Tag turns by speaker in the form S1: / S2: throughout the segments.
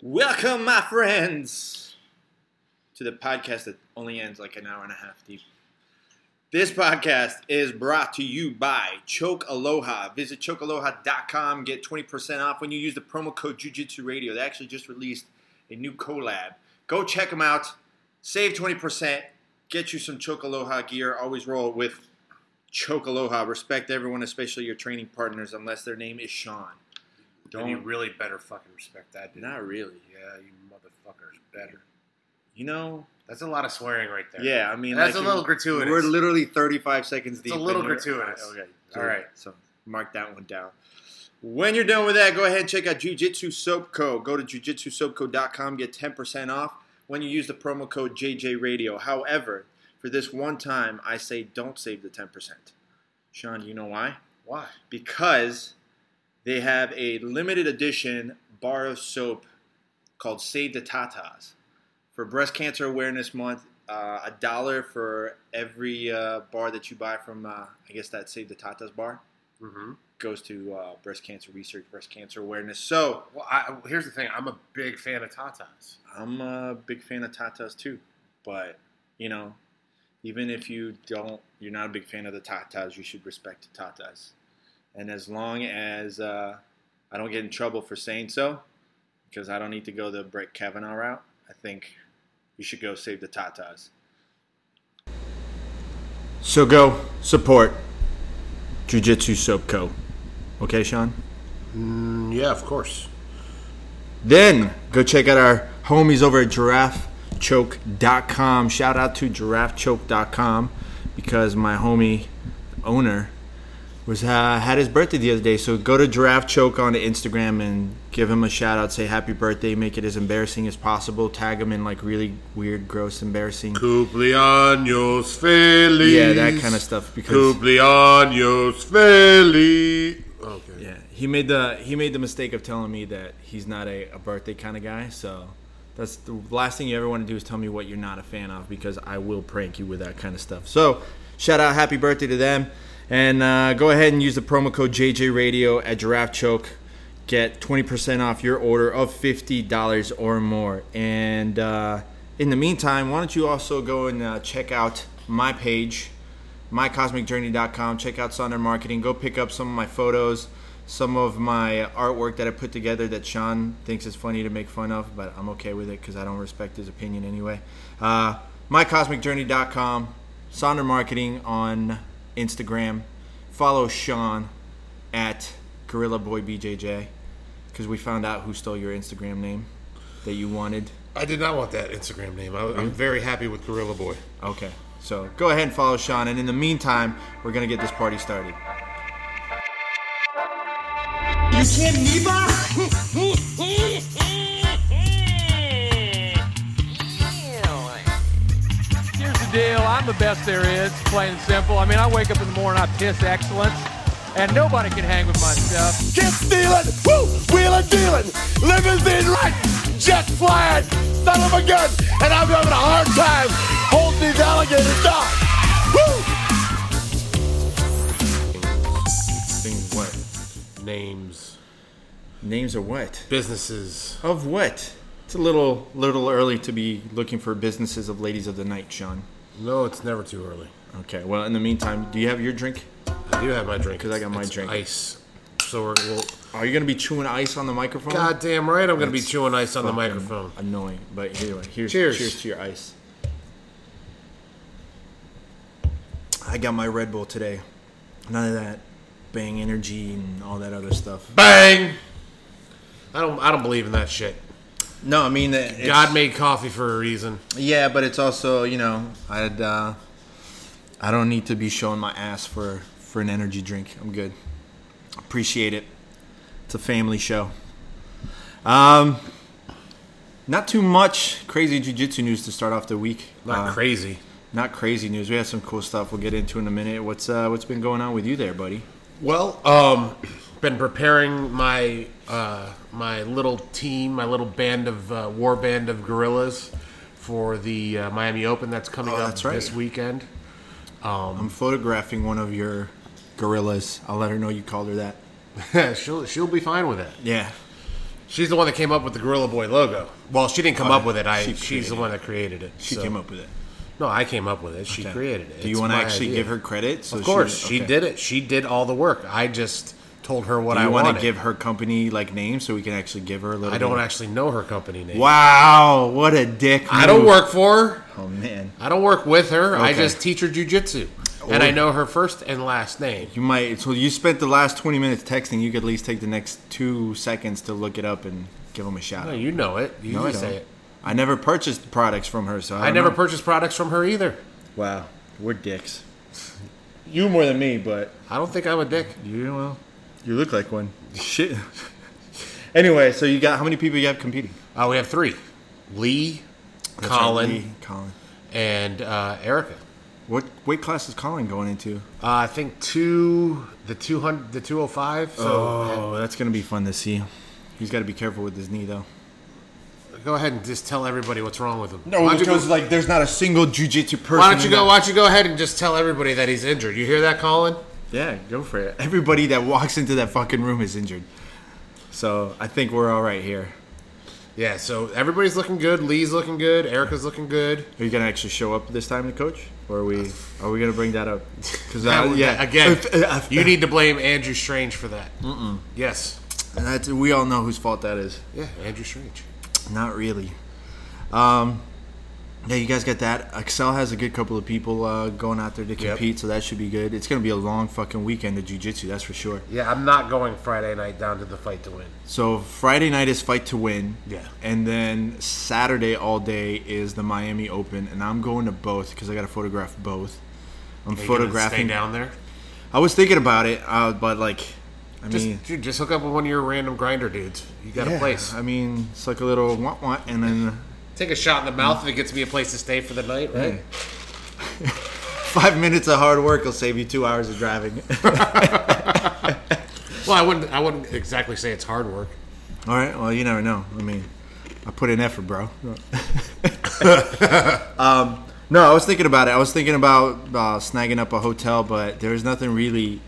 S1: Welcome, my friends, to the podcast that only ends like an hour and a half deep. This podcast is brought to you by Choke Aloha. Visit chokealoha.com, get 20% off when you use the promo code Jujitsu Radio. They actually just released a new collab. Go check them out, save 20%, get you some Choke Aloha gear. Always roll with Choke Aloha. Respect everyone, especially your training partners, unless their name is Sean.
S2: And you
S1: Don't,
S2: really better fucking respect that, dude.
S1: not really.
S2: Yeah, you motherfuckers better.
S1: You know,
S2: That's a lot of swearing right there.
S1: Yeah, I mean,
S2: That's
S1: like,
S2: a little
S1: you-
S2: gratuitous.
S1: We're literally 35 seconds deep.
S2: a little
S1: and you're-
S2: gratuitous.
S1: Okay.
S2: All right.
S1: So mark that one down. When you're done with that, go ahead and check out Jujitsu Soap Co. Go to jujitsusoapco.com, get 10% off when you use the promo code JJRadio. However, for this one time, I say don't save the 10%. Sean, you know why?
S2: Why?
S1: because they have a limited edition bar of soap called Save the Tatas for Breast Cancer Awareness Month. Uh, a dollar for every uh, bar that you buy from, uh, I guess that Save the Tatas bar
S2: Mm-hmm.
S1: goes to uh, breast cancer research, breast cancer awareness. So
S2: Well, I, here's the thing. I'm a big fan of Tatas.
S1: I'm a big fan of Tatas too, but you know, even if you don't, you're not a big fan of the Tatas, you should respect the Tatas. And as long as uh, I don't get in trouble for saying so, because I don't need to go the Brett Kavanaugh route, I think you should go save the Tatas. So go support Jiu Jitsu Soap Co. Okay, Sean?
S2: Mm, Yeah, of course.
S1: Then go check out our homies over at giraffechoke.com. Shout out to giraffechoke.com because my homie the owner was uh, had his birthday the other day. So go to giraffechoke on Instagram and give him a shout out. Say happy birthday. Make it as embarrassing as possible. Tag him in like really weird, gross, embarrassing.
S2: Cumpleaños feliz.
S1: Yeah, that kind of stuff. Because
S2: Cumpleaños feliz. Okay.
S1: yeah, he made the he made the mistake of telling me that he's not a, a birthday kind of guy. So that's the last thing you ever want to do is tell me what you're not a fan of because I will prank you with that kind of stuff. So shout out, happy birthday to them, and uh, go ahead and use the promo code JJ Radio at Giraffe Choke. Get 20% off your order of $50 or more. And uh, in the meantime, why don't you also go and uh, check out my page, mycosmicjourney.com. Check out Sonder Marketing. Go pick up some of my photos, some of my artwork that I put together that Sean thinks is funny to make fun of, but I'm okay with it because I don't respect his opinion anyway. Uh, mycosmicjourney.com, Sonder Marketing on Instagram. Follow Sean at Gorilla Boy BJJ because we found out who stole your Instagram name that you wanted.
S2: I did not want that Instagram name. I,
S1: Hmm?
S2: I'm very happy with Gorilla Boy.
S1: Okay, so go ahead and follow Sean, and in the meantime, we're gonna get this party started.
S3: You can't Ew.
S4: Here's the deal. I'm the best there is, plain and simple. I mean, I wake up in the morning, I piss excellence, and nobody can hang with my stuff.
S5: Kid stealing, woo, wheeling, dealing, limousine right, jet flying, son of a gun, and I'm having a hard time holding these alligators down. Woo!
S1: Things what?
S2: Names,
S1: Names of what?
S2: businesses.
S1: Of what? It's a little little early to be looking for businesses of ladies of the night, Sean.
S2: No, it's never too early.
S1: Okay. Well, in the meantime, do you have your drink?
S2: I do have my drink
S1: 'Cause I got my
S2: It's
S1: drink.
S2: Ice. So we're we'll,
S1: Are you gonna be chewing ice on the microphone?
S2: goddamn right. I'm gonna be
S1: That's
S2: chewing ice on the
S1: Fucking
S2: microphone.
S1: Annoying, but anyway, here's
S2: Cheers.
S1: Cheers to your ice. I got my Red Bull today. None of that Bang Energy and all that other stuff.
S2: Bang! I don't. I don't believe in that shit.
S1: No, I mean uh, that
S2: God made coffee for a reason.
S1: Yeah, but it's also you know I'd uh, I don't need to be showing my ass for for an energy drink. I'm good. Appreciate it. It's a family show. Um, not too much crazy jujitsu news to start off the week.
S2: Not
S1: Uh,
S2: crazy.
S1: Not crazy news. We have some cool stuff. We'll get into in a minute. What's uh, what's been going on with you there, buddy?
S2: Well, um, been preparing my uh, my little team, my little band of uh, war band of gorillas for the uh, Miami Open that's coming
S1: Oh,
S2: up
S1: that's right.
S2: this weekend.
S1: I'm photographing one of your gorillas. I'll let her know you called her that.
S2: she'll she'll be fine with that.
S1: Yeah.
S2: She's the one that came up with the Gorilla Boy logo. Well, she didn't come
S1: Oh,
S2: up with it. I
S1: she
S2: she's
S1: created
S2: the one that created it.
S1: She
S2: so-
S1: came up with it.
S2: No, I came up with it. She created it.
S1: Do
S2: It's
S1: you want to
S2: my
S1: actually
S2: idea.
S1: give her credit? So
S2: Of course, she,
S1: okay.
S2: did it. She did all the work. I just told her what
S1: Do
S2: I
S1: you
S2: wanted.
S1: want to give her company like name so we can actually give her a little?
S2: I don't
S1: bit?
S2: actually know her company name.
S1: Wow, what a dick!
S2: I don't
S1: move.
S2: work for her.
S1: Oh man,
S2: I don't work with her. I
S1: Okay.
S2: just teach her jujitsu, and I know her first and last name.
S1: you might. So you spent the last twenty minutes texting. You could at least take the next two seconds to look it up and give them a shout.
S2: No,
S1: out.
S2: you know it. You
S1: No,
S2: can
S1: I don't.
S2: say it.
S1: I never purchased products from her, so I,
S2: I
S1: don't
S2: never
S1: know.
S2: purchased products from her either.
S1: Wow, we're dicks. You more than me, but
S2: I don't think I'm a dick.
S1: you well, you look like one. Shit. anyway, so you got how many people you have competing?
S2: Uh, we have three: Lee,
S1: That's right,
S2: Colin,
S1: Lee, Colin.
S2: and uh, Erica.
S1: What weight class is Colin going into?
S2: Uh, I think two, the two hundred, the two hundred five. So
S1: Oh, that's gonna be fun to see. He's got to be careful with his knee, though.
S2: go ahead and just tell everybody what's wrong with him.
S1: Uh. No,
S2: why don't, you
S1: because
S2: go,
S1: like there's not a single jujitsu person.
S2: why don't you
S1: in
S2: go?
S1: that-
S2: Why don't you go ahead and just tell everybody that he's injured? You hear that, Colin?
S1: Yeah, go for it. Everybody that walks into that fucking room is injured. So I think we're all right here.
S2: Yeah. So everybody's looking good. Lee's looking good. Erica's looking good.
S1: Are you gonna actually show up this time to coach, or are we are we gonna bring that up? Because
S2: That-
S1: Uh, yeah,
S2: Again,
S1: If- if-
S2: you need to blame Andrew Strange for that. Mm-mm. Yes.
S1: and that's, we all know whose fault that is.
S2: Yeah, Andrew Strange.
S1: Not really. Um, yeah, you guys got that. Excel has a good couple of people uh, going out there to compete, so that should be good. It's gonna be a long fucking weekend of jujitsu, that's for sure.
S2: Yeah, I'm not going Friday night down to the fight to win.
S1: So Friday night is fight to win.
S2: Yeah.
S1: And then Saturday all day is the Miami Open, and I'm going to both because I got to photograph both. I'm
S2: Are you gonna
S1: photographing.
S2: stay down there.
S1: I was thinking about it, uh, but like, I
S2: Just,
S1: mean,
S2: dude, just hook up with one of your random grinder dudes. You got
S1: yeah,
S2: a place.
S1: I mean, it's like a little want want, and then
S2: Take a shot in the mouth if it gets me a place to stay for the night, right?
S1: hey. five minutes of hard work will save you two hours of driving.
S2: Well, I wouldn't. I wouldn't exactly say it's hard work.
S1: all right. Well, you never know. I mean, I put in effort, bro. Um, No, I was thinking about it. I was thinking about uh, snagging up a hotel, but there's nothing really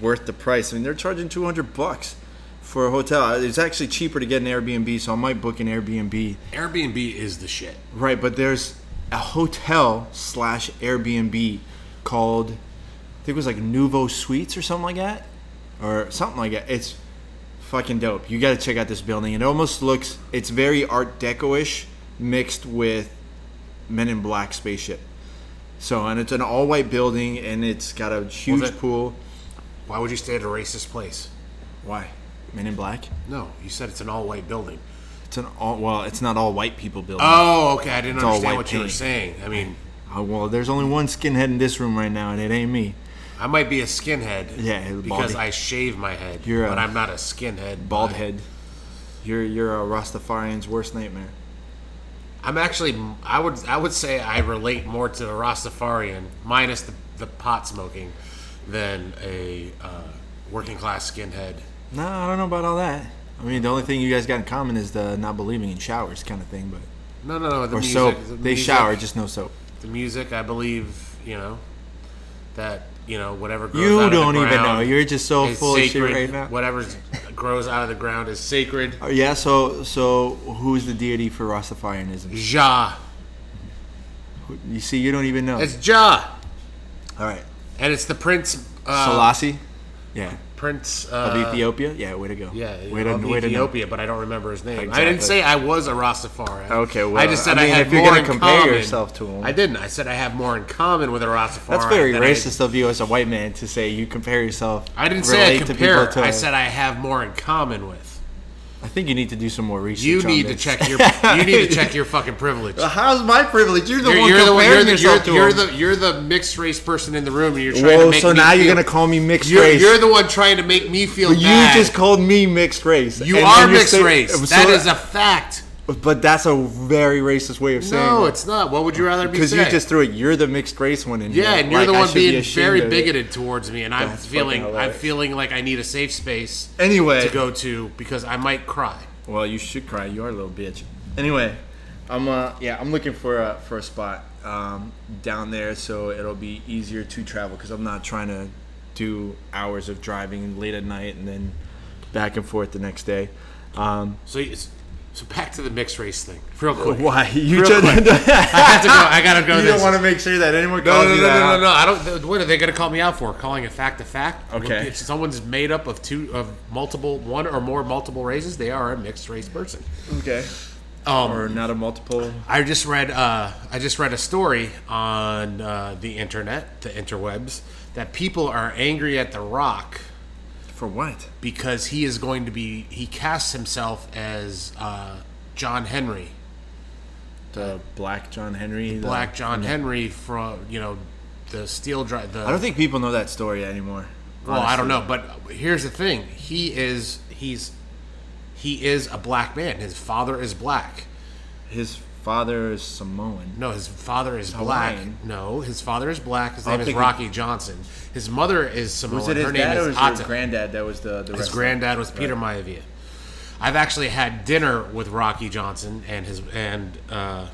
S1: worth the price. I mean, they're charging 200 bucks for a hotel. Uh, It's actually cheaper to get an Airbnb, so I might book an Airbnb.
S2: Airbnb is the shit.
S1: Right, but there's a hotel slash Airbnb called, I think it was like Nouveau Suites or something like that, or something like that. It's fucking dope. You got to check out this building. It almost looks, it's very Art Deco-ish mixed with Men in Black spaceship. So, and it's an all-white building, and it's got a huge
S2: that-
S1: pool.
S2: Why would you stay at a racist place?
S1: Why? Men in Black?
S2: No, you said it's an all-white building.
S1: It's an all well, it's not all white people building.
S2: Oh, okay. I didn't
S1: all
S2: understand
S1: white
S2: what you were
S1: paint.
S2: saying. I mean,
S1: Oh, well, there's only one skinhead in this room right now, and it ain't me.
S2: I might be a skinhead.
S1: Yeah,
S2: because
S1: baldy.
S2: I shave my head,
S1: You're
S2: but
S1: a-
S2: I'm not a skinhead.
S1: bald
S2: I-
S1: head. You're you're a Rastafarian's worst nightmare.
S2: I'm actually. I would. I would say I relate more to a Rastafarian, minus the, the pot smoking, than a uh, working class skinhead.
S1: No, I don't know about all that. I mean, the only thing you guys got in common is the not believing in showers kind of thing, but
S2: No, no, no. The
S1: or
S2: music,
S1: soap.
S2: the
S1: They
S2: music-
S1: shower, just no soap.
S2: the music. I believe you know that you know whatever grows out
S1: You
S2: of the
S1: don't even
S2: ground
S1: know. You're just so
S2: is
S1: full
S2: sacred.
S1: of shit right now.
S2: Whatever grows out of the ground is sacred.
S1: Uh, Yeah. So so who's the deity for Rastafarianism?
S2: Ja,
S1: You see, you don't even know.
S2: it's Ja,
S1: all right,
S2: and it's the prince. Uh,
S1: Selassie. Yeah.
S2: Prince
S1: Of
S2: uh,
S1: Ethiopia. Yeah. Way to go.
S2: Yeah,
S1: Way to,
S2: of
S1: way to know.
S2: Ethiopia, but I don't remember his name. I didn't
S1: Exactly.
S2: say I was a Rastafari.
S1: Okay, well,
S2: I just said I,
S1: I mean,
S2: had
S1: if you're
S2: more
S1: gonna
S2: in
S1: compare
S2: common.
S1: yourself to him.
S2: I didn't. I said I have more in common with a Rastafari.
S1: That's very
S2: than I-
S1: racist of you as a white man to say you compare yourself.
S2: I, didn't say I
S1: relate to people
S2: compare.
S1: to-
S2: I said I have more in common with.
S1: I think you need to do some more research.
S2: You
S1: on
S2: need to
S1: this.
S2: check your. You need to check your Uh, fucking privilege.
S1: How's my privilege? You're the
S2: You're,
S1: one
S2: you're the one.
S1: comparing
S2: You're the,
S1: yourself
S2: you're, you're
S1: to
S2: the. You're the mixed race person in the room, and you're
S1: him.
S2: trying to
S1: Whoa!
S2: make
S1: So
S2: me
S1: now you're
S2: feel-
S1: gonna call me mixed
S2: You're,
S1: race?
S2: you're the one trying to make me feel.
S1: you
S2: bad.
S1: just called me mixed race.
S2: You
S1: and
S2: are
S1: then you're
S2: mixed
S1: saying-
S2: race.
S1: so-
S2: that is a fact.
S1: But that's a very racist way of saying.
S2: No,
S1: it.
S2: it's not. What would you rather be?
S1: because you
S2: said?
S1: just threw it. You're the mixed race one in
S2: Yeah,
S1: here.
S2: and you're
S1: Like,
S2: the
S1: I
S2: one
S1: should be
S2: being
S1: ashamed
S2: very
S1: of it.
S2: bigoted towards me, and I'm
S1: That's
S2: feeling
S1: fucking
S2: I'm
S1: hilarious.
S2: feeling like I need a safe space
S1: Anyway.
S2: to go to because I might cry.
S1: Well, you should cry. You are a little bitch. Anyway, I'm uh yeah I'm looking for a for a spot um down there so it'll be easier to travel because I'm not trying to do hours of driving late at night and then back and forth the next day. Um,
S2: So, you- so back to the mixed race thing, real quick.
S1: Why you
S2: Real
S1: just
S2: quick. I have to go. I gotta go.
S1: you
S2: this.
S1: don't want to make sure that anyone
S2: No,
S1: calls
S2: no, no,
S1: you
S2: no,
S1: that
S2: no,
S1: out.
S2: no, I don't. What are they going to call me out for? Calling a fact a fact?
S1: Okay.
S2: If someone's made up of two of multiple, one or more multiple races, they are a mixed race person.
S1: Okay.
S2: Um,
S1: Or not a multiple.
S2: I just read. Uh, I just read a story on uh, the internet, the interwebs, that people are angry at The Rock
S1: For what?
S2: because he is going to be. He casts himself as uh, John Henry,
S1: The black John Henry. the-
S2: Black John Henry from you know the Steel Drive. The
S1: I don't think people know that story anymore.
S2: Well, I don't know, but here's the thing: he is he's he is a black man. His father is black.
S1: His father is Samoan.
S2: No, his father is black.
S1: Hawaiian.
S2: No, his father is black. His
S1: I'm
S2: name is
S1: thinking-
S2: Rocky Johnson. His mother is Samoan.
S1: Was it his
S2: Her
S1: dad
S2: name
S1: or
S2: is
S1: was
S2: Ata.
S1: his granddad that was the the
S2: his
S1: wrestler?
S2: granddad was Peter Maivia. I've actually had dinner with Rocky Johnson and his and uh,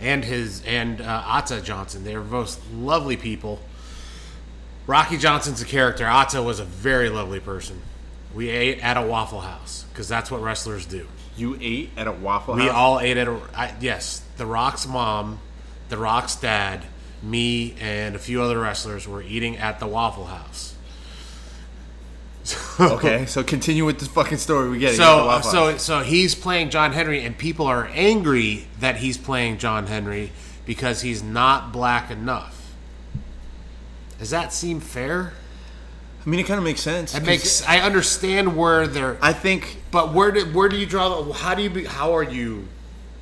S2: and his and uh, Atta Johnson. They're both lovely people. Rocky Johnson's a character. Atta was a very lovely person. We ate at a Waffle House because that's what wrestlers do.
S1: You ate at a Waffle
S2: We
S1: House.
S2: all ate at a I, yes. The Rock's mom, The Rock's dad, me, and a few other wrestlers were eating at the Waffle House. So-
S1: okay, so continue with the fucking story. We get it. You ate at
S2: so
S1: Waffle House.
S2: so so he's playing John Henry, and people are angry that he's playing John Henry because he's not black enough. Does that seem fair?
S1: I mean, it kind of makes sense.
S2: It
S1: 'cause
S2: makes I understand where they're,
S1: I think
S2: but where do where do you draw? the How do you be, how are you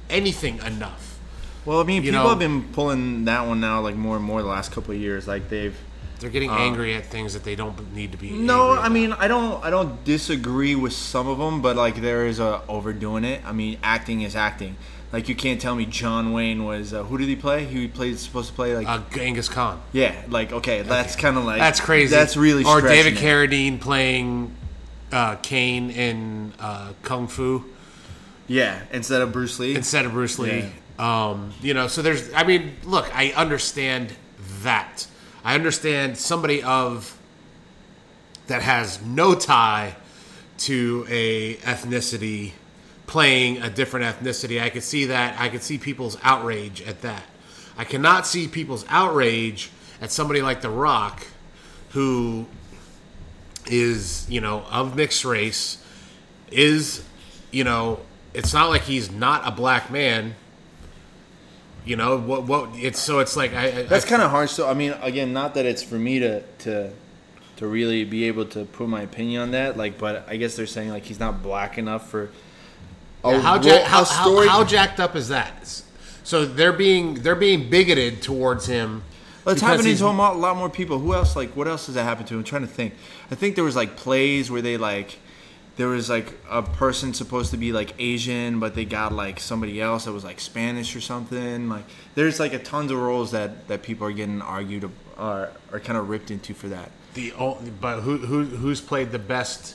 S2: anything enough?
S1: Well, I mean,
S2: You
S1: people
S2: know-
S1: have been pulling that one now, like more and more the last couple of years. Like they've.
S2: They're getting angry at things that they don't need to be.
S1: Uh, No,
S2: angry
S1: I
S2: about.
S1: mean, I don't, I don't disagree with some of them, but like there is a overdoing it. I mean, acting is acting. Like you can't tell me John Wayne was uh, who did he play? He played supposed to play like
S2: uh, Genghis Khan.
S1: yeah, like okay, that's kind of like
S2: That's crazy.
S1: That's really
S2: or
S1: stretching
S2: David
S1: it.
S2: Carradine playing uh, Kane in uh, Kung Fu.
S1: Yeah, instead of Bruce Lee.
S2: instead of Bruce Lee. Um, you know, so there's. I mean, look, I understand that. I understand somebody of that has no tie to a ethnicity playing a different ethnicity. I could see that. I could see people's outrage at that. I cannot see people's outrage at somebody like The Rock, who is you know of mixed race is, you know, it's not like he's not a black man. You know what? What it's so it's like I. I
S1: That's kind of hard. So I mean, again, not that it's for me to to to really be able to put my opinion on that. Like, but I guess they're saying like he's not black enough for. Oh,
S2: how, jack, how, how, how jacked up is that? So they're being they're being bigoted towards him.
S1: Well, it's
S2: because
S1: happening
S2: he's-
S1: to a mo- lot more people. Who else? Like, what else has that happened to? I'm trying to think. I think there was like plays where they like, there was like a person supposed to be like Asian, but they got like somebody else that was like Spanish or something. Like, there's like a tons of roles that that people are getting argued uh, are are kind of ripped into for that.
S2: the only, but who who who's played the best?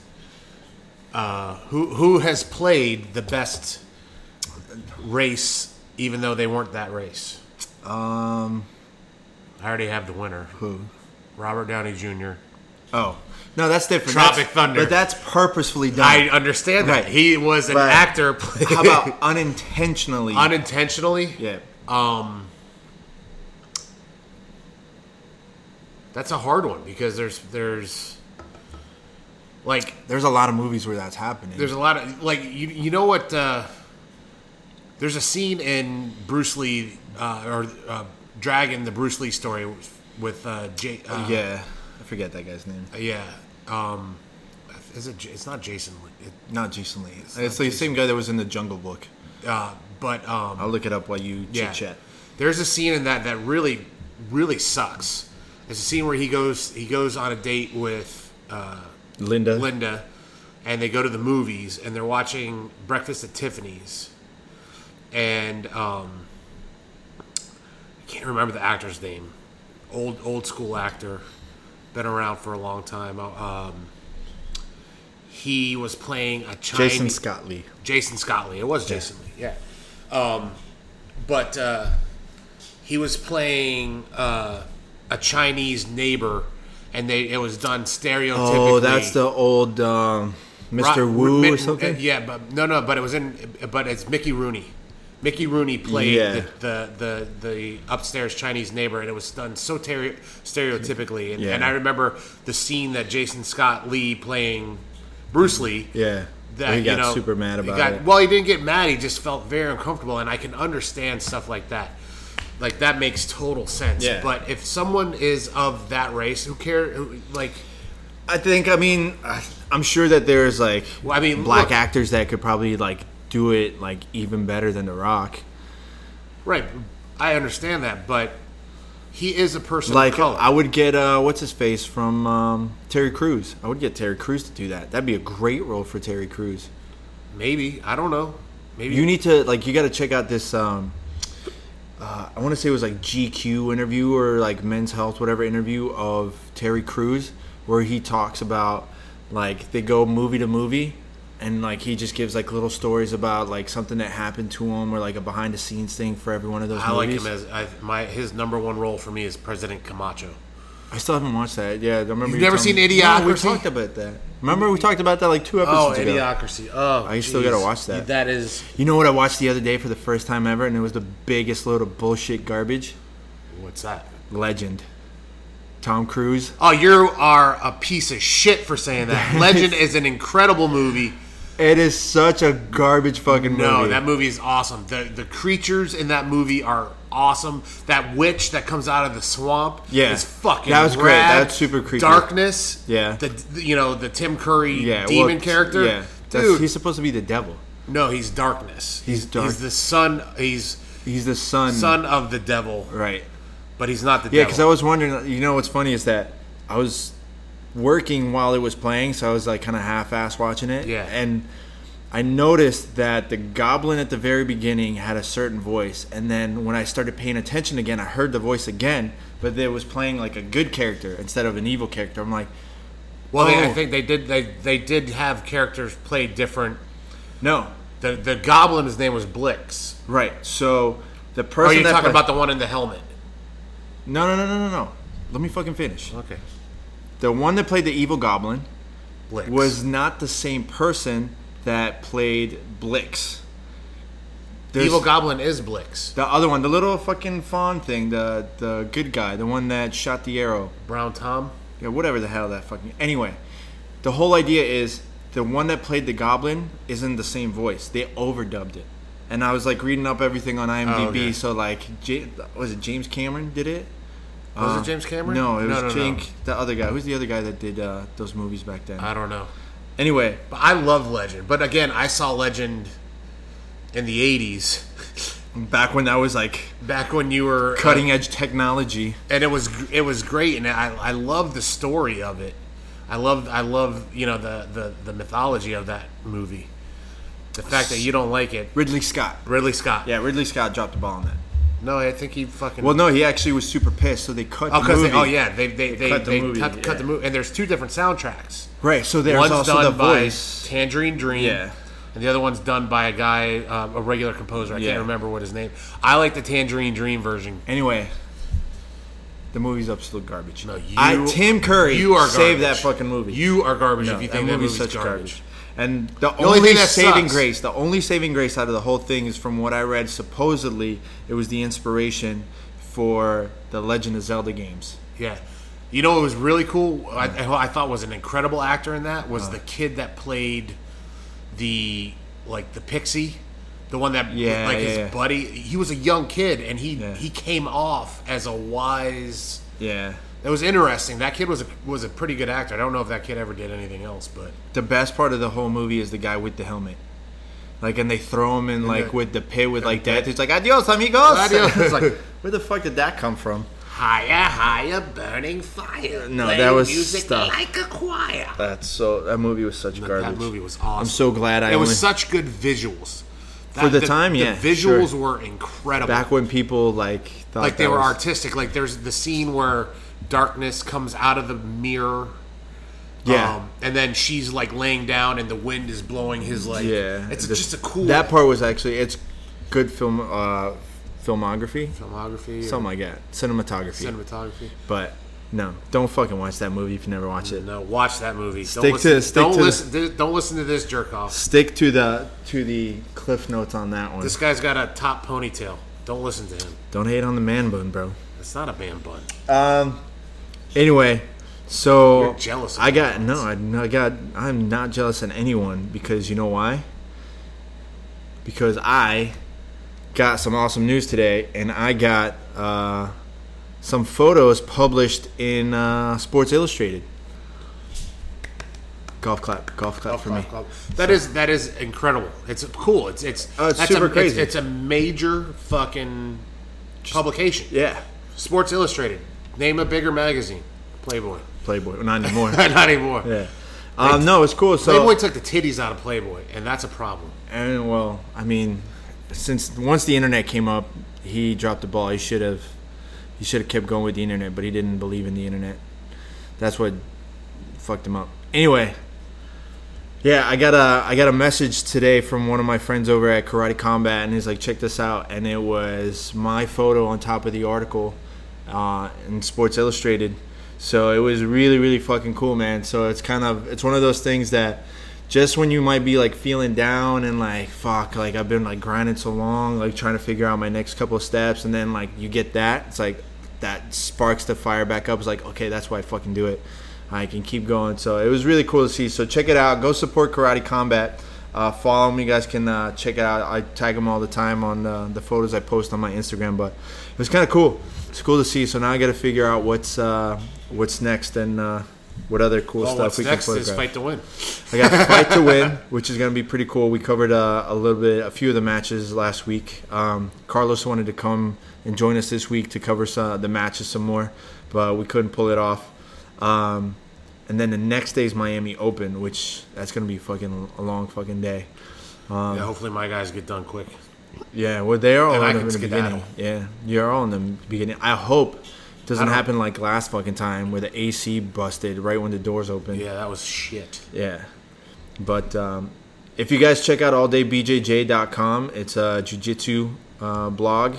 S2: Uh, who who has played the best race, even though they weren't that race?
S1: Um,
S2: I already have the winner. Who? Robert Downey Jr.
S1: oh. No, that's different.
S2: Tropic
S1: That's-
S2: Thunder.
S1: but that's purposefully done.
S2: I understand
S1: Right.
S2: that he was an
S1: But
S2: actor.
S1: How about unintentionally?
S2: unintentionally?
S1: yeah,
S2: Um, that's a hard one because there's there's like
S1: there's a lot of movies where that's happening.
S2: there's a lot of like you you know what uh, there's a scene in Bruce Lee uh, or uh, Dragon the Bruce Lee story with uh, Jay, uh,
S1: yeah, I forget that guy's name.
S2: yeah um is it J- it's not Jason Lee, it,
S1: Not Jason Lee. It's, the same guy that was in the Jungle Book.
S2: uh, but um
S1: I'll look it up while you chit chat.
S2: There's a scene in that that really, really sucks. There's a scene where he goes he goes on a date with uh,
S1: Linda.
S2: Linda, and they go to the movies and they're watching Breakfast at Tiffany's, and um, I can't remember the actor's name. Old old school actor, been around for a long time. Um, he was playing a Chinese
S1: Jason Scott Lee.
S2: Jason Scottley. It was Jason Lee. Yeah. Um, but uh, he was playing uh, a Chinese neighbor, and they it was done stereotypically.
S1: Oh, that's the old. Um, Mr.
S2: Ro-
S1: Wu
S2: Mi-
S1: or something?
S2: uh, yeah, but no, no, but it was in, but it's Mickey Rooney. Mickey Rooney played
S1: Yeah.
S2: the, the the the upstairs Chinese neighbor, and it was done so ter- stereotypically. And,
S1: Yeah.
S2: and I remember the scene that Jason Scott Lee playing Bruce Lee.
S1: Yeah.
S2: That
S1: he got
S2: you know,
S1: super mad
S2: he
S1: about
S2: got-
S1: it.
S2: Well, he didn't get mad. He just felt very uncomfortable, and I can understand stuff like that. Like that makes total sense.
S1: Yeah.
S2: But if someone is of that race, who cares? Who, like,
S1: I think. I mean, I- I'm sure that there's like
S2: Well, I mean,
S1: black
S2: look-
S1: actors that could probably like do it like even better than The Rock.
S2: right? I understand that, but he is a person
S1: Like
S2: of color.
S1: I would get uh, what's his face from um, Terry Crews. I would get Terry Crews to do that. That'd be a great role for Terry Crews.
S2: Maybe I don't know. Maybe
S1: You need to like you got to check out this. Um, uh, I want to say it was like GQ interview or like Men's Health whatever interview of Terry Crews where he talks about like they go movie to movie and like he just gives like little stories about like something that happened to him or like a behind the scenes thing for every one of those.
S2: I like
S1: movies.
S2: him as I, my his number one role for me is President Camacho.
S1: I still haven't watched that. Yeah, I remember.
S2: You've
S1: you
S2: never
S1: telling
S2: seen
S1: me- No, we
S2: Idiocracy?
S1: talked about that. Remember we talked about that like two
S2: Oh,
S1: episodes ago.
S2: Idiocracy. Oh,
S1: I still
S2: geez.
S1: gotta watch that.
S2: That is
S1: You know what I watched the other day for the first time ever, and it was the biggest load of bullshit garbage.
S2: what's that?
S1: Legend. Tom Cruise.
S2: Oh, you are a piece of shit for saying that. Legend is an incredible movie.
S1: It is such a garbage fucking
S2: No,
S1: movie.
S2: that movie is awesome. The the creatures in that movie are awesome. That witch that comes out of the swamp
S1: Yeah.
S2: is fucking
S1: That was great.
S2: rad.
S1: That's super creepy.
S2: Darkness.
S1: Yeah.
S2: The the- you know, the Tim Curry
S1: yeah,
S2: demon
S1: well,
S2: character.
S1: Yeah, That's-
S2: Dude,
S1: he's supposed to be the devil.
S2: no, he's darkness.
S1: He's dark.
S2: He's the son he's
S1: He's the son.
S2: son of the devil,
S1: Right.
S2: but he's not the
S1: Yeah, because I
S2: devil.
S1: was wondering. You know what's funny is that I was working while it was playing, so I was like kind of half-ass watching it.
S2: Yeah.
S1: and I noticed that the goblin at the very beginning had a certain voice, and then when I started paying attention again, I heard the voice again, but it was playing like a good character instead of an evil character. I'm like,
S2: well, they, I
S1: Oh.
S2: think they did they they did have characters play different.
S1: no,
S2: The the goblin's name was Blix.
S1: right. So the
S2: Or are
S1: person
S2: you
S1: that
S2: Oh, talking
S1: play-
S2: about the one in the helmet?
S1: no, no, no, no, no, no. Let me fucking finish.
S2: Okay.
S1: The one that played the evil goblin
S2: Blix.
S1: was not the same person that played Blix. There's
S2: Evil Goblin is Blix.
S1: the other one, the little fucking fawn thing, the the good guy, the one that shot the arrow.
S2: Brown Tom.
S1: Yeah, whatever the hell that fucking. Anyway, the whole idea is the one that played the goblin isn't the same voice. They overdubbed it, and I was like reading up everything on IMDb.
S2: okay.
S1: So like, J- was it James Cameron did it?
S2: Was
S1: Uh,
S2: it James Cameron?
S1: No, it was Jink, the other guy. Who's the other guy that did uh, those movies back then?
S2: I don't know.
S1: anyway,
S2: But I love Legend. But again, I saw Legend in the '80s,
S1: back when that was like
S2: back when you were uh,
S1: cutting edge technology.
S2: and it was it was great, and I I love the story of it. I love I love you know the the the mythology of that movie. The fact that you don't like it,
S1: Ridley Scott.
S2: Ridley Scott.
S1: Yeah, Ridley Scott dropped the ball on that.
S2: No, I think he fucking.
S1: Well, no, he actually was super pissed, so they cut
S2: Oh,
S1: the
S2: 'cause
S1: movie.
S2: they, oh yeah, they they they,
S1: cut the
S2: they
S1: movie,
S2: cut, cut
S1: yeah.
S2: the movie, and there's two different soundtracks.
S1: Right, so there's
S2: one's
S1: also
S2: done
S1: the
S2: by
S1: voice.
S2: Tangerine Dream.
S1: Yeah.
S2: And the other one's done by a guy, um, a regular composer. I
S1: Yeah.
S2: can't remember what his name. I like the Tangerine Dream version.
S1: Anyway, the movie's absolute garbage. No,
S2: you-
S1: I, Tim Curry,
S2: you are
S1: saved that
S2: garbage.
S1: fucking movie.
S2: You are garbage
S1: No,
S2: if you think that movie's
S1: such
S2: garbage.
S1: And the,
S2: only
S1: only,
S2: thing that
S1: saving
S2: sucks-
S1: grace, the only saving grace out of the whole thing is from what I read. Supposedly, it was the inspiration for the Legend of Zelda games.
S2: Yeah. You know what was really cool? I, who I thought was an incredible actor in that was the kid that played the like the pixie, the one that
S1: Yeah,
S2: like
S1: yeah,
S2: his
S1: yeah.
S2: buddy. He was a young kid, and he
S1: Yeah.
S2: he came off as a wise.
S1: Yeah,
S2: That was interesting. That kid was a, was a pretty good actor. I don't know if that kid ever did anything else, but
S1: the best part of the whole movie is the guy with the helmet. Like, and they throw him in like
S2: the-
S1: with the pit with like death. He's like, "Adios, amigos."
S2: Adios.
S1: it's like, where the fuck did that come from?
S2: Higher, higher, burning fire.
S1: No,
S2: Play
S1: that was
S2: music
S1: stuff.
S2: like a choir.
S1: That's so. That movie was such garbage.
S2: That movie was awesome.
S1: I'm so glad I
S2: It
S1: only-
S2: was such good visuals. That-
S1: For the time, yeah,
S2: The visuals
S1: sure.
S2: were incredible.
S1: Back when people like thought
S2: like they
S1: that
S2: were
S1: was-
S2: artistic. Like there's the scene where darkness comes out of the mirror. Um,
S1: Yeah.
S2: and then she's like laying down, and the wind is blowing his like.
S1: yeah,
S2: It's
S1: the-
S2: just a cool
S1: That part was actually it's good film uh, filmography,
S2: filmography, or
S1: something like that, cinematography.
S2: cinematography.
S1: but No, don't fucking watch that movie if you never watch it.
S2: No, watch that movie.
S1: Stick to
S2: don't listen,
S1: this, stick
S2: Don't
S1: to
S2: listen. Don't listen to this jerk off.
S1: Stick to the to the cliff notes on that one.
S2: This guy's got a top ponytail. Don't listen to him.
S1: don't hate on the man bun, bro.
S2: It's not a man bun.
S1: Anyway, so
S2: You're jealous of
S1: I got no, I, no, I got. I'm not jealous on anyone because you know why? Because I got some awesome news today, and I got uh, some photos published in uh, Sports Illustrated. Golf clap, golf clap for me.
S2: That is that is incredible. It's cool. It's it's
S1: Oh, it's
S2: that's a-
S1: super crazy.
S2: It's, it's a major fucking publication.
S1: Yeah,
S2: Sports Illustrated. Name a bigger magazine. Playboy.
S1: Playboy. Not anymore.
S2: not anymore.
S1: yeah. Um, no, it's cool. So
S2: Playboy took the titties out of Playboy, and that's a problem.
S1: And well, I mean, since once the internet came up, he dropped the ball. He should have, he should have kept going with the internet, but he didn't believe in the internet. That's what fucked him up. Anyway, yeah, I got a I got a message today from one of my friends over at Karate Combat, and he's like, "Check this out," and it was my photo on top of the article uh, in Sports Illustrated. So it was really really fucking cool, man. So it's kind of it's one of those things that just when you might be like feeling down and like fuck, like I've been like grinding so long, like trying to figure out my next couple of steps, and then like you get that, it's like that sparks the fire back up. It's like, okay, that's why I fucking do it. I can keep going. So it was really cool to see. So check it out. Go support Karate Combat. Uh, follow them. You guys can uh, check it out. I tag them all the time on uh, the photos I post on my Instagram. But it was kind of cool. It's cool to see. So now I got to figure out what's uh, what's next and uh, what other cool
S2: Well,
S1: stuff
S2: what's
S1: we
S2: next
S1: can
S2: is
S1: photograph.
S2: fight to win.
S1: I got fight to win, which is going to be pretty cool. We covered uh, a little bit, a few of the matches last week. Um, Carlos wanted to come and join us this week to cover some, the matches some more, but we couldn't pull it off. Um, and then the next day is Miami Open, which that's going to be fucking a long fucking day. Um,
S2: yeah, hopefully my guys get done quick.
S1: Yeah, well, they are all
S2: I
S1: in the,
S2: can
S1: in the
S2: skedaddle.
S1: beginning. Yeah, you're all in the beginning. I hope it doesn't
S2: I don't-
S1: happen like last fucking time where the AC busted right when the doors opened.
S2: Yeah, that was shit.
S1: Yeah. But um, if you guys check out alldaybjj.com, it's a jujitsu uh, blog,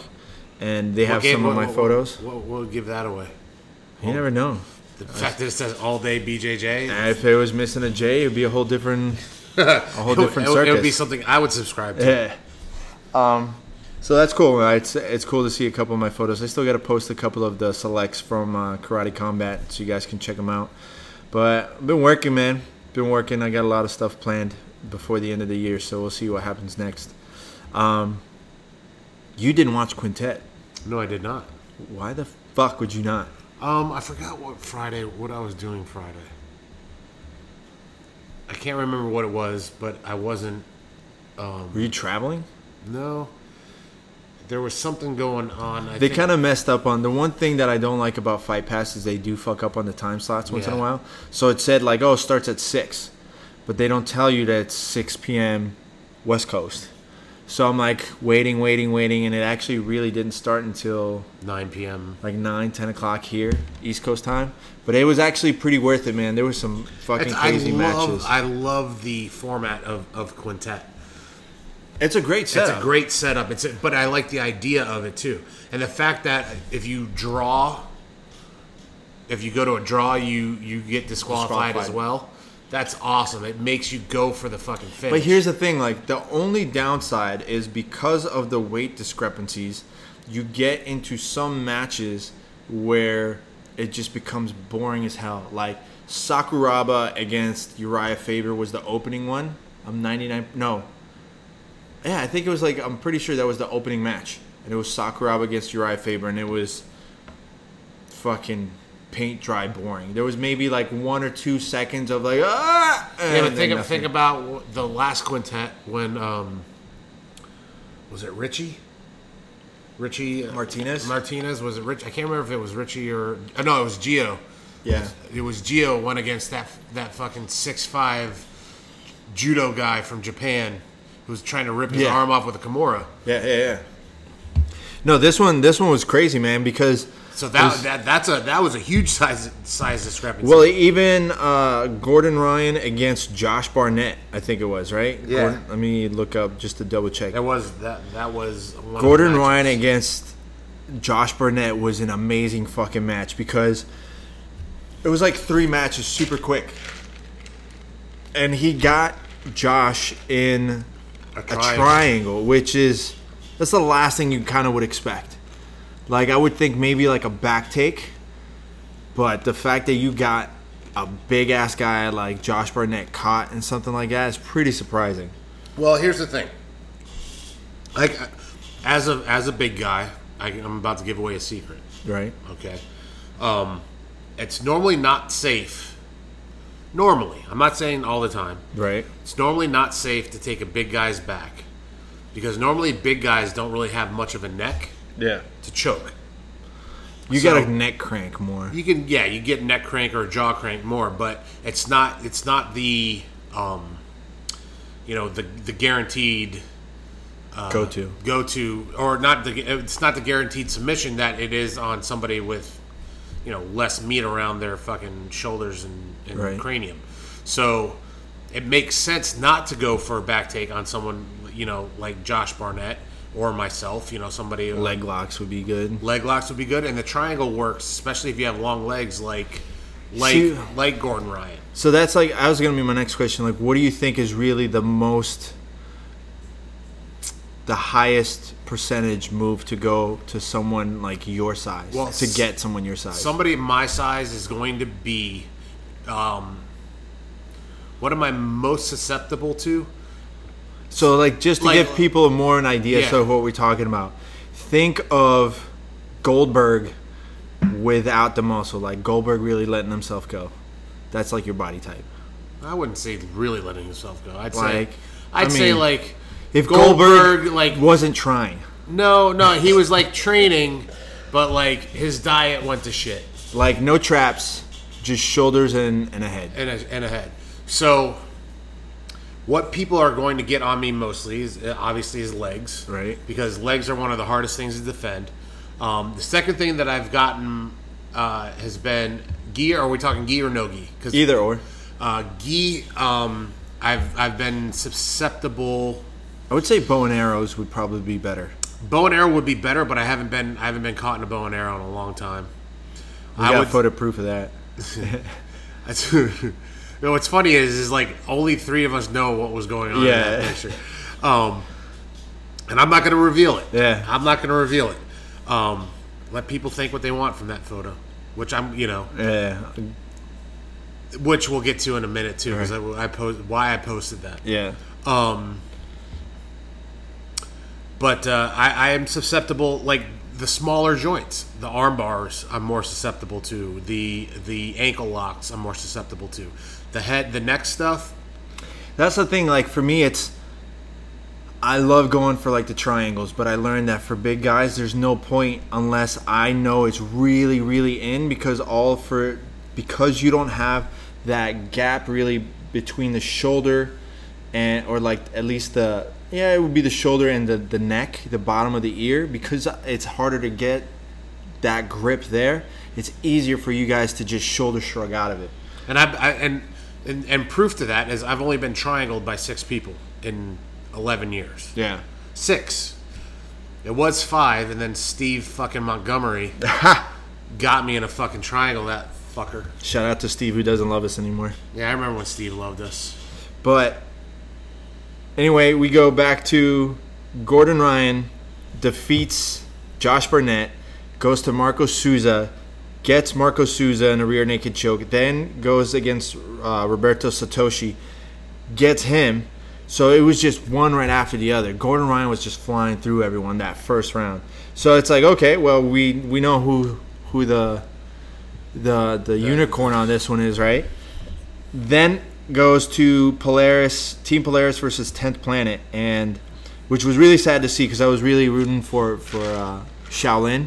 S1: and they have
S2: What game-
S1: some of
S2: what-
S1: my
S2: what-
S1: photos.
S2: What, what would give that away? Oh.
S1: You never know.
S2: The fact that it says all day BJJ.
S1: If it was missing a J, it would be a whole different, a whole
S2: it would-
S1: different
S2: it would, it would be
S1: circus.
S2: something I would subscribe to.
S1: Yeah. Um, so that's cool. Uh, It's it's cool to see a couple of my photos. I still got to post a couple of the selects from uh, Karate Combat, so you guys can check them out. But I've been working, man. Been working. I got a lot of stuff planned before the end of the year, so we'll see what happens next. Um, you didn't watch Quintet.
S2: No, I did not.
S1: Why the fuck would you not?
S2: Um, I forgot what Friday, what I was doing Friday. I can't remember what it was, but I wasn't.
S1: Were you traveling?
S2: No, there was something going on. I
S1: They kind of messed up on the one thing that I don't like about Fight Pass is they do fuck up on the time slots once in a
S2: Yeah.
S1: while. So it said like, oh, it starts at six, but they don't tell you that it's six p.m. West Coast. So I'm like waiting, waiting, waiting, and it actually really didn't start until
S2: 9 p.m.
S1: like nine, ten o'clock here, East Coast time. But it was actually pretty worth it, man. There was some fucking
S2: It's- I
S1: crazy
S2: love,
S1: matches.
S2: I love the format of, of quintet.
S1: it's a great setup.
S2: It's a great setup. It's a, but I like the idea of it too, and the fact that if you draw, if you go to a draw, you you get disqualified, as
S1: Disqualified.
S2: well. That's awesome. It makes you go for the fucking finish.
S1: But here's the thing: like the only downside is because of the weight discrepancies, you get into some matches where it just becomes boring as hell. Like Sakuraba against Uriah Faber was the opening one. I'm 99. No, yeah, I think it was like I'm pretty sure that was the opening match, and it was Sakuraba against Uriah Faber, and it was fucking paint dry boring. There was maybe like one or two seconds of like ah.
S2: yeah,
S1: and
S2: but
S1: then
S2: think,
S1: nothing.
S2: think about w- the last quintet when um, was it Richie? Richie uh,
S1: Martinez?
S2: Martinez was it Rich? I can't remember if it was Richie or uh, no, it was Gio.
S1: yeah.
S2: It was Gio went against that that fucking six five judo guy from Japan who was trying to rip his
S1: Yeah.
S2: arm off with a kimura.
S1: Yeah, yeah, yeah. No, this one, this one was crazy, man. Because
S2: So that,
S1: Is-
S2: that that's a that was a huge size size discrepancy.
S1: well, even uh, Gordon Ryan against Josh Barnett, I think it was right.
S2: Yeah.
S1: Gordon, let me look up just to double check.
S2: that was that that was one of the
S1: Gordon
S2: matches.
S1: Ryan against Josh Burnett was an amazing fucking match because It was like three matches, super quick, and he got Josh in
S2: A
S1: a
S2: triangle.
S1: triangle, which is that's the last thing you kind of would expect. Like I would think maybe like a back take, but the fact that you got a big ass guy like Josh Barnett caught in something like that is pretty surprising.
S2: Well, here's the thing. Like, uh, as a as a big guy, I, I'm about to give away a secret.
S1: Right.
S2: Okay, um, it's normally not safe. Normally, I'm not saying all the time.
S1: Right.
S2: It's normally not safe to take a big guy's back because normally big guys don't really have much of a neck
S1: Yeah.
S2: to choke.
S1: You
S2: So-
S1: got a neck crank more.
S2: You can, yeah, you get neck crank or jaw crank more, but it's not, it's not the, um, you know, the the guaranteed
S1: go
S2: uh,
S1: to.
S2: go to or not the it's not the guaranteed submission that it is on somebody with you know less meat around their fucking shoulders and, and
S1: Right.
S2: cranium so it makes sense not to go for a back take on someone you know like josh barnett or myself you know somebody
S1: Leg locks would be good.
S2: leg locks would be good and the triangle works especially if you have long legs like like
S1: See-
S2: like gordon ryan
S1: So that's like I was gonna be my next question. Like, what do you think is really the most, the highest percentage move to go to someone like your size
S2: Well,
S1: to get someone your size?
S2: somebody my size is going to be um what am i most susceptible to
S1: so like, just to
S2: Like-
S1: give people more an idea
S2: Yeah.
S1: so of what we're talking about, think of Goldberg without the muscle. Like Goldberg really letting himself go. That's like your body type.
S2: I wouldn't say really letting himself go. I'd
S1: Like,
S2: say, I'd
S1: I
S2: say
S1: mean,
S2: like
S1: If Goldberg,
S2: like
S1: wasn't trying,
S2: no, no, he was like training, but like his diet went to shit
S1: like no traps, just shoulders and, and a head.
S2: and a, and a head. So, what people are going to get on me mostly is uh, obviously his legs,
S1: Right.
S2: Because legs are one of the hardest things to defend. Um, the second thing that I've gotten uh, has been gi. Are we talking gi or no gi? 'Cause
S1: Either or.
S2: uh, gi, um, I've I've been susceptible.
S1: I would say bow and arrows would probably be better.
S2: Bow and arrow would be better, but I haven't been I haven't been caught in a bow and arrow in a long time.
S1: We
S2: I
S1: got
S2: would.
S1: photo proof of that.
S2: That's, you know, what's funny is is like only three of us know what was going on in
S1: Yeah.
S2: that picture, um, and I'm not going to reveal it.
S1: Yeah.
S2: I'm not going to reveal it. Um, let people think what they want from that photo, which I'm you know
S1: Yeah,
S2: which we'll get to in a minute too because I, I post why I posted that.
S1: yeah.
S2: Um, but uh, I, I am susceptible, like the smaller joints, the arm bars. I'm more susceptible to the the ankle locks. I'm more susceptible to the head, the neck stuff.
S1: That's the thing. Like for me, it's I love going for like the triangles, but I learned that for big guys, there's no point unless I know it's really, really in because all for because you don't have that gap really between the shoulder and or like at least the yeah it would be the shoulder and the the neck, the bottom of the ear because it's harder to get that grip there. It's easier for you guys to just shoulder shrug out of it.
S2: And I, I and, and and proof to that is I've only been triangled by six people in eleven years.
S1: Yeah.
S2: Six. It was five, and then Steve fucking Montgomery got me in a fucking triangle. That fucker.
S1: Shout out to Steve who doesn't love us anymore.
S2: Yeah, I remember when Steve loved us.
S1: But anyway, we go back to Gordon Ryan defeats Josh Burnett, goes to Marco Souza, gets Marco Souza in a rear naked choke, then goes against uh, Roberto Satoshi, gets him. So it was just one right after the other. Gordon Ryan was just flying through everyone that first round. So it's like, okay, well we we know who who the the the unicorn on this one is, right? then goes to Polaris Team Polaris versus Tenth Planet, and which was really sad to see because I was really rooting for for uh, Shaolin.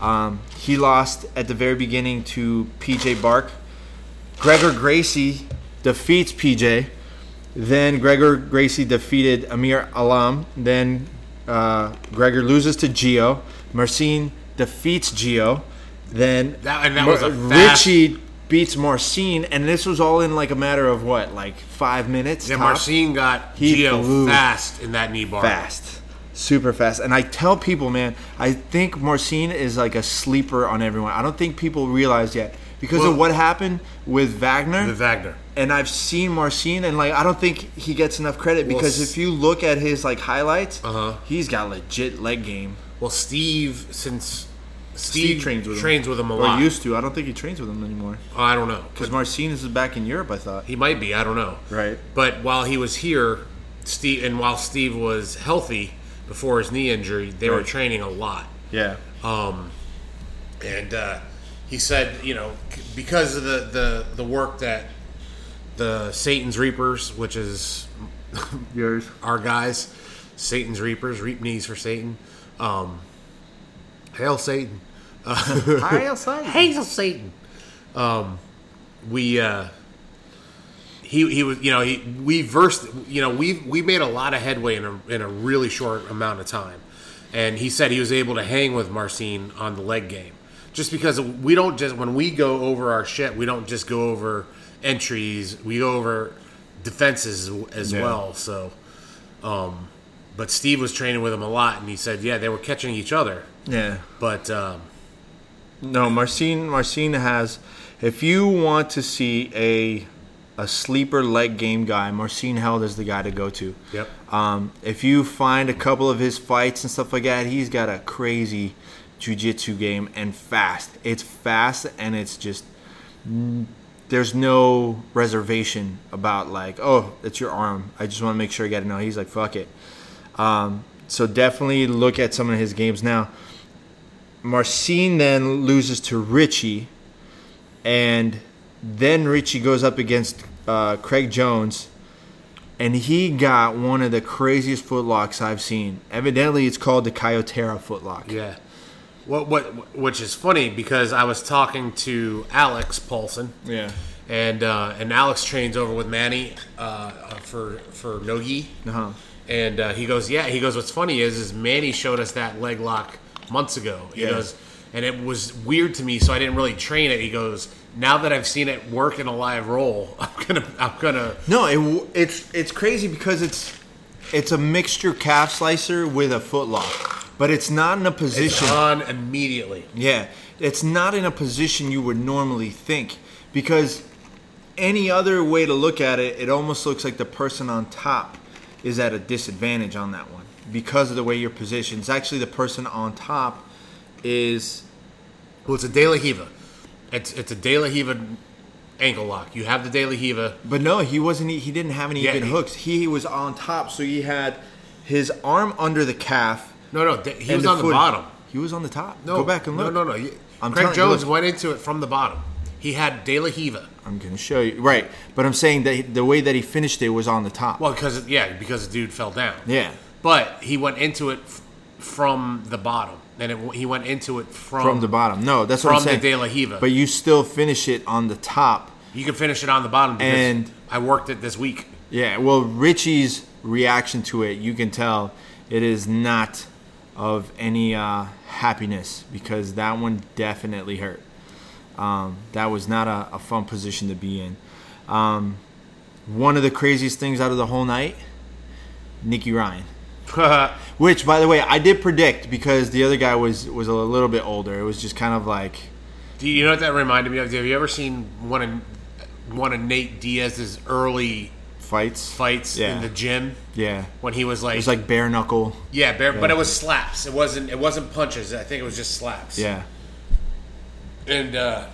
S1: Um, he lost at the very beginning to PJ Bark. Gregor Gracie defeats PJ. Then Gregor Gracie defeated Amir Alam. Then uh, Gregor loses to Gio. Marcin defeats Gio. Then
S2: That- and that
S1: Mar-
S2: was a fast-
S1: Richie beats Marcin, and this was all in like a matter of what, like five minutes.
S2: Yeah,
S1: top?
S2: Marcin got
S1: He
S2: Geo
S1: flew.
S2: fast in that knee bar.
S1: fast, super fast. And I tell people, man, I think Marcin is like a sleeper on everyone. I don't think people realize yet because of what happened with Wagner.
S2: With Wagner.
S1: and I've seen Marcin, and like I don't think he gets enough credit because
S2: s-
S1: if you look at his like highlights, uh-huh. he's got legit leg game.
S2: Well, Steve, since Steve,
S1: Steve trains with him.
S2: a
S1: or
S2: lot.
S1: used to. I don't think he trains with him anymore
S2: I don't know.
S1: because Marcin is back in Europe. I thought.
S2: He might be. I don't know.
S1: Right.
S2: But while he was here, Steve, and while Steve was healthy before his knee injury, they were
S1: Right.
S2: training a lot.
S1: Yeah.
S2: Um, and uh, he said, you know, c- because of the, the, the work that the Satan's Reapers, which is
S1: Yours.
S2: our guys, Satan's Reapers, reap knees for Satan. Um, hail Satan.
S1: Hail Satan.
S2: Hail Satan. Um, we uh, he he was you know he we versed you know we we made a lot of headway in a in a really short amount of time, and he said he was able to hang with Marcin on the leg game, just because we don't just when we go over our shit we don't just go over entries we go over defenses as
S1: Yeah.
S2: well so. Um, but Steve was training with him a lot, and he said, "Yeah, they were catching each other."
S1: Yeah.
S2: But um,
S1: No, Marcin. Marcin has. If you want to see a a sleeper leg game guy, Marcin Held is the guy to go to.
S2: Yep.
S1: Um, if you find a couple of his fights and stuff like that, he's got a crazy jujitsu game and fast. It's fast and it's just there's no reservation about like, oh, it's your arm. I just want to make sure I got it. No, he's like, fuck it. Um, so definitely look at some of his games now. Marcin then loses to Richie, and then Richie goes up against uh, Craig Jones, and he got one of the craziest footlocks I've seen. Evidently, it's called the Coyotera footlock.
S2: Yeah. What what which is funny because I was talking to Alex Paulson.
S1: Yeah.
S2: And uh, and Alex trains over with Manny uh, for for Nogi.
S1: Uh-huh.
S2: And uh, he goes, yeah. He goes, what's funny is is Manny showed us that leg lock months ago. He
S1: Yeah.
S2: goes, and it was weird to me, so I didn't really train it. He goes, now that I've seen it work in a live roll, I'm gonna I'm gonna
S1: No, it, w- it's it's crazy because it's it's a mixture calf slicer with a footlock, but it's not in a
S2: it's
S1: position.
S2: on immediately.
S1: Yeah, it's not in a position you would normally think because any other way to look at it, it almost looks like the person on top is at a disadvantage on that one because of the way you're positioned. It's actually the person on top is
S2: Well, it's a De La Hiva. It's it's a De La Hiva ankle lock. You have the De La Hiva.
S1: But no, he wasn't. e, He didn't have any
S2: Yeah,
S1: even
S2: he-
S1: hooks. He was on top, so he had his arm under the calf.
S2: No, no, th- he
S1: and
S2: was on the
S1: foot-
S2: bottom.
S1: He was on the top.
S2: No,
S1: Go back and look.
S2: No, no, no.
S1: I'm
S2: Craig
S1: telling you,
S2: Jones
S1: look.
S2: went into it from the bottom. He had De La Hiva.
S1: I'm gonna show you. Right, but I'm saying that he- the way that he finished it was on the top.
S2: Well, because yeah, because the dude fell down.
S1: yeah,
S2: but he went into it f- from the bottom, and it, w- he went into it from
S1: from the bottom. No, that's what I'm
S2: from the
S1: saying.
S2: De La Hiva.
S1: But you still finish it on the top.
S2: You can finish it on the bottom. Because
S1: And-
S2: I worked it this week.
S1: Yeah. Well, Richie's reaction to it, you can tell, it is not of any uh, happiness because that one definitely hurt. Um, that was not a, a fun position to be in. Um, one of the craziest things out of the whole night, Nikki Ryan. Which, by the way, I did predict because the other guy was was a little bit older. It was just kind of like,
S2: Do you know what that reminded me of? Have you ever seen one of one of Nate Diaz's early
S1: fights.
S2: fights
S1: Yeah.
S2: in the gym
S1: Yeah.
S2: when he was
S1: It
S2: like,
S1: was like bare knuckle.
S2: yeah, bare, but it was slaps. It wasn't it wasn't punches. I think it was just slaps.
S1: Yeah.
S2: and uh,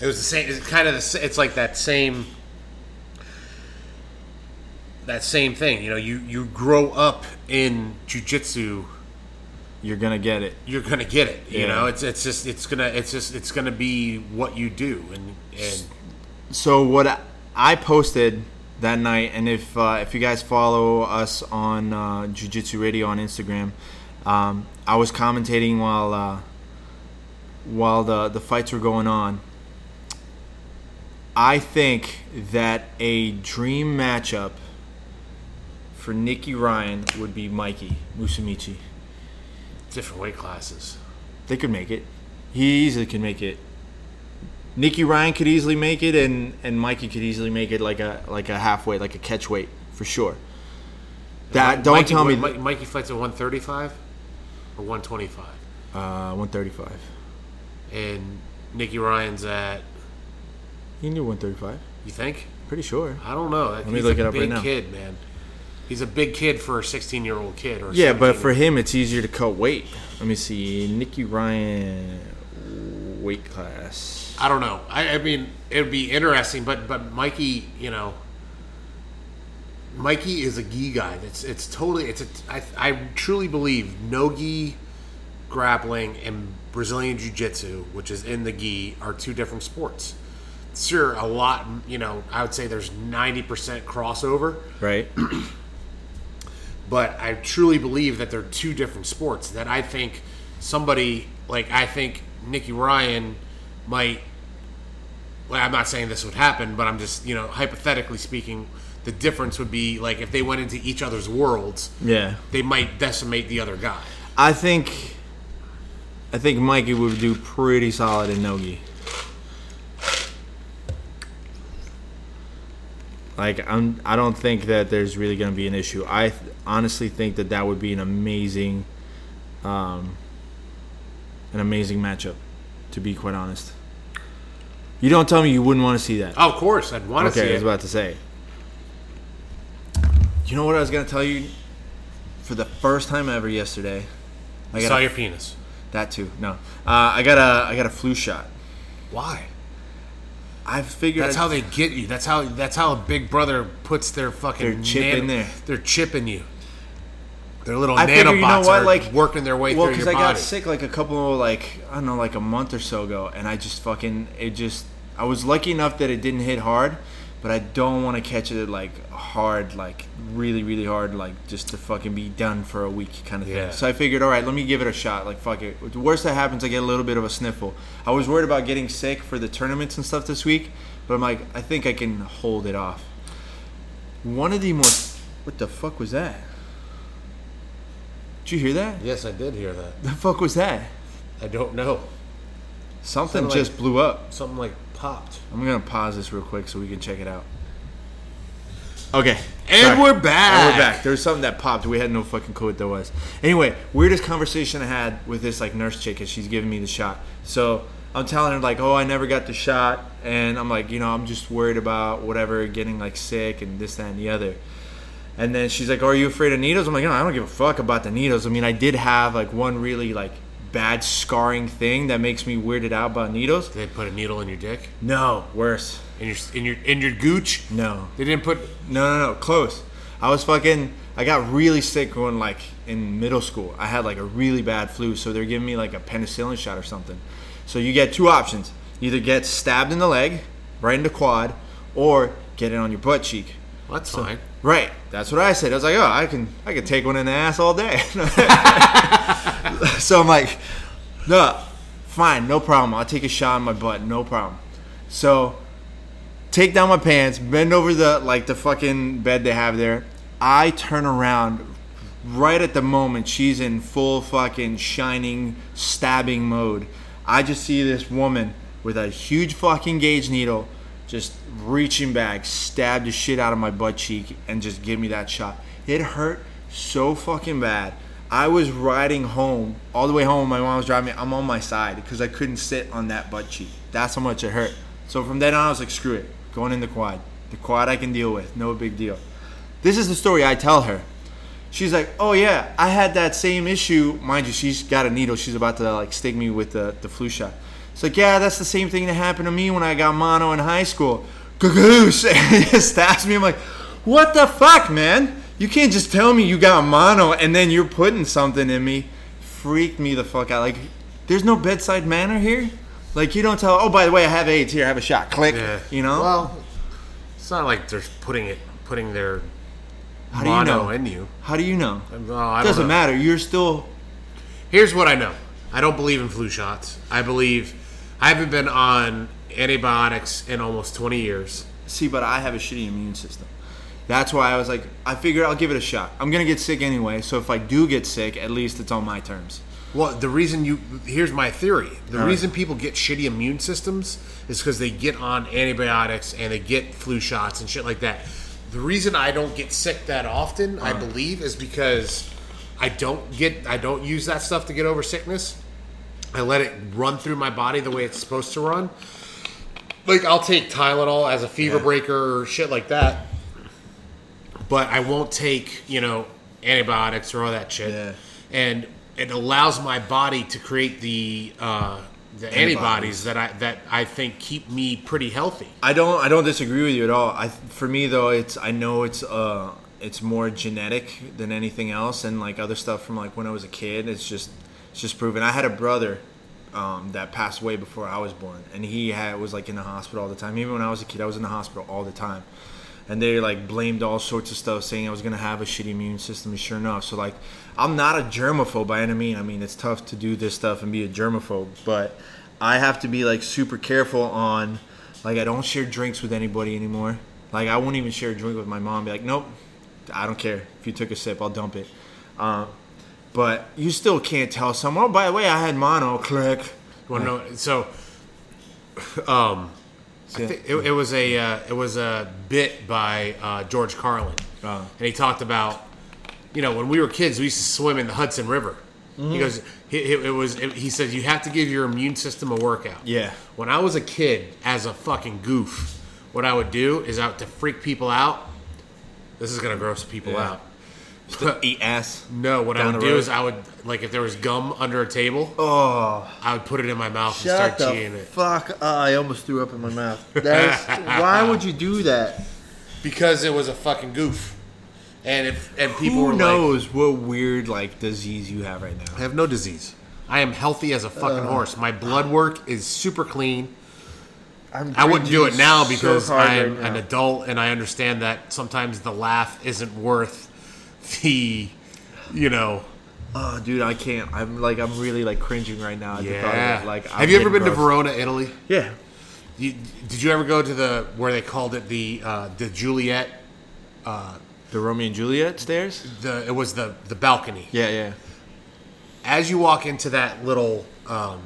S2: it was the same. It's kind of the, sa- it's like that same that same thing. You know, you you grow up in jujitsu,
S1: You're going to get it.
S2: you're gonna get it. You
S1: Yeah.
S2: know, it's it's just it's gonna it's just it's gonna be what you do. And and
S1: So what I- I posted that night, and if uh, if you guys follow us on uh, Jiu Jitsu Radio on Instagram, um, I was commentating while uh, while the the fights were going on. I think that a dream matchup for Nikki Ryan would be Mikey Musumeci.
S2: different weight classes.
S1: They could make it. He easily can make it. Nikki Ryan could easily make it, and and Mikey could easily make it like a like a halfway, like a catch weight for sure. That don't
S2: Mikey-
S1: tell me
S2: Mi- Mikey fights at 135 or 125,
S1: uh, 135.
S2: and Nikki Ryan's at.
S1: He can do 135.
S2: You think?
S1: Pretty sure.
S2: I don't know. Let
S1: me look
S2: a
S1: it up
S2: big
S1: right now.
S2: Kid, man. He's a big kid for a 16 year old kid. Or a
S1: Yeah, but
S2: 17
S1: for him, it's easier to cut weight. Let me see. Nikki Ryan weight class.
S2: I don't know. I, I mean, it would be interesting, but but Mikey, you know, Mikey is a gi guy. That's it's totally it's a I, I truly believe no gi grappling and Brazilian jiu jitsu, which is in the gi, are two different sports. Sure, a lot. You know, I would say there's ninety percent crossover
S1: Right.
S2: but I truly believe that they're two different sports. That I think somebody like I think Nikki Ryan might. Well, I'm not saying this would happen, but I'm just you know hypothetically speaking, the difference would be like if they went into each other's worlds,
S1: Yeah.
S2: they might decimate the other guy.
S1: I think. I think Mikey would do pretty solid in Nogi. Like I'm, I don't think that there's really going to be an issue. I th- honestly think that that would be an amazing, um, an amazing matchup. To be quite honest, you don't tell me you wouldn't want to see that.
S2: Oh, of course, I'd want to
S1: Okay, I was
S2: see it.
S1: about to say. You know what I was gonna tell you? For the first time ever yesterday, I
S2: Saw
S1: got
S2: your penis.
S1: that too. No, uh, I got a I got a flu shot.
S2: Why?
S1: I figured
S2: That's
S1: I-
S2: how they get you. That's how. That's how a Big Brother puts their fucking
S1: Their chip in there.
S2: They're chipping you. Their little
S1: I
S2: nanobots
S1: figured, you know what,
S2: are
S1: like
S2: working their way
S1: well,
S2: through your
S1: I
S2: body.
S1: got sick like a couple of like I don't know, like a month or so ago, and I just fucking it just I was lucky enough that it didn't hit hard, but I don't want to catch it like hard, like really, really hard, like just to fucking be done for a week kind of
S2: Yeah.
S1: thing. So I figured, all right, let me give it a shot. Like fuck it. The worst that happens, I get a little bit of a sniffle. I was worried about getting sick for the tournaments and stuff this week, but I'm like, I think I can hold it off. One of the most. What the fuck was that? Did you hear that?
S2: Yes, I did hear that.
S1: The fuck was that?
S2: I don't know.
S1: Something
S2: Sounded like-
S1: just blew up.
S2: Something like popped.
S1: I'm gonna pause this real quick so we can check it out. Okay. Sorry.
S2: And we're back.
S1: And we're back. There was something that popped. We had no fucking clue what that was. Anyway, weirdest conversation I had with this like nurse chick as she's giving me the shot. So I'm telling her like, oh, I never got the shot, and I'm like, you know, I'm just worried about whatever getting like sick and this, that, and the other. And then she's like, "Are you afraid of needles?" I'm like, "No, I don't give a fuck about the needles. I mean, I did have like one really like bad scarring thing that makes me weirded out about needles.
S2: They put a needle in your dick,
S1: No, worse.
S2: in your in your in your gooch.
S1: No,
S2: They didn't put.
S1: no, no, no. Close. I was fucking. I got really sick when like in middle school. I had like a really bad flu, so they're giving me like a penicillin shot or something. So you get two options: either get stabbed in the leg, right in the quad, or get it on your butt cheek.
S2: Well, that's fine.
S1: Right. That's what I said. I was like, oh, I can, I can take one in the ass all day. so I'm like, no, fine, no problem. I'll take a shot in my butt, no problem. So, take down my pants, bend over the like the fucking bed they have there. I turn around right at the moment she's in full fucking shining stabbing mode. I just see this woman with a huge fucking gauge needle just reaching back, stabbed the shit out of my butt cheek and just give me that shot. It hurt so fucking bad. I was riding home, all the way home. My mom was driving me. I'm on my side because I couldn't sit on that butt cheek. That's how much it hurt. So from then on, I was like, screw it. Going in the quad. The quad I can deal with. No big deal. This is the story I tell her. She's like, oh yeah, I had that same issue. Mind you, she's got a needle. She's about to like sting me with the, the flu shot. It's like, yeah, that's the same thing that happened to me when I got mono in high school. Goose stabs me. I'm like, what the fuck, man? You can't just tell me you got mono and then you're putting something in me. Freaked me the fuck out. Like, there's no bedside manner here. Like, you don't tell. Oh, by the way, I have AIDS here. I have a shot. Click.
S2: Yeah.
S1: You know.
S2: Well, it's not like they're putting it putting their
S1: how do you
S2: mono
S1: know?
S2: in you.
S1: How do you know?
S2: Well, I don't
S1: Doesn't
S2: know.
S1: matter. You're still
S2: Here's what I know. I don't believe in flu shots. I believe I haven't been on antibiotics in almost 20 years.
S1: See, but I have a shitty immune system. That's why I was like, I figured I'll give it a shot. I'm gonna get sick anyway, so if I do get sick, at least it's on my terms.
S2: Well, the reason you here's my theory. The
S1: All right.
S2: reason people get shitty immune systems is because they get on antibiotics and they get flu shots and shit like that. The reason I don't get sick that often, I believe, is because I don't get I don't use that stuff to get over sickness. I let it run through my body the way it's supposed to run. Like I'll take Tylenol as a fever
S1: Yeah.
S2: breaker or shit like that, but I won't take you know antibiotics or all that shit.
S1: Yeah.
S2: And it allows my body to create the uh, the
S1: Antibodies.
S2: antibodies. that I that I think keep me pretty healthy.
S1: I don't I don't disagree with you at all. I for me though it's I know it's uh it's more genetic than anything else and like other stuff from like when I was a kid it's just it's just proven. I had a brother um, that passed away before I was born and he had was like in the hospital all the time. Even when I was a kid I was in the hospital all the time. And they like blamed all sorts of stuff saying I was going to have a shitty immune system and sure enough. So like I'm not a germaphobe by any mean. I mean it's tough to do this stuff and be a germaphobe, but I have to be like super careful on like I don't share drinks with anybody anymore. Like I won't even share a drink with my mom. Be like, nope, I don't care. If you took a sip, I'll dump it. Um, but you still can't tell someone. Oh, by the way, I had mono. Click.
S2: Well, no, so I thi- it, it was a uh, it was a bit by uh, George Carlin,
S1: Uh.
S2: and he talked about you know when we were kids we used to swim in the Hudson River. He goes, he- he- it was. He said you have to give your immune system a workout.
S1: Yeah.
S2: When I was a kid, as a fucking goof, what I would do is out to freak people out. This is gonna gross people
S1: Yeah.
S2: out.
S1: Eat ass.
S2: No, what I
S1: Down
S2: would
S1: the
S2: do
S1: road.
S2: is I would like if there was gum under a table,
S1: Oh,
S2: I would put it in my mouth and
S1: shut
S2: start
S1: the
S2: chewing it.
S1: fuck! up. I almost threw up in my mouth. That's, why would you do that?
S2: because it was a fucking goof, and if and people were
S1: Who
S2: like,
S1: knows what weird like disease you have right
S2: "I
S1: now?
S2: have no disease. I am healthy as a fucking
S1: Uh,
S2: horse. My blood work is super clean.
S1: I'm
S2: I wouldn't do it
S1: drinking
S2: now
S1: so
S2: because
S1: hard
S2: I am
S1: right now.
S2: an adult and I understand that sometimes the laugh isn't worth the, you know,
S1: Oh, dude, I can't. I'm like, I'm really like cringing right now. at the thought of
S2: yeah.
S1: it. Like, I'm
S2: have you ever been
S1: getting
S2: to
S1: gross.
S2: Verona, Italy?
S1: Yeah.
S2: You, did you ever go to the where they called it the uh, the Juliet?
S1: The Romeo and Juliet stairs?
S2: The it was the the balcony.
S1: Yeah, yeah.
S2: as you walk into that little um,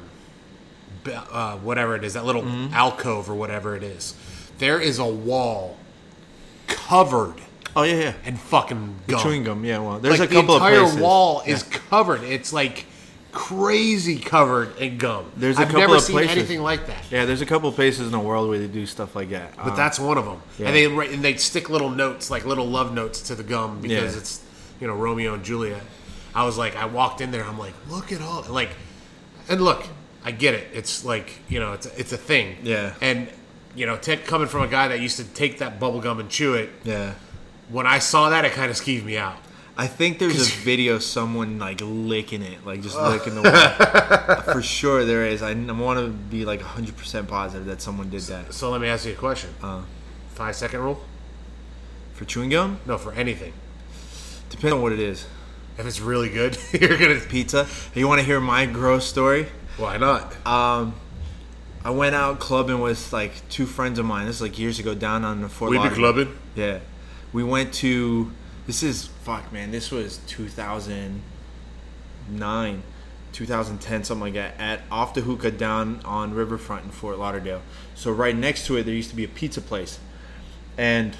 S2: b- uh, whatever it is that little
S1: Mm-hmm.
S2: alcove or whatever it is there is a wall covered
S1: Oh, yeah, yeah.
S2: in fucking gum.
S1: Chewing gum, yeah. Well, there's
S2: like
S1: a couple
S2: the entire
S1: of places.
S2: wall is covered it's like crazy covered in gum
S1: There's a
S2: i
S1: couple
S2: never
S1: of
S2: seen
S1: places.
S2: anything like that
S1: Yeah, there's a couple of places in the world where they do stuff like that. Um,
S2: but that's one of them
S1: Uh-huh. yeah.
S2: and they write- and they stick little notes like little love notes to the gum because
S1: Yeah.
S2: it's you know romeo and juliet i was like i walked in there i'm like look at all like and look i get it it's like you know it's it's a thing
S1: Yeah.
S2: and you know ted coming from a guy that used to take that bubble gum and chew it
S1: yeah.
S2: when i saw that it kind of skeeved me out
S1: I think there's a video of someone like licking it, like just licking the wall. For sure, there is. I, want to be like 100% positive that someone did that.
S2: so let me ask you a question
S1: Uh.
S2: five second rule
S1: For chewing gum?
S2: no for anything
S1: Depends on what it is.
S2: if it's really good you're gonna
S1: Pizza? You want to hear my gross story?
S2: why not
S1: Um, I went out clubbing with like two friends of mine. This is like years ago down on the Fort
S2: we be
S1: Lauderdale.
S2: clubbing
S1: Yeah. We went to this is fuck man, this was 2009, 2010 something like that at off the hookah down on Riverfront in Fort Lauderdale. So right next to it there used to be a pizza place. And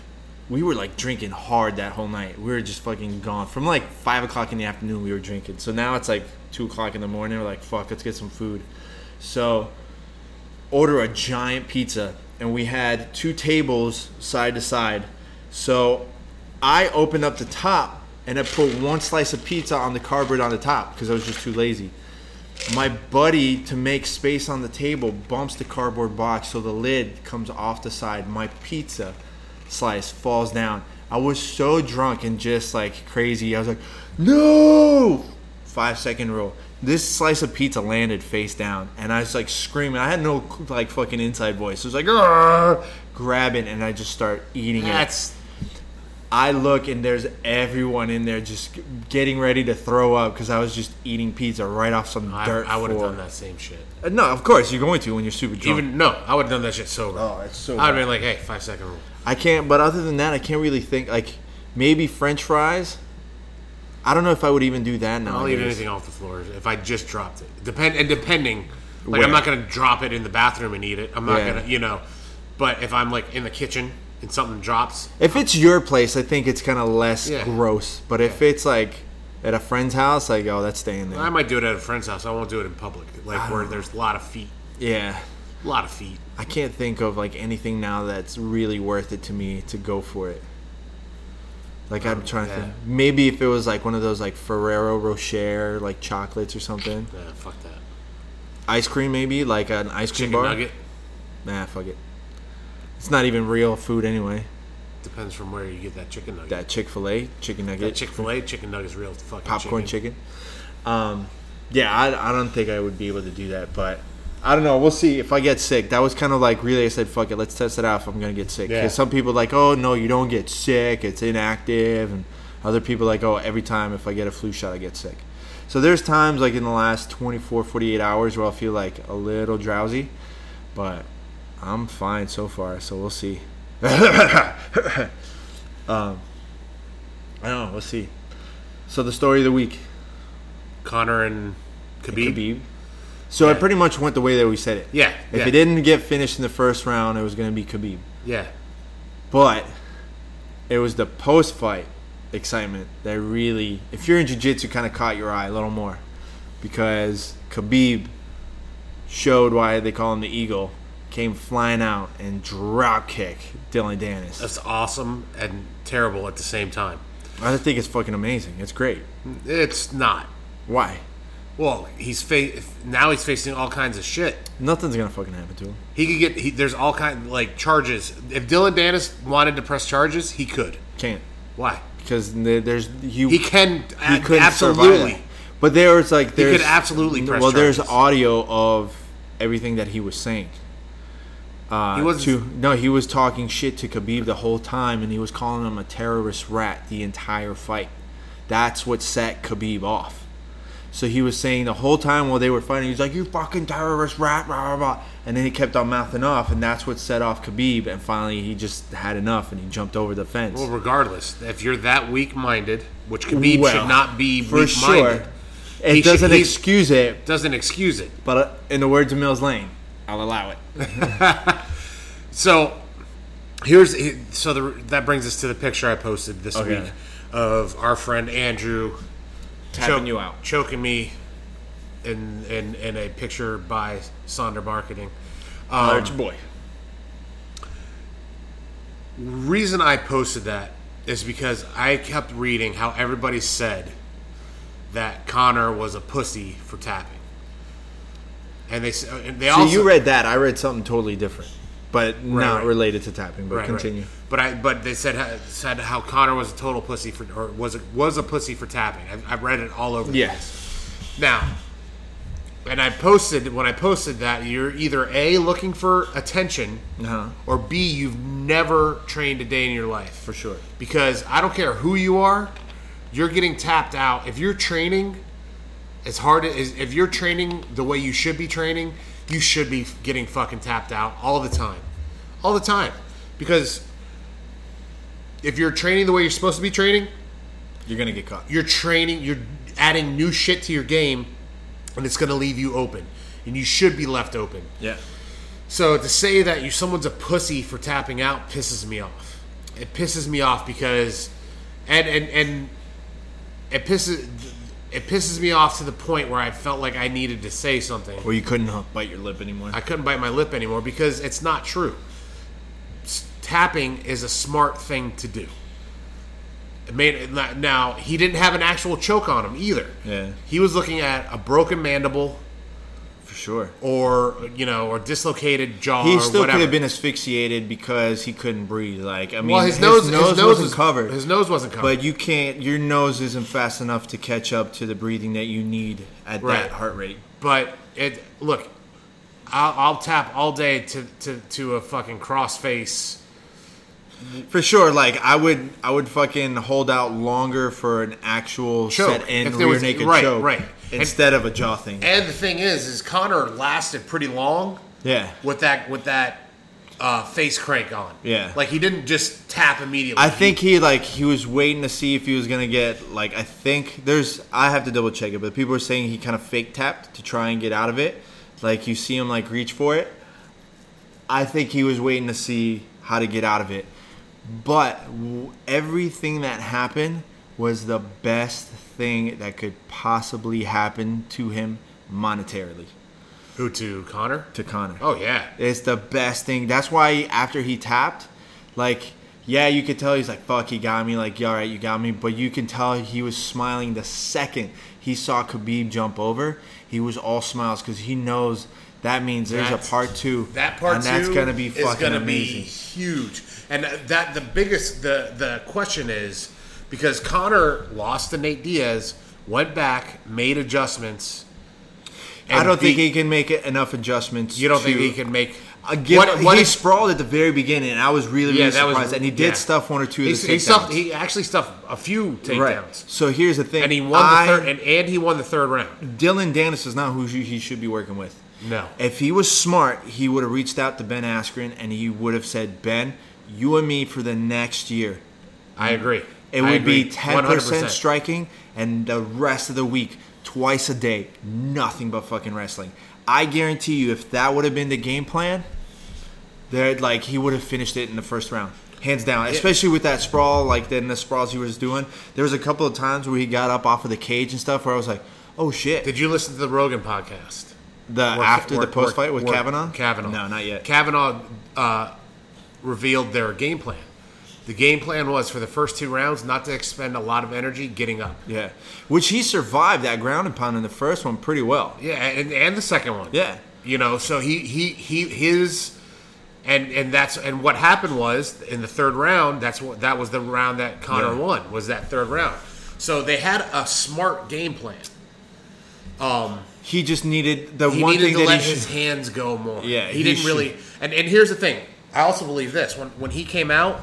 S1: we were like drinking hard that whole night. We were just fucking gone. From like five o'clock in the afternoon, we were drinking. So now it's like two o'clock in the morning. We're like, fuck, let's get some food. So order a giant pizza and we had two tables side to side. So I opened up the top and I put one slice of pizza on the cardboard on the top because I was just too lazy. My buddy, to make space on the table, bumps the cardboard box so the lid comes off the side. My pizza slice falls down. I was so drunk and just like crazy. I was like, no! Five second rule. This slice of pizza landed face down, and I was like screaming. I had no like fucking inside voice. It was like, Argh! grab it, and I just start eating it.
S2: that's
S1: I look and there's everyone in there just g- getting ready to throw up because I was just eating pizza right off some
S2: I,
S1: dirt.
S2: I would have
S1: floor.
S2: done that same shit.
S1: Uh, No, of course you're going to when you're super drunk.
S2: Even no, I would have done that shit sober.
S1: Oh, it's so
S2: I'd have
S1: bad.
S2: been like, hey, five second rule.
S1: I can't. But other than that, I can't really think. Like maybe French fries. I don't know if I would even do that now.
S2: I'll eat anything off the floor if I just dropped it. Depend and depending, like
S1: Where?
S2: I'm not gonna drop it in the bathroom and eat it. I'm not
S1: Yeah.
S2: gonna, you know. But if I'm like in the kitchen and something drops,
S1: If it's your place, I think it's kind of less
S2: Yeah.
S1: gross. But if it's like at a friend's house, like, oh, that's staying there.
S2: I might do it at a friend's house. I won't do it in public, like
S1: Ah.
S2: where there's a lot of feet.
S1: yeah.
S2: A lot of feet.
S1: I can't think of like anything now that's really worth it to me to go for it. Like I'm trying to
S2: Um, yeah.
S1: think. Maybe if it was like one of those like Ferrero Rocher like chocolates or something.
S2: Nah, Uh, fuck that.
S1: Ice cream maybe, like an ice cream
S2: Chicken
S1: bar.
S2: nugget.
S1: Nah, fuck it. It's not even real food anyway.
S2: Depends from where you get that chicken nugget.
S1: That Chick Fil A chicken nugget,
S2: Chick Fil A chicken nugget's real fucking
S1: popcorn chicken. Um, yeah, I, I don't think I would be able to do that, but I don't know. We'll see if I get sick. That was kind of like really. I said, "Fuck it, let's test it out if I'm gonna get sick."
S2: Yeah.
S1: Because some people are like, "Oh no, you don't get sick. It's inactive," and other people are like, "Oh, every time if I get a flu shot, I get sick." So there's times like in the last 24, 48 hours where I feel like a little drowsy, but I'm fine so far. So we'll see. um, I don't know. We'll see. So the story of the week.
S2: Connor and Khabib.
S1: Khabib. So it pretty much went the way that we said it.
S2: Yeah,
S1: If
S2: yeah.
S1: it didn't get finished in the first round, it was going to be Khabib.
S2: Yeah.
S1: But it was the post-fight excitement that really, if you're in jiu-jitsu, kind of caught your eye a little more because Khabib showed why they call him the Eagle. Came flying out and drop kick Dylan Dennis.
S2: That's awesome and terrible at the same time.
S1: I think it's fucking amazing. It's great.
S2: It's not.
S1: Why?
S2: Well, he's fa- now he's facing all kinds of shit.
S1: Nothing's gonna fucking happen to him.
S2: He could get he, there's all kind like charges. If Dylan Danis wanted to press charges, he could.
S1: Can't
S2: Why?
S1: because there's you.
S2: He can
S1: he
S2: a-
S1: couldn't
S2: absolutely.
S1: survive that. But there was like there's
S2: could absolutely press
S1: well, there's
S2: charges.
S1: audio of everything that he was saying. Uh,
S2: He wasn't-
S1: to- no, he was talking shit to Khabib the whole time, and he was calling him a terrorist rat the entire fight. That's what set Khabib off. So he was saying the whole time while they were fighting, he's like, "You fucking terrorist rat!" Blah, blah, blah. And then he kept on mouthing off, and that's what set off Khabib. And finally, he just had enough, and he jumped over the fence.
S2: Well, regardless, if you're that weak-minded, which Khabib
S1: Well,
S2: should not be
S1: for
S2: weak-minded,
S1: sure. It
S2: He should-
S1: doesn't
S2: he-
S1: excuse it,
S2: doesn't excuse it.
S1: But uh, in the words of Mills Lane, I'll allow it.
S2: So here's so the, that brings us to the picture I posted this
S1: Okay.
S2: week of our friend Andrew
S1: Tapping
S2: choke-
S1: you out.
S2: choking me, in in in a picture by Sonder Marketing. Um,
S1: Arch boy.
S2: reason I posted that is because I kept reading how everybody said that Connor was a pussy for tapping, and they s- and they
S1: So
S2: also
S1: you read that. I read something totally different, but not
S2: right.
S1: related to tapping. But
S2: Right, right.
S1: continue.
S2: But I but they said how- said how Connor was a total pussy for or was a, was a pussy for tapping. I, I read it all over. the
S1: Yeah.
S2: place. Now, and I posted when I posted that you're either a looking for attention,
S1: Uh-huh.
S2: or b you've never trained a day in your life
S1: For sure.
S2: Because I don't care who you are, you're getting tapped out if you're training. As hard as if you're training the way you should be training, you should be getting fucking tapped out all the time, all the time, because if you're training the way you're supposed to be training,
S1: You're gonna get caught.
S2: you're training, you're adding new shit to your game, and it's going to leave you open. And you should be left open.
S1: Yeah.
S2: So to say that you someone's a pussy for tapping out pisses me off. It pisses me off because, and and and it pisses it pisses me off to the point where I felt like I needed to say something.
S1: Or you couldn't uh, bite your lip anymore.
S2: I couldn't bite my lip anymore because it's not true. S- Tapping is a smart thing to do. It made now he didn't have an actual choke on him either.
S1: Yeah.
S2: he was looking at a broken mandible
S1: for sure.
S2: or you know or dislocated jaw.
S1: He
S2: or
S1: still
S2: whatever.
S1: could have been asphyxiated because he couldn't breathe. Like I mean,
S2: well, his, nose, his nose
S1: wasn't
S2: was
S1: covered.
S2: His nose wasn't covered.
S1: but you can't. Your nose isn't fast enough to catch up to the breathing that you need at
S2: Right.
S1: that heart rate.
S2: But it look, I'll, I'll tap all day to, to, to a fucking crossface.
S1: For sure, like I would, I would fucking hold out longer for an actual
S2: Choke,
S1: set end
S2: if there
S1: rear
S2: was-
S1: naked
S2: right,
S1: choke,
S2: right.
S1: Instead of a jaw thing.
S2: And the thing is, is Connor lasted pretty long
S1: yeah,
S2: with that with that uh, face crank on.
S1: Yeah.
S2: like he didn't just tap immediately.
S1: I think he like he was waiting to see if he was gonna get like I think there's I have to double check it, but people are saying he kind of fake tapped to try and get out of it. Like you see him like reach for it. I think he was waiting to see how to get out of it. But w- everything that happened was the best thing that could possibly happen to him monetarily
S2: Who to Connor?
S1: to Connor.
S2: Oh yeah.
S1: It's the best thing. That's why after he tapped, like, yeah, you could tell he's like, fuck, he got me. Like, yeah, all right, you got me. But you can tell he was smiling the second he saw Khabib jump over. He was all smiles because he knows that means there's
S2: That's-
S1: a part two.
S2: That part
S1: and that's
S2: two
S1: gonna be
S2: is
S1: fucking
S2: gonna
S1: amazing.
S2: be huge. And that the biggest the the question is because Connor lost to Nate Diaz, went back, made adjustments.
S1: I
S2: and
S1: don't think
S2: beat-
S1: he can make it enough adjustments.
S2: You don't think
S1: to-
S2: he can make
S1: Again,
S2: What, what
S1: he
S2: if-
S1: sprawled at the very beginning, and I was really, really
S2: Yeah, that was-
S1: surprised. and he did
S2: yeah.
S1: stuff one or two of
S2: he,
S1: the
S2: he stuffed?
S1: takedowns.
S2: He actually stuffed a few takedowns,
S1: right. So here's the thing.
S2: and he won
S1: I-
S2: the third. And, and he won the third round.
S1: Dylan Dennis is not who he he should be working with.
S2: No.
S1: If he was smart, he would have reached out to Ben Askren and he would have said, Ben, you and me for the next year.
S2: I agree.
S1: It
S2: I
S1: would
S2: agree.
S1: be 10%
S2: 100%.
S1: striking and the rest of the week, twice a day, nothing but fucking wrestling. I guarantee you, if that would have been the game plan, there, like he would have finished it in the first round, hands down. Especially with that sprawl, like then the sprawls he was doing. There was a couple of times where he got up off of the cage and stuff, where I was like, "Oh shit!"
S2: Did you listen to the Rogan podcast?
S1: The
S2: Or-
S1: after
S2: or-
S1: the post fight with
S2: or-
S1: Kavanaugh?
S2: Kavanaugh.
S1: No, not yet.
S2: Kavanaugh uh, revealed their game plan. The game plan was for the first two rounds not to expend a lot of energy getting up.
S1: yeah. Which he survived that ground and pound in the first one pretty well.
S2: Yeah, and, and the second one.
S1: Yeah.
S2: you know, so he he he his. And, and that's and what happened was in the third round. That's what that was the round that Connor
S1: Yeah.
S2: won was that third round. So they had a smart game plan.
S1: He just needed the
S2: he
S1: one
S2: needed
S1: thing
S2: to
S1: that
S2: let
S1: he
S2: his
S1: should-
S2: hands go more.
S1: Yeah,
S2: he,
S1: he
S2: didn't
S1: should-
S2: really. And and here's the thing. I also believe this. When when he came out,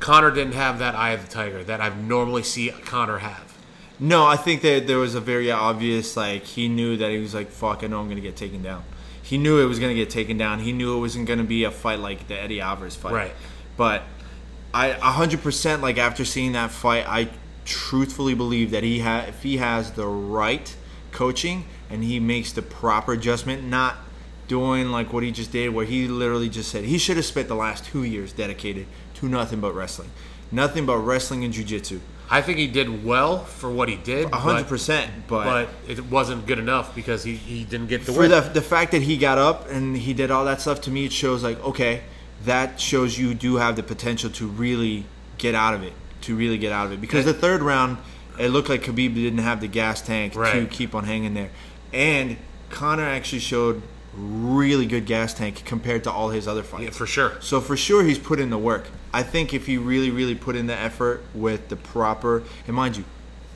S2: Connor didn't have that eye of the tiger that I normally see Connor have.
S1: No, I think that there was a very obvious like he knew that he was like fuck, I know I'm gonna get taken down. He knew it was gonna get taken down. He knew it wasn't gonna be a fight like the Eddie Alvarez fight.
S2: Right.
S1: But I a hundred percent like after seeing that fight, I truthfully believe that he ha- if he has the right coaching and he makes the proper adjustment, not doing like what he just did where he literally just said he should have spent the last two years dedicated to nothing but wrestling. Nothing but wrestling and jujitsu.
S2: I think he did well for what he did.
S1: A hundred percent,
S2: But it wasn't good enough because he, he didn't get the
S1: for
S2: win.
S1: the, the fact that he got up and he did all that stuff to me it shows like okay that shows you do have the potential to really get out of it to really get out of it because the third round it looked like khabib didn't have the gas tank to
S2: Right.
S1: keep on hanging there and connor actually showed really good gas tank compared to all his other fights
S2: Yeah, for sure.
S1: so for sure, he's put in the work. I think if he really, really put in the effort with the proper, and mind you,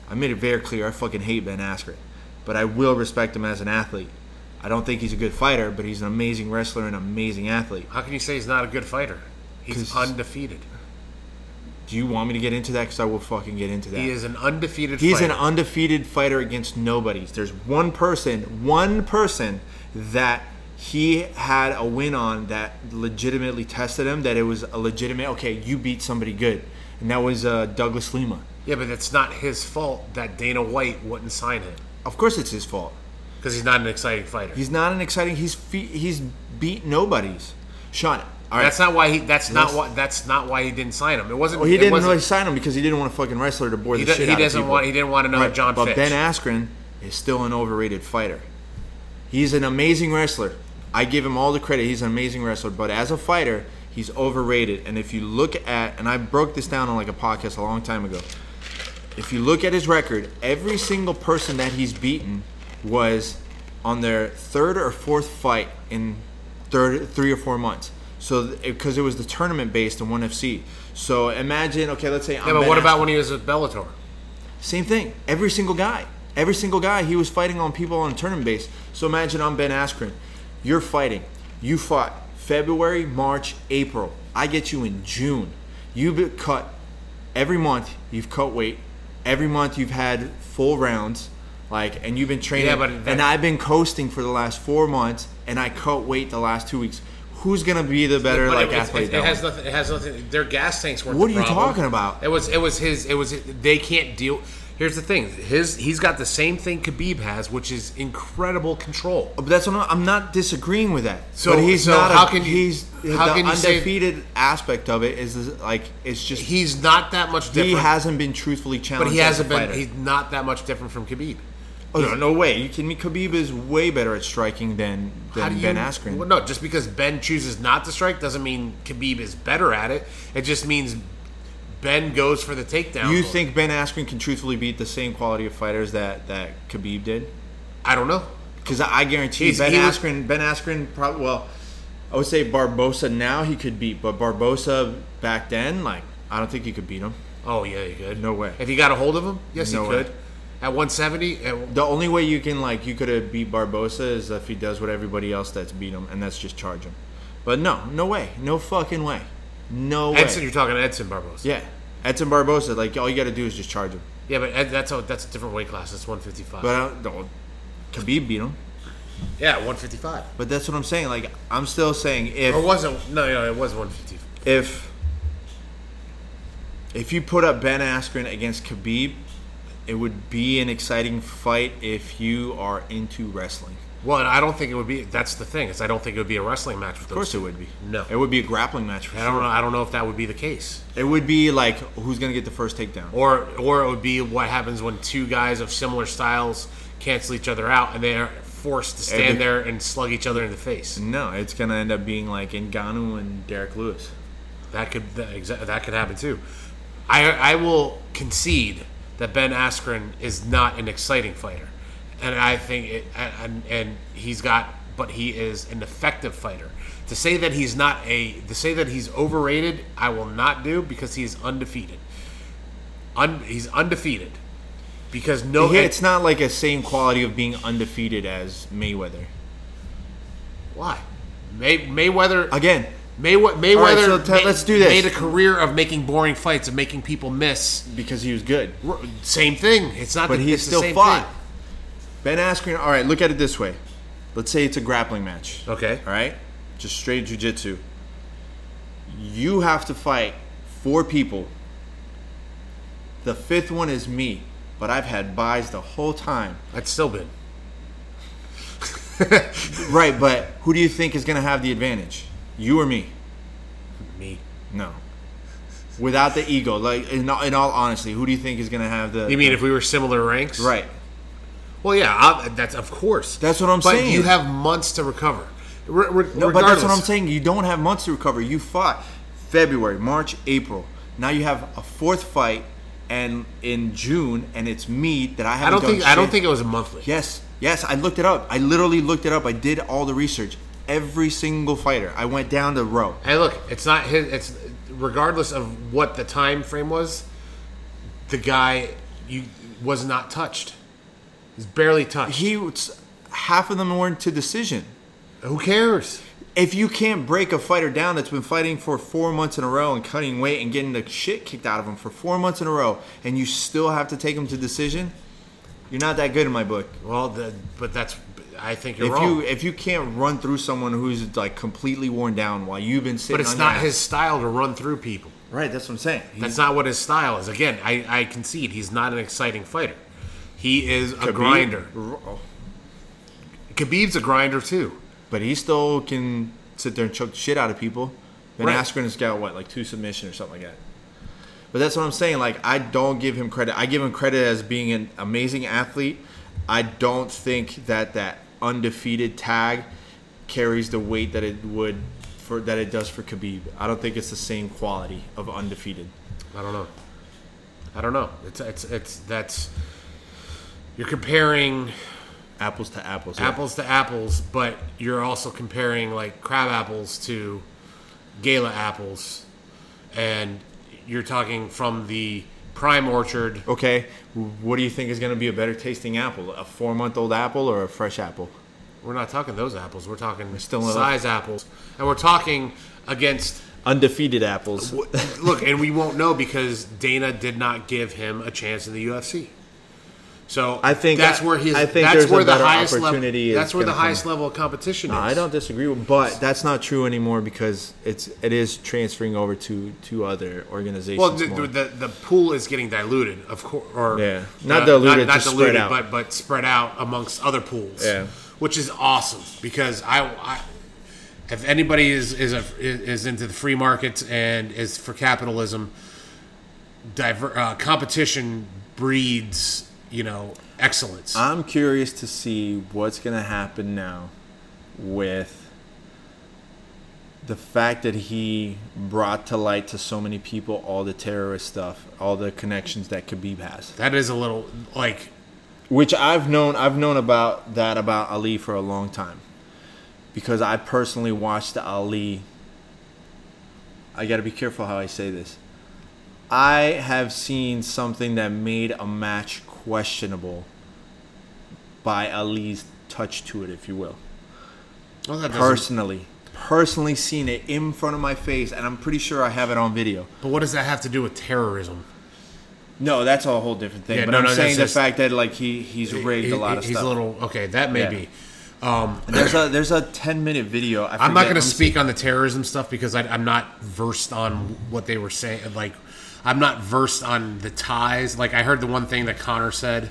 S1: I made it very clear I fucking hate Ben Askren, but I will respect him as an athlete. I don't think he's a good fighter, but he's an amazing wrestler and amazing athlete.
S2: How can you say he's not a good fighter?
S1: 'Cause-
S2: He's undefeated.
S1: Do you want me to get into that? Because I will fucking get into that.
S2: He is an undefeated.
S1: He's
S2: fighter.
S1: an undefeated fighter against nobody. There's one person, one person that he had a win on that legitimately tested him. That it was a legitimate. Okay, you beat somebody good, and that was uh, Douglas Lima.
S2: yeah, but it's not his fault that Dana White wouldn't sign him
S1: Of course, it's his fault.
S2: because he's not an exciting fighter.
S1: He's not an exciting. He's fe- he's beat nobodies. Sean, all right.
S2: That's not why he. That's not
S1: Yes.
S2: why. That's not why he didn't sign him. It wasn't.
S1: well, he
S2: it
S1: didn't
S2: wasn't-
S1: really sign him because he didn't want to fucking wrestler to bore
S2: He
S1: the
S2: do-
S1: shit
S2: he
S1: out of
S2: doesn't
S1: people.
S2: want- he didn't want another John
S1: But
S2: Fitch.
S1: Ben Askren is still an overrated fighter. He's an amazing wrestler. I give him all the credit. He's an amazing wrestler, but as a fighter, he's overrated. And if you look at, and I broke this down on like a podcast a long time ago. If you look at his record, every single person that he's beaten was on their third or fourth fight in third, three or four months. So, because it was the tournament based in ONE FC. So imagine, okay, let's say I'm
S2: Yeah, but
S1: Ben
S2: what
S1: Askren.
S2: about when he was with Bellator?
S1: Same thing. Every single guy. Every single guy. He was fighting on people on a tournament base. So imagine I'm Ben Askren. You're fighting. You fought February, March, April. I get you in June. You've been cut every month. You've cut weight. Every month you've had full rounds. Like and you've been training.
S2: Yeah, but that-
S1: and I've been coasting for the last four months, and I cut weight the last two weeks. Who's gonna be the better
S2: But
S1: like
S2: it, it's-
S1: athlete?
S2: it,
S1: that
S2: it has
S1: way?
S2: nothing. It has nothing. Their gas tanks weren't.
S1: What
S2: the
S1: are you
S2: problem.
S1: talking about?
S2: It was. It was his. It was. They can't deal. Here's the thing: his he's got the same thing Khabib has, which is incredible control.
S1: Oh, But that's what I'm, I'm not disagreeing with that.
S2: So-
S1: but he's
S2: so
S1: not.
S2: how
S1: a,
S2: can you-
S1: he's
S2: how
S1: the
S2: can you say-
S1: undefeated aspect of it is this, like it's just he,
S2: He's not that much different.
S1: hasn't been truthfully challenged.
S2: but he
S1: as a
S2: hasn't been.
S1: fighter.
S2: He's not that much different from Khabib.
S1: oh, no, no way. You kidding me? Khabib is way better at striking than
S2: How
S1: than
S2: do you-
S1: Ben Askren.
S2: Well, no, just because Ben chooses not to strike doesn't mean Khabib is better at it. It just means Ben goes for the takedown.
S1: you
S2: more.
S1: think Ben Askren can truthfully beat the same quality of fighters that that Khabib did?
S2: I don't know.
S1: Because I I guarantee
S2: He's-
S1: Ben
S2: he was-
S1: Askren, Ben Askren, probably well, I would say Barbosa now he could beat, but Barbosa back then, like I don't think he could beat him.
S2: Oh yeah, you could.
S1: No way.
S2: If he got a hold of him, yes,
S1: No
S2: he
S1: way.
S2: could. At 170, at-
S1: The only way you can like you could have beat Barbosa is if he does what everybody else that's beat him, and that's just charge him. But no, no way, no fucking way, no way.
S2: Edson, you're talking Edson Barbosa.
S1: yeah, Edson Barbosa. Like all you got to do is just charge him.
S2: Yeah, but Ed, that's a, that's a different weight class. That's 155.
S1: But I don't, no, Khabib beat him.
S2: yeah, 155.
S1: But that's what I'm saying. Like I'm still saying if
S2: Or was it? No, no, it was 155.
S1: if if you put up Ben Askren against Khabib, it would be an exciting fight if you are into wrestling.
S2: Well, and I don't think it would be. That's the thing is, I don't think it would be a wrestling match. With
S1: Of course, it would be.
S2: No.
S1: it would be a grappling match for
S2: I don't
S1: sure.
S2: know. I don't know if that would be the case,
S1: It would be like who's gonna get the first takedown.
S2: or or it would be what happens when two guys of similar styles cancel each other out and they are forced to stand
S1: Every-
S2: there and slug each other in the face.
S1: No, it's gonna end up being like Ngannou and Derek Lewis.
S2: That could that, exa- that could happen too. I I will concede that Ben Askren is not an exciting fighter, and I think it, and and he's got, but he is an effective fighter. To say that he's not a to say that he's overrated, I will not do because he is undefeated. Un, he's undefeated because no, e-
S1: Here, it's not like a same quality of being undefeated as Mayweather.
S2: why May, Mayweather
S1: Again,
S2: Maywe- Mayweather
S1: so Ted, let's do this.
S2: made a career of making boring fights and making people miss
S1: because he was good.
S2: R- Same thing. It's not.
S1: But
S2: the,
S1: he
S2: it's
S1: still
S2: the same
S1: fought.
S2: thing.
S1: Ben Askren. All right, look at it this way. Let's say it's a grappling match.
S2: Okay.
S1: All right, just straight jujitsu. You have to fight four people. The fifth one is me, but I've had buys the whole time.
S2: That's still been.
S1: Right, but who do you think is gonna have the advantage? You or me?
S2: Me.
S1: No. Without the ego, like in all, in all honesty, who do you think is gonna have the?
S2: You mean if we were similar ranks?
S1: right?
S2: Well, yeah. I, that's of course.
S1: That's what I'm
S2: but
S1: saying.
S2: You have months to recover. Re- re-
S1: No, but that's what I'm
S2: regardless.
S1: saying. You don't have months to recover. You fought February, March, April. Now you have a fourth fight, and in June, and it's me that I
S2: I
S1: haven't.
S2: don't
S1: done
S2: think. I don't
S1: shit.
S2: think it was a monthly.
S1: Yes, yes, I looked it up. I literally looked it up. I did all the research. Every single fighter. I went down the row.
S2: Hey, look. It's not his. It's regardless of what the time frame was. The guy you was not touched. He's barely touched.
S1: He was half of them weren't to decision.
S2: Who cares?
S1: If you can't break a fighter down that's been fighting for four months in a row and cutting weight and getting the shit kicked out of him for four months in a row, and you still have to take him to decision, you're not that good in my book.
S2: Well, the, but that's. I think you're
S1: if
S2: wrong.
S1: you if you can't run through someone who's like completely worn down while you've been sitting,
S2: but it's
S1: on your
S2: not
S1: ass-
S2: his style to run through people.
S1: right. That's what I'm saying. He-
S2: That's not what his style is. Again, I, I concede he's not an exciting fighter. He is a
S1: Khabib-
S2: grinder.
S1: R- oh,
S2: Khabib's a grinder too.
S1: but he still can sit there and choke the shit out of people. Ben
S2: Right.
S1: Askren has got what like two submission or something like that. But that's what I'm saying. Like I don't give him credit. I give him credit as being an amazing athlete. I don't think that that undefeated tag carries the weight that it would for that it does for Khabib. I don't think it's the same quality of undefeated.
S2: I don't know. I don't know. It's it's it's that's you're comparing
S1: Apples to apples. yeah.
S2: apples to apples, but you're also comparing like crab apples to gala apples, and you're talking from the prime orchard.
S1: Okay, what do you think is going to be a better tasting apple? A four month old apple or a fresh apple?
S2: We're not talking those apples. We're talking
S1: still in-
S2: size apples, and we're talking against
S1: Undefeated apples.
S2: Look, and we won't know because Dana did not give him a chance in the UFC. So
S1: I think-
S2: that's where his
S1: I think
S2: that's
S1: there's a
S2: where the
S1: better
S2: highest
S1: opportunity is
S2: level, that's where the
S1: gonna come.
S2: highest level of competition is.
S1: I don't disagree with, but that's not true anymore because it's it is transferring over to to other organizations.
S2: Well, the,
S1: more.
S2: the, the pool is getting diluted, of course, or
S1: Yeah. Not diluted, just spread out.
S2: but but spread out amongst other pools.
S1: Yeah.
S2: which is awesome because I, I if anybody is is a, is into the free markets and is for capitalism, diver, uh, competition breeds you know excellence.
S1: I'm curious to see what's going to happen now with the fact that he brought to light to so many people all the terrorist stuff, all the connections that Khabib has.
S2: that is a little like
S1: which I've known I've known about that about Ali for a long time because I personally watched the Ali I got to be careful how I say this. I have seen something that made a match questionable by Ali's touch to it if you will.
S2: well, that doesn't-
S1: Personally, personally seen it in front of my face and I'm pretty sure I have it on video.
S2: But what does that have to do with terrorism?
S1: No, that's a whole different thing,
S2: Yeah,
S1: but
S2: no,
S1: I'm
S2: no,
S1: saying
S2: that's
S1: the
S2: just-
S1: fact that like he he's rigged
S2: He-
S1: a lot of
S2: he's
S1: stuff.
S2: a little okay. That may
S1: Yeah.
S2: be. Um,
S1: There's a there's a ten minute video. I
S2: I'm not
S1: forget.
S2: going to
S1: Let me
S2: speak on the terrorism stuff because I, I'm not versed on what they were saying. Like, I'm not versed on the ties. Like, I heard the one thing that Connor said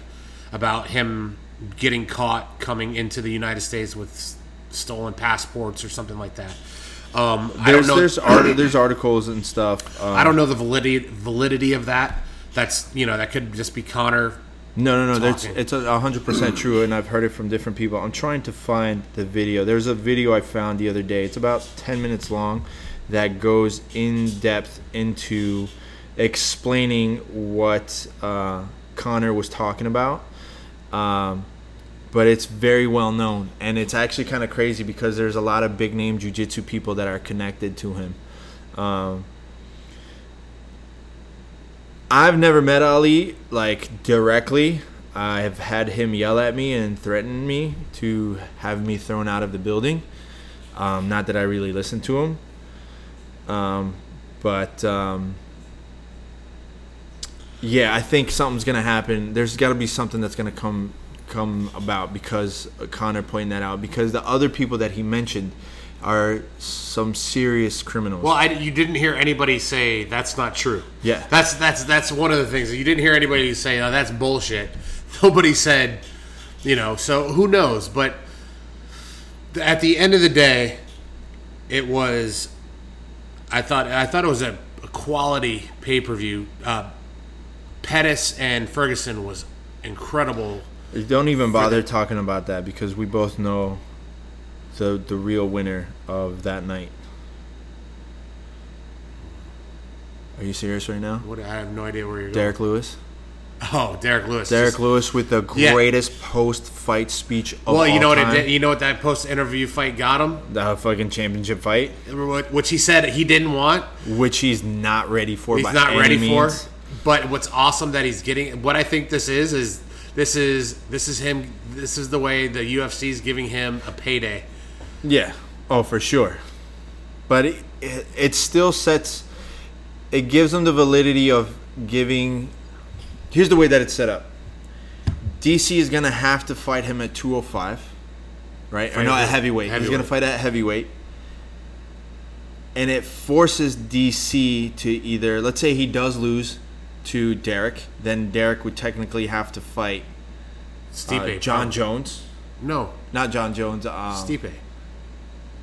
S2: about him getting caught coming into the United States with s- stolen passports or something like that. Um, I don't
S1: There's
S2: know.
S1: there's, art, there's articles and stuff. Um,
S2: I don't know the validity validity of that. That's you know that could just be Connor.
S1: no, no, no. That's,
S2: Talking.
S1: it's a hundred percent true, and I've heard it from different people. I'm trying to find the video. There's a video I found the other day. It's about ten minutes long, that goes in depth into explaining what uh, Connor was talking about. Um, but it's very well known, and it's actually kind of crazy because there's a lot of big name jujitsu people that are connected to him. Um, I've never met Ali like directly. I have had him yell at me and threaten me to have me thrown out of the building. Um, not that I really listened to him, um, but um, yeah, I think something's gonna happen. There's got to be something that's gonna come come about because uh, Connor pointed that out. Because the other people that he mentioned are some serious criminals.
S2: Well, I, you didn't hear anybody say that's not true.
S1: Yeah.
S2: that's that's that's one of the things you didn't hear anybody say. Oh, that's bullshit. Nobody said, you know. So who knows? But th- at the end of the day, it was. I thought I thought it was a, a quality pay per view. Uh, Pettis and Ferguson was incredible.
S1: Don't even bother talking about that because we both know the the real winner of that night. Are you serious right now?
S2: What I have no idea where you're
S1: Derek Lewis.
S2: going. Oh, Derek Lewis.
S1: Derek
S2: Just-
S1: Lewis with the
S2: Yeah.
S1: greatest post fight speech of
S2: Well, you know what? It
S1: time.
S2: did, you know what that post interview fight got him.
S1: The fucking championship fight,
S2: what- which he said he didn't want.
S1: which he's not ready for.
S2: He's
S1: by
S2: not
S1: any
S2: ready
S1: means.
S2: for. But what's awesome that he's getting. What I think this is is this is this is him. This is the way the UFC is giving him a payday.
S1: Yeah. Oh, for sure. But it, it, it still sets. It gives them the validity of giving. Here's the way that it's set up. DC is gonna have to fight him at 205, right? or no,
S2: Fight
S1: at
S2: at
S1: heavyweight. He's gonna
S2: heavyweight.
S1: fight at heavyweight, and it forces DC to either. Let's say he does lose to Derek, then Derek would technically have to fight uh,
S2: Stipe,
S1: John Jones,
S2: No,
S1: not John Jones. Um,
S2: Stipe.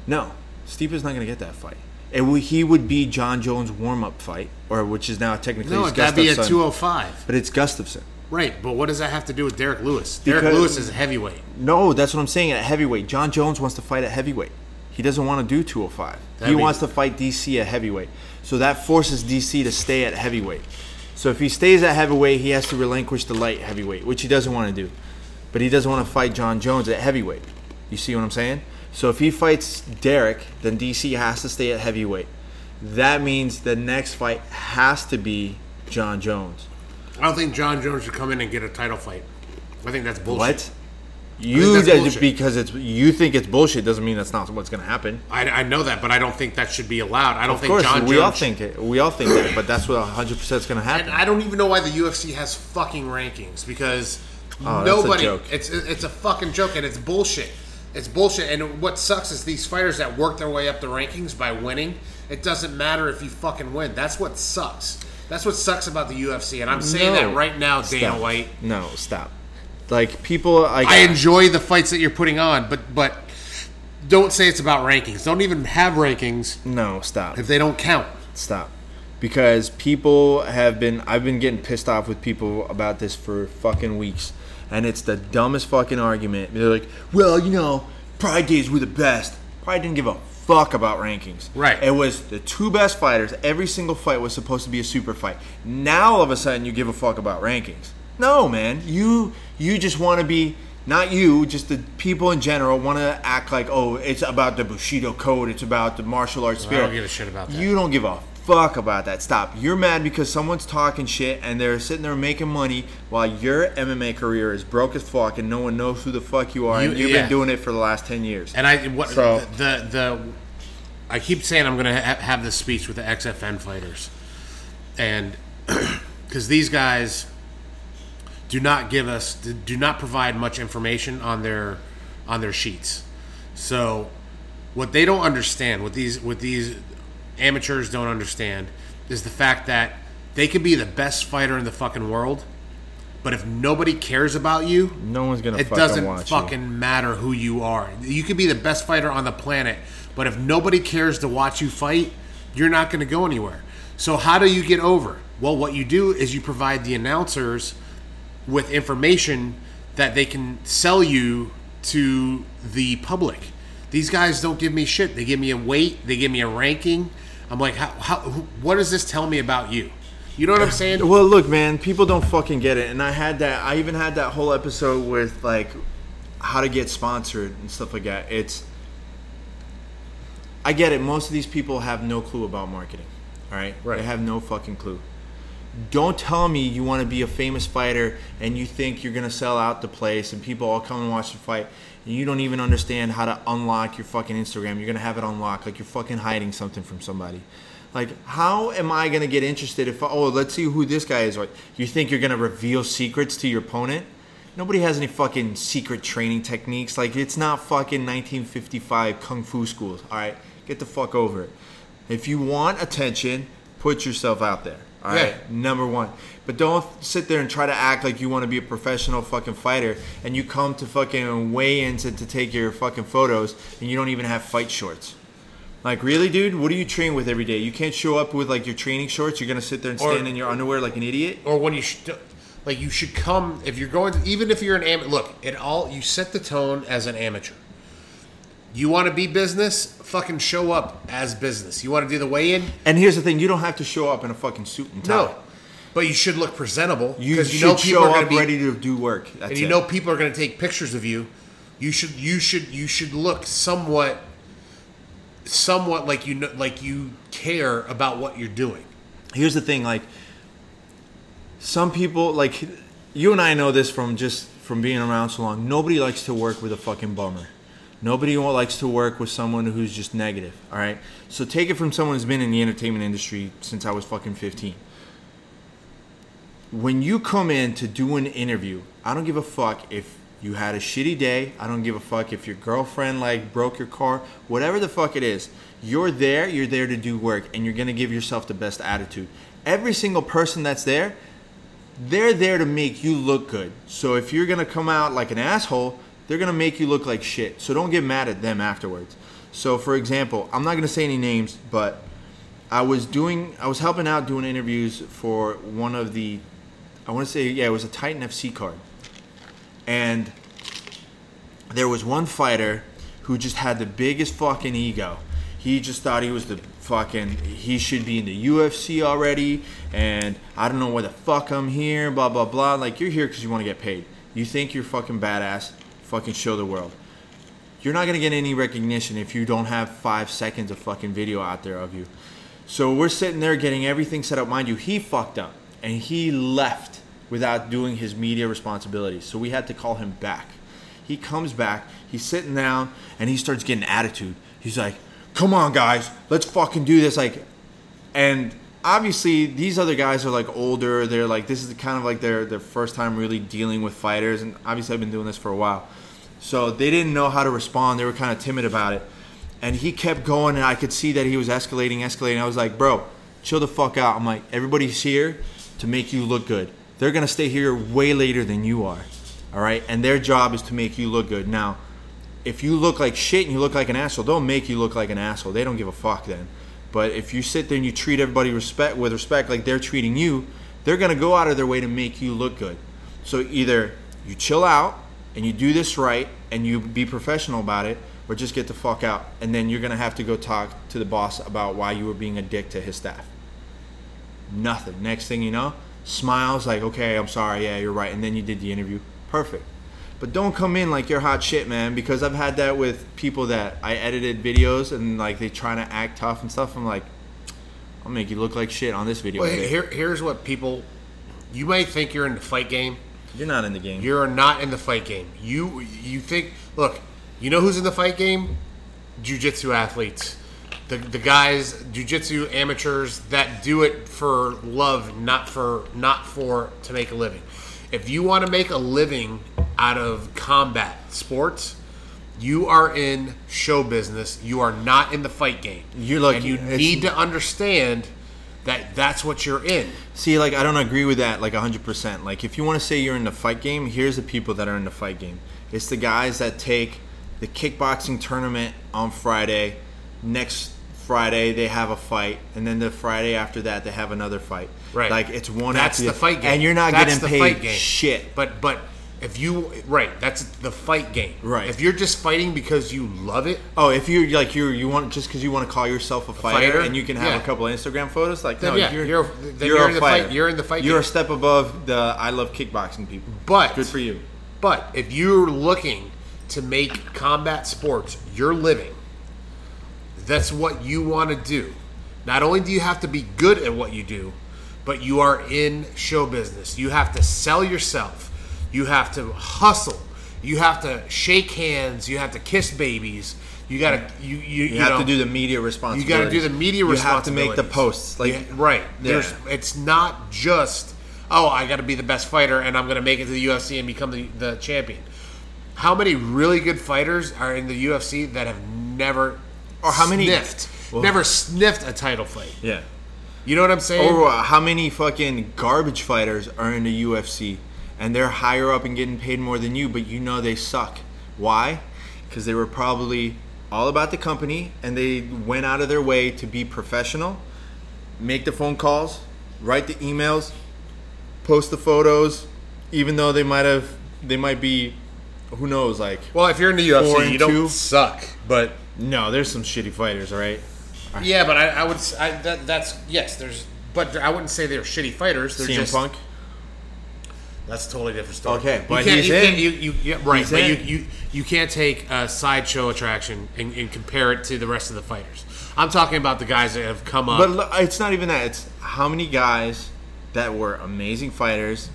S1: no, Stipe's not going to get that fight. It w- he would be John Jones' warm-up fight, or which is now technically
S2: No,
S1: his
S2: that'd be a
S1: Gustafsson,
S2: two hundred five.
S1: but it's Gustafson.
S2: Right, but what does that have to do with Derek Lewis? Derek
S1: Because-
S2: Lewis is a heavyweight.
S1: No, that's what I'm saying. At heavyweight, John Jones wants to fight at heavyweight. He doesn't want to do 205. he
S2: That'd be-
S1: wants to fight DC at heavyweight. So that forces DC to stay at heavyweight. So if he stays at heavyweight, he has to relinquish the light heavyweight, which he doesn't want to do. But he doesn't want to fight John Jones at heavyweight. You see what I'm saying? So if he fights Derek, then DC has to stay at heavyweight. That means the next fight has to be John Jones.
S2: I don't think John Jones should come in and get a title fight. I think that's bullshit.
S1: What? You
S2: that's
S1: that-
S2: bullshit.
S1: because it's you think it's bullshit doesn't mean that's not what's going to happen.
S2: I, I know that, but I don't think that should be allowed. I don't
S1: Of
S2: think
S1: course,
S2: John
S1: we
S2: Jones
S1: all think it. We all think that, but that's what 100 percent is going to happen.
S2: And I don't even know why the UFC has fucking rankings because
S1: Oh, that's a
S2: Nobody.
S1: joke.
S2: It's it's a fucking joke, and it's bullshit. It's bullshit. And what sucks is these fighters that work their way up the rankings by winning. It doesn't matter if you fucking win. That's what sucks. That's what sucks about the UFC. And I'm saying
S1: No.
S2: that right now, Dana
S1: Stop.
S2: White.
S1: No, stop. Like people, like
S2: I enjoy the fights that you're putting on, but but don't say it's about rankings. Don't even have rankings
S1: no, stop.
S2: if they don't count.
S1: stop because people have been i've been getting pissed off with people about this for fucking weeks and it's the dumbest fucking argument they're like well you know pride days were the best pride didn't give a fuck about rankings
S2: Right.
S1: it was the two best fighters every single fight was supposed to be a super fight now all of a sudden you give a fuck about rankings no man you you just want to be not you, just the people in general want to act like, oh, it's about the Bushido code, it's about the martial arts
S2: I
S1: spirit.
S2: don't give a shit about that.
S1: You don't give a fuck about that. Stop. You're mad because someone's talking shit and they're sitting there making money while your MMA career is broke as fuck and no one knows who the fuck you are
S2: You-
S1: and you've
S2: yeah.
S1: been doing it for the last 10 years.
S2: And I what
S1: So-
S2: the, the the I keep saying I'm gonna ha- have this speech with the XFN fighters, and because these guys do not give us do not provide much information on their on their sheets. So what they don't understand, what these what these amateurs don't understand, is the fact that they could be the best fighter in the fucking world, but if nobody cares about you,
S1: no one's going to
S2: it
S1: fucking
S2: doesn't
S1: watch you.
S2: fucking matter who you are. You could be the best fighter on the planet, but if nobody cares to watch you fight, you're not going to go anywhere. So how do you get over? Well, what you do is you provide the announcers with information that they can sell you to the public. These guys don't give me shit. They give me a weight. They give me a ranking. I'm like, how, how, who- what does this tell me about you? You know what I'm saying?
S1: Well, look, man, people don't fucking get it. And I had that. I even had that whole episode with like how to get sponsored and stuff like that. It's I get it. Most of these people have no clue about marketing. All right,
S2: Right.
S1: They have no fucking clue. Don't tell me you want to be a famous fighter and you think you're gonna sell out the place and people all come and watch the fight. And you don't even understand how to unlock your fucking Instagram. You're gonna have it unlocked like you're fucking hiding something from somebody. Like, how am I gonna get interested if oh let's see who this guy is? Like, you think you're gonna reveal secrets to your opponent? Nobody has any fucking secret training techniques. Like, it's not fucking 1955 kung fu schools. All right, get the fuck over it. If you want attention, put yourself out there. All right,
S2: Yeah.
S1: number one. But don't sit there and try to act like you want to be a professional fucking fighter, and you come to fucking weigh-ins and to take your fucking photos, and you don't even have fight shorts. Like, really, dude? What do you train with every day? You can't show up with like your training shorts. You're gonna sit there and
S2: Or-
S1: stand in your underwear like an idiot.
S2: or when you should like you should come if you're going to, even if you're an amateur look it all you set the tone as an amateur you want to be business fucking show up as business you want to do the weigh-in
S1: And here's the thing: you don't have to show up in a fucking suit and tie.
S2: no but you should look presentable
S1: You,
S2: because you,
S1: should
S2: know people
S1: show
S2: are going
S1: up
S2: to be
S1: ready to do work. That's
S2: and you
S1: it.
S2: know people are going to take pictures of you you should you should you should look somewhat somewhat like you know like you care about what you're doing
S1: here's the thing like some people like you and i know this from just from being around so long nobody likes to work with a fucking bummer nobody wa- likes to work with someone who's just negative all right so take it from someone who's been in the entertainment industry since i was fucking 15 when you come in to do an interview, I don't give a fuck if you had a shitty day. I don't give a fuck if your girlfriend like broke your car, whatever the fuck it is. You're there, you're there to do work and you're going to give yourself the best attitude. Every single person that's there, they're there to make you look good. So if you're gonna come out like an asshole, they're gonna make you look like shit. So don't get mad at them afterwards. So for example, I'm not gonna say any names, but I was doing, I was helping out doing interviews for one of the, I want to say, yeah, it was a Titan FC card, and there was one fighter who just had the biggest fucking ego. He just thought he was the fucking he should be in the UFC already and I don't know why the fuck I'm here, blah blah blah. Like you're here cuz you want to get paid. You think you're fucking badass, fucking show the world. You're not going to get any recognition if you don't have 5 seconds of fucking video out there of you. So we're sitting there getting everything set up. Mind you, he fucked up and he left without doing his media responsibilities. So we had to call him back. He comes back, he's sitting down, and he starts getting attitude. He's like, come on, guys, let's fucking do this. Like, and obviously these other guys are like older. They're like this is kind of like their their first time really dealing with fighters, and obviously I've been doing this for a while, so they didn't know how to respond. They were kind of timid about it, and he kept going, and I could see that he was escalating, escalating. I was like, bro, chill the fuck out. I'm like, everybody's here to make you look good. They're gonna stay here way later than you are, all right? And their job is to make you look good. Now, if you look like shit and you look like an asshole, they'll make you look like an asshole. They don't give a fuck then. But if you sit there and you treat everybody respect with respect like they're treating you, they're gonna go out of their way to make you look good. So either you chill out and you do this right and you be professional about it, or just get the fuck out. And then you're gonna have to go talk to the boss about why you were being a dick to his staff. Nothing. Next thing you know, smiles like, okay, I'm sorry, yeah, you're right. And then you did the interview. Perfect. But don't come in like you're hot shit, man, because I've had that with people that I edited videos and like they trying to act tough and stuff. I'm like, I'll make you look like shit on this video.
S2: Well,
S1: bitch.
S2: here, here's what people. You may think you're in the fight game.
S1: you're not in the game.
S2: You're not in the fight game. You you think look, you know who's in the fight game? Jiu-jitsu athletes. The, the guys, jiu-jitsu amateurs that do it for love, not for not for to make a living. If you want to make a living out of combat sports, you are in show business. You are not in the fight game.
S1: You're lucky.
S2: and you
S1: It's-
S2: need to understand that that's what you're in.
S1: See, like I don't agree with that, like hundred percent. Like if you want to say you're in the fight game, here's the people that are in the fight game. It's the guys that take the kickboxing tournament on Friday. Next Friday they have a fight, and then the Friday after that they have another fight.
S2: Right.
S1: Like it's one.
S2: That's
S1: after
S2: the fight game,
S1: and you're not
S2: That's
S1: getting
S2: the
S1: paid
S2: fight game.
S1: shit.
S2: But but if you right, that's the fight game.
S1: Right.
S2: If you're just fighting because you love it,
S1: Oh, if you're like you you want just because you want to call yourself a fighter,
S2: fighter?
S1: and you can have
S2: Yeah.
S1: a couple of Instagram photos, like
S2: Then
S1: no,
S2: yeah,
S1: you're
S2: you're- then you're in the fight- you're in the fight
S1: You're a
S2: game.
S1: step above the I love kickboxing people.
S2: But-
S1: good for you.
S2: but if you're looking to make combat sports your living, that's what you want to do. Not only do you have to be good at what you do, but you are in show business. You have to sell yourself. You have to hustle. You have to shake hands. You have to kiss babies. You gotta you you,
S1: You, have
S2: know,
S1: to do the media responsibility.
S2: You got to do the media
S1: You have to
S2: responsibilities.
S1: make the posts. Like
S2: Yeah, right.
S1: Yeah.
S2: There's it's not just oh I got to be the best fighter and I'm going to make it to the UFC and become the, the champion. How many really good fighters are in the UFC that have never
S1: Or how many-
S2: sniffed,
S1: Well-
S2: never sniffed a title fight?
S1: yeah.
S2: You know what I'm saying?
S1: Or uh, how many fucking garbage fighters are in the UFC and they're higher up and getting paid more than you, but you know they suck. Why? Because they were probably all about the company and they went out of their way to be professional, make the phone calls, write the emails, post the photos, even though they might have, they might be, who knows, like
S2: well, if you're in the
S1: Four
S2: UFC,
S1: and
S2: you don't
S1: two.
S2: suck, but
S1: no, there's some shitty fighters, all right?
S2: yeah, but I, I would s- I, that, that's yes. There's but I wouldn't say they're shitty fighters. They're
S1: CM
S2: just
S1: Punk.
S2: That's a totally different story.
S1: Okay, but
S2: you can't,
S1: he's
S2: you
S1: in.
S2: Can't, you, you, yeah, right,
S1: He's
S2: but
S1: in.
S2: You, you you can't take a sideshow attraction and, and compare it to the rest of the fighters. I'm talking about the guys that have come up.
S1: But look, it's not even that. It's how many guys that were amazing fighters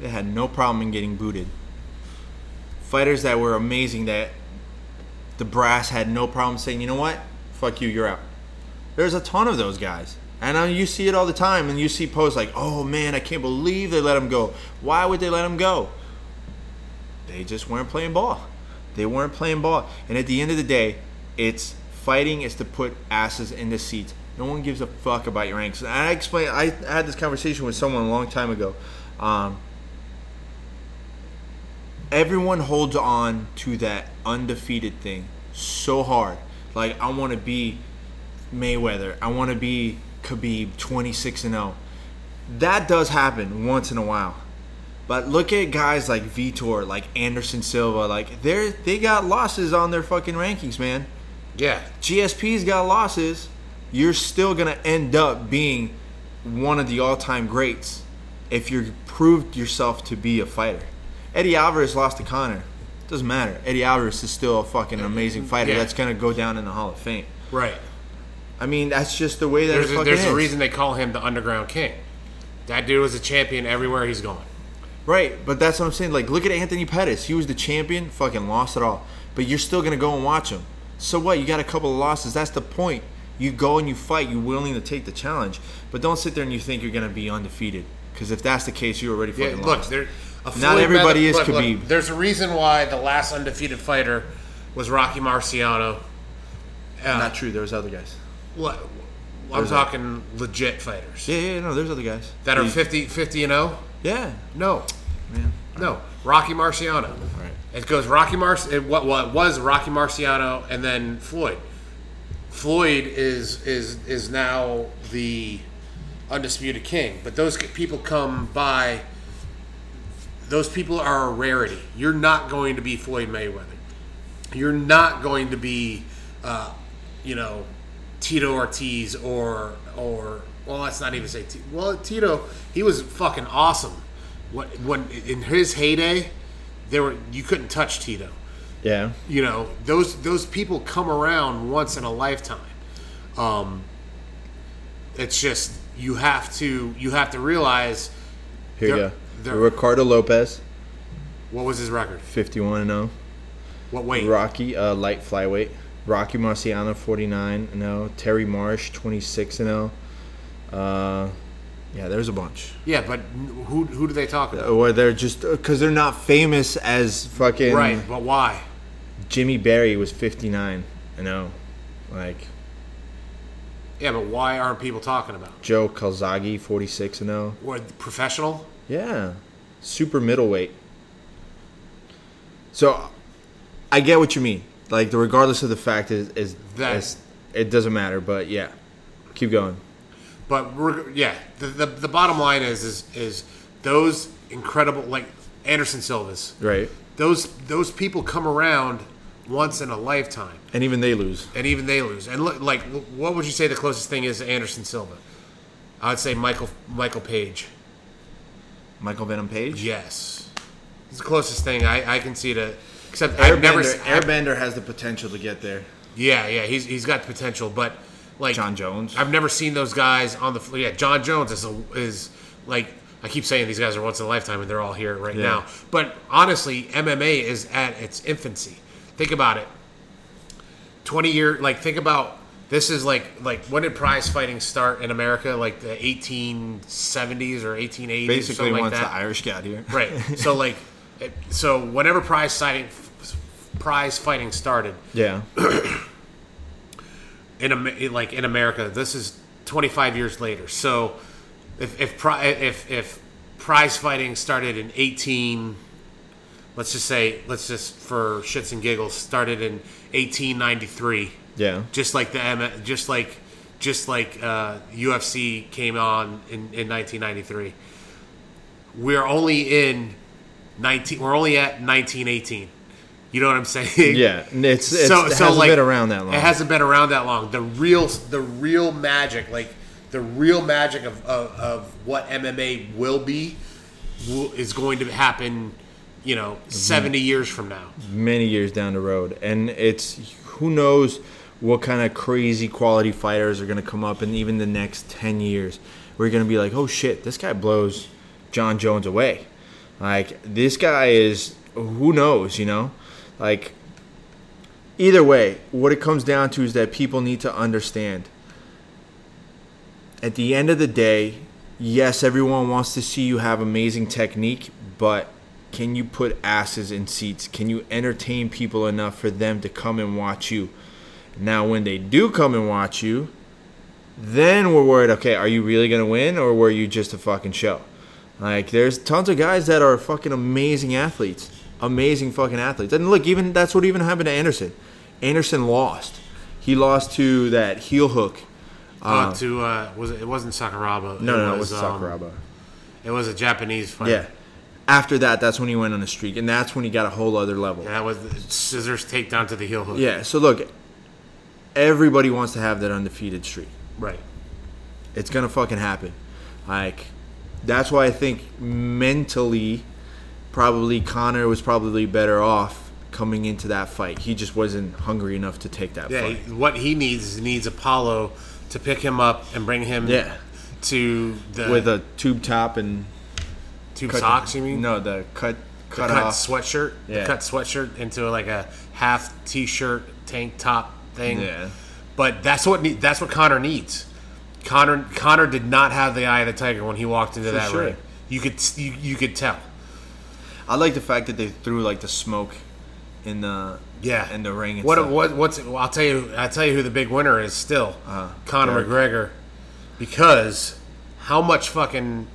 S1: that had no problem in getting booted. Fighters that were amazing that the brass had no problem saying, you know what, fuck you, you're out. There's a ton of those guys. And uh, you see it all the time, and you see posts like, oh man, I can't believe they let him go. Why would they let him go? They just weren't playing ball. They weren't playing ball. And at the end of the day, it's fighting is to put asses in the seats. No one gives a fuck about your ranks. And I explained, I had this conversation with someone a long time ago. Um, everyone holds on to that undefeated thing so hard. Like I want to be Mayweather. I want to be Khabib 26 and 0. That does happen once in a while. But look at guys like Vitor, like Anderson Silva, like they're they got losses on their fucking rankings, man.
S2: yeah,
S1: GSP's got losses, you're still gonna end up being one of the all-time greats if you proved yourself to be a fighter. Eddie Alvarez lost to Connor. Doesn't matter. Eddie Alvarez is still a fucking amazing fighter
S2: Yeah.
S1: that's gonna go down in the Hall of Fame.
S2: right.
S1: I mean, that's just the way that
S2: There's
S1: it
S2: a,
S1: fucking
S2: there's
S1: is.
S2: a reason they call him the Underground King. That dude was a champion everywhere he's going.
S1: Right, but that's what I'm saying. Like, look at Anthony Pettis. He was the champion, fucking lost it all. But you're still gonna go and watch him. So what? You got a couple of losses. That's the point. You go and you fight. You're willing to take the challenge, but don't sit there and you think you're going to be undefeated. Because if that's the case, you're already
S2: Yeah,
S1: fucking
S2: look,
S1: lost.
S2: there. a
S1: Not
S2: Floyd
S1: everybody
S2: Maywe-
S1: is
S2: look, look,
S1: Khabib.
S2: there's a reason why the last undefeated fighter was Rocky Marciano.
S1: Not true. There's other guys.
S2: What? I'm talking legit fighters
S1: Yeah, yeah, no. There's other guys
S2: that are
S1: You-
S2: 50, 50 and 0.
S1: Yeah,
S2: No,
S1: man.
S2: no, Rocky Marciano.
S1: right.
S2: It goes Rocky Mar. It, what what was Rocky Marciano and then Floyd. Floyd is is is now the undisputed king, but those people come by. Those people are a rarity. You're not going to be Floyd Mayweather. You're not going to be, uh, you know, Tito Ortiz or or well, let's not even say T- well Tito. He was fucking awesome. What when in his heyday, there were you couldn't touch Tito
S1: Yeah.
S2: you know those those people come around once in a lifetime um it's just you have to you have to realize
S1: Here
S2: They're-
S1: you
S2: they're-
S1: go. Ricardo Lopez,
S2: what was his record
S1: 51 and oh. 0.
S2: what weight
S1: Rocky, uh, light flyweight. Rocky Marciano, 49 and 0. Terry Marsh, 26 and 0. Uh, yeah, there's a bunch.
S2: yeah but who who do they talk about
S1: Or Uh, they're just because they're not famous as fucking.
S2: right but why
S1: Jimmy Barry was 59 and 0. Like
S2: yeah but why aren't people talking about it?
S1: Joe Calzaghe, 46 and 0.
S2: or the professional
S1: Yeah. Super middleweight. So I get what you mean. Like the regardless of the fact is is
S2: That-
S1: is- it doesn't matter, but yeah. Keep going.
S2: but we're, yeah the, the the bottom line is is is those incredible like anderson silvas
S1: Right.
S2: those those people come around once in a lifetime
S1: And even they lose.
S2: and even they lose. And look, like, what would you say the closest thing is to Anderson Silva? I would say Michael Michael Page.
S1: Michael Venom Page?
S2: Yes, it's the closest thing I, I can see to. Except I've
S1: Airbender,
S2: never. s- I-
S1: Airbender has the potential to get there.
S2: yeah, yeah, he's he's got potential, but like
S1: John Jones.
S2: I've never seen those guys on the. fl- Yeah, John Jones is a, is like I keep saying these guys are once in a lifetime, and they're all here right
S1: Yeah.
S2: now. But honestly, MMA is at its infancy. Think about it. Twenty year, like think about this is like like when did prize fighting start in America? Like the eighteen seventies or eighteen eighties,
S1: Basically
S2: something like
S1: once
S2: that.
S1: the Irish got here.
S2: Right. So like, it- so whenever prize fighting, prize fighting started
S1: Yeah.
S2: in Am- like in America, this is 25 years later. So if if pri- if, if prize fighting started in 18, let's just say, let's just for shits and giggles, started in 1893.
S1: Yeah.
S2: Just like the M- just like just like uh, UFC came on in, in 1993. We're only in 19. We're only at 1918. You know what I'm saying?
S1: Yeah. It's, it's it hasn't been around that long.
S2: It hasn't been around that long. The real, the real magic, like the real magic of of, of what MMA will be, will, is going to happen. You know,
S1: Mm-hmm.
S2: 70 years from now.
S1: many years down the road. And it's who knows what kind of crazy quality fighters are going to come up in even the next 10 years. We're going to be like, oh shit, this guy blows John Jones away. Like, this guy is, who knows, you know? Like, either way, what it comes down to is that people need to understand at the end of the day, yes, everyone wants to see you have amazing technique, but can you put asses in seats? Can you entertain people enough for them to come and watch you? Now, when they do come and watch you, then we're worried okay, are you really going to win or were you just a fucking show? Like, there's tons of guys that are fucking amazing athletes. Amazing fucking athletes. And look, even that's what even happened to Anderson. Anderson lost. He lost to that heel hook.
S2: uh, to uh, was it, it wasn't Sakuraba?
S1: Uh-huh. No, no, it was
S2: um,
S1: Sakuraba.
S2: it was a Japanese fighter.
S1: Yeah. After that, that's when he went on a streak, and that's when he got a whole other level.
S2: That was scissors takedown to the heel hook.
S1: Yeah. So look, everybody wants to have that undefeated streak.
S2: Right.
S1: It's gonna fucking happen. Like, that's why I think mentally, probably Connor was probably better off coming into that fight. He just wasn't hungry enough to take that
S2: Yeah.
S1: fight.
S2: he- What he needs is he needs Apollo to pick him up and bring him.
S1: Yeah.
S2: To the
S1: With a tube top and
S2: tube
S1: cut the-
S2: socks. You mean
S1: No, the cut cut,
S2: cut
S1: off.
S2: sweatshirt, the
S1: Yeah.
S2: cut sweatshirt into like a half t-shirt tank top thing.
S1: Yeah.
S2: But that's what ne- that's what Connor needs. Connor Connor did not have the eye of the tiger when he walked into that
S1: sure.
S2: ring. You could you, you could tell.
S1: I like the fact that they threw like the smoke in the
S2: Yeah,
S1: in the ring. And
S2: What
S1: stuff.
S2: what what's well, I'll tell you I'll tell you who the big winner is still
S1: Uh,
S2: Conor
S1: Derek.
S2: McGregor because how much fucking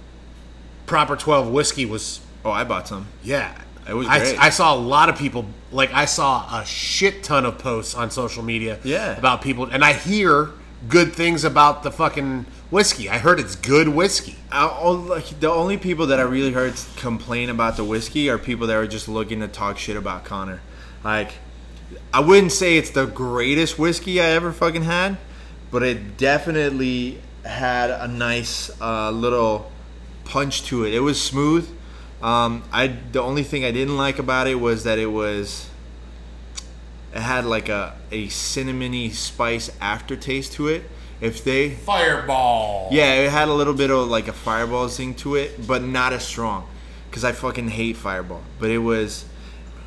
S2: proper twelve whiskey was
S1: Oh, I bought some.
S2: yeah.
S1: It was great.
S2: I, I saw a lot of people like I saw a shit ton of posts on social media
S1: Yeah.
S2: about people and I hear good things about the fucking whiskey. I heard it's good whiskey.
S1: I, all, like, the only people that I really heard complain about the whiskey are people that were just looking to talk shit about Connor. Like, I wouldn't say it's the greatest whiskey I ever fucking had, but it definitely had a nice uh, little punch to it. It was smooth. Um, I the only thing I didn't like about it was that it was it had like a a cinnamony spice aftertaste to it. If they
S2: Fireball.
S1: yeah, it had a little bit of like a fireball zing to it, but not as strong. Cause I fucking hate fireball, but it was,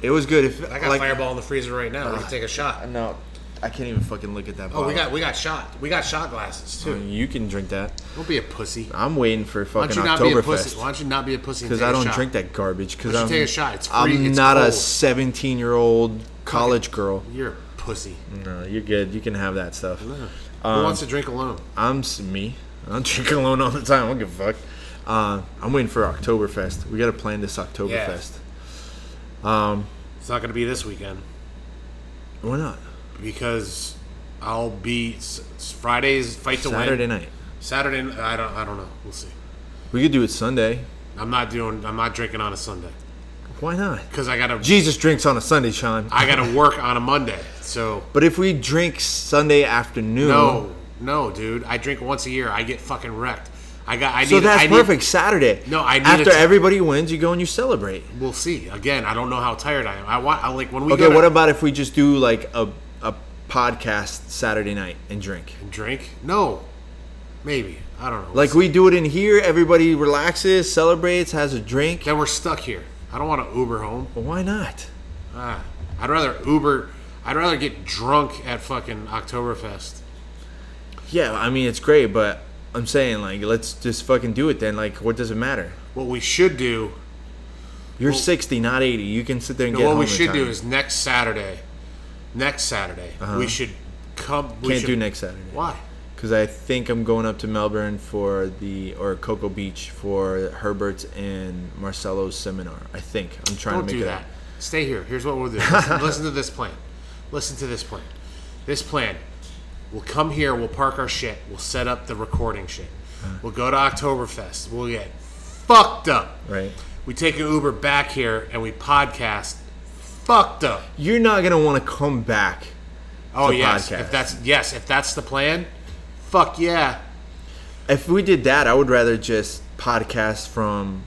S1: it was good. If
S2: I got
S1: like,
S2: fireball in the freezer right now. we can take a shot.
S1: No, I can't even fucking look at that.
S2: Oh,
S1: Bottle.
S2: we got we got shot. We got shot glasses too.
S1: You can drink that.
S2: Don't be a pussy.
S1: I'm waiting for
S2: Why don't
S1: fucking
S2: you not be a pussy?
S1: Oktoberfest
S2: Why don't you not be a pussy? and
S1: because
S2: take
S1: I
S2: a
S1: don't
S2: shot?
S1: drink that garbage. Because
S2: Why
S1: I'm
S2: don't you take a shot? It's
S1: I'm
S2: free, it's
S1: not a
S2: cold.
S1: 17 year old college girl.
S2: You're a pussy.
S1: No, you're good. You can have that stuff.
S2: Who wants to drink alone?
S1: I'm s- me. I drink alone all the time. I don't give a fuck. Uh, I'm waiting for Oktoberfest. We got to plan this Oktoberfest.
S2: It's not going to be this weekend
S1: Why not?
S2: because I'll be s- s- Friday's fight to
S1: Saturday
S2: win.
S1: night.
S2: Saturday. n- I don't. I don't know. We'll see.
S1: We could do it Sunday.
S2: I'm not doing. I'm not drinking on a Sunday
S1: Why not?
S2: because I gotta.
S1: Jesus drinks on a Sunday, Sean.
S2: I gotta work on a Monday. So
S1: But if we drink Sunday afternoon,
S2: no, no, dude. I drink once a year. I get fucking wrecked. I got. I
S1: so
S2: need,
S1: that's
S2: I need-
S1: perfect. Saturday.
S2: No, I need a
S1: after
S2: t-
S1: everybody wins, you go and you celebrate.
S2: We'll see. Again, I don't know how tired I am. I want. I like when we
S1: Okay,
S2: go to
S1: what about if we just do like a a podcast Saturday night and drink?
S2: drink. No, maybe I don't know.
S1: Like we do it in here, everybody relaxes, celebrates, has a drink.
S2: then we're stuck here. I don't want to Uber home.
S1: But why not?
S2: Ah, I'd rather Uber. I'd rather get drunk at fucking Oktoberfest.
S1: Yeah, I mean it's great, but I'm saying like let's just fucking do it then. Like what does it matter?
S2: What we should do.
S1: You're 60, not 80. You can sit there and get
S2: what
S1: home
S2: we
S1: in
S2: should do
S1: time. Uh-huh.
S2: is next Saturday. Next Saturday, we should come. We
S1: can't
S2: should-
S1: do next Saturday.
S2: Why?
S1: Because I think I'm going up to Melbourne for the or Cocoa Beach for Herbert's and Marcelo's seminar. I think I'm trying
S2: Don't
S1: to make
S2: do
S1: it
S2: that.
S1: up.
S2: Stay here. Here's what we'll do. Listen, listen to this plan. Listen to this plan. This plan. We'll come here. We'll park our shit. We'll set up the recording shit.
S1: Uh-huh.
S2: We'll go to Oktoberfest. We'll get fucked up.
S1: right.
S2: We take an Uber back here and we podcast. Fucked up.
S1: You're not gonna want to come back.
S2: Oh
S1: It's a
S2: yes.
S1: podcast.
S2: If that's yes, if that's the plan, fuck yeah.
S1: If we did that, I would rather just podcast from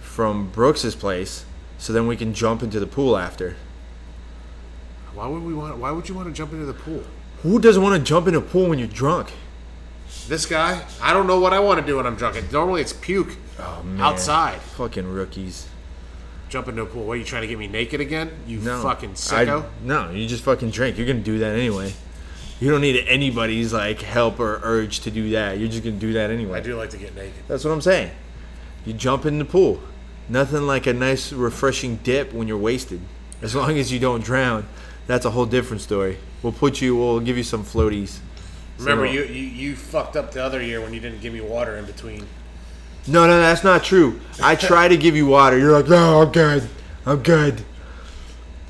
S1: from Brooks's place, so then we can jump into the pool after.
S2: Why would we want? Why would you want to jump into the pool?
S1: Who doesn't want to jump in a pool when you're drunk?
S2: This guy, I don't know what I want to do when I'm drunk. Normally it's puke outside.
S1: Fucking rookies.
S2: Jump into a pool. What are you trying to get me naked again? You
S1: No.
S2: fucking
S1: I-
S2: sicko.
S1: no, you just fucking drink. You're gonna do that anyway. You don't need anybody's like help or urge to do that. You're just gonna do that
S2: I,
S1: anyway.
S2: do like to get naked.
S1: That's what I'm saying. You jump in the pool. Nothing like a nice refreshing dip when you're wasted. As long as you don't drown, that's a whole different story. We'll put you. We'll give you some floaties.
S2: Remember,
S1: So-
S2: you, you you fucked up the other year when you didn't give me water in between.
S1: No, no, that's not true. I try to give you water. You're like, no, I'm good. I'm good.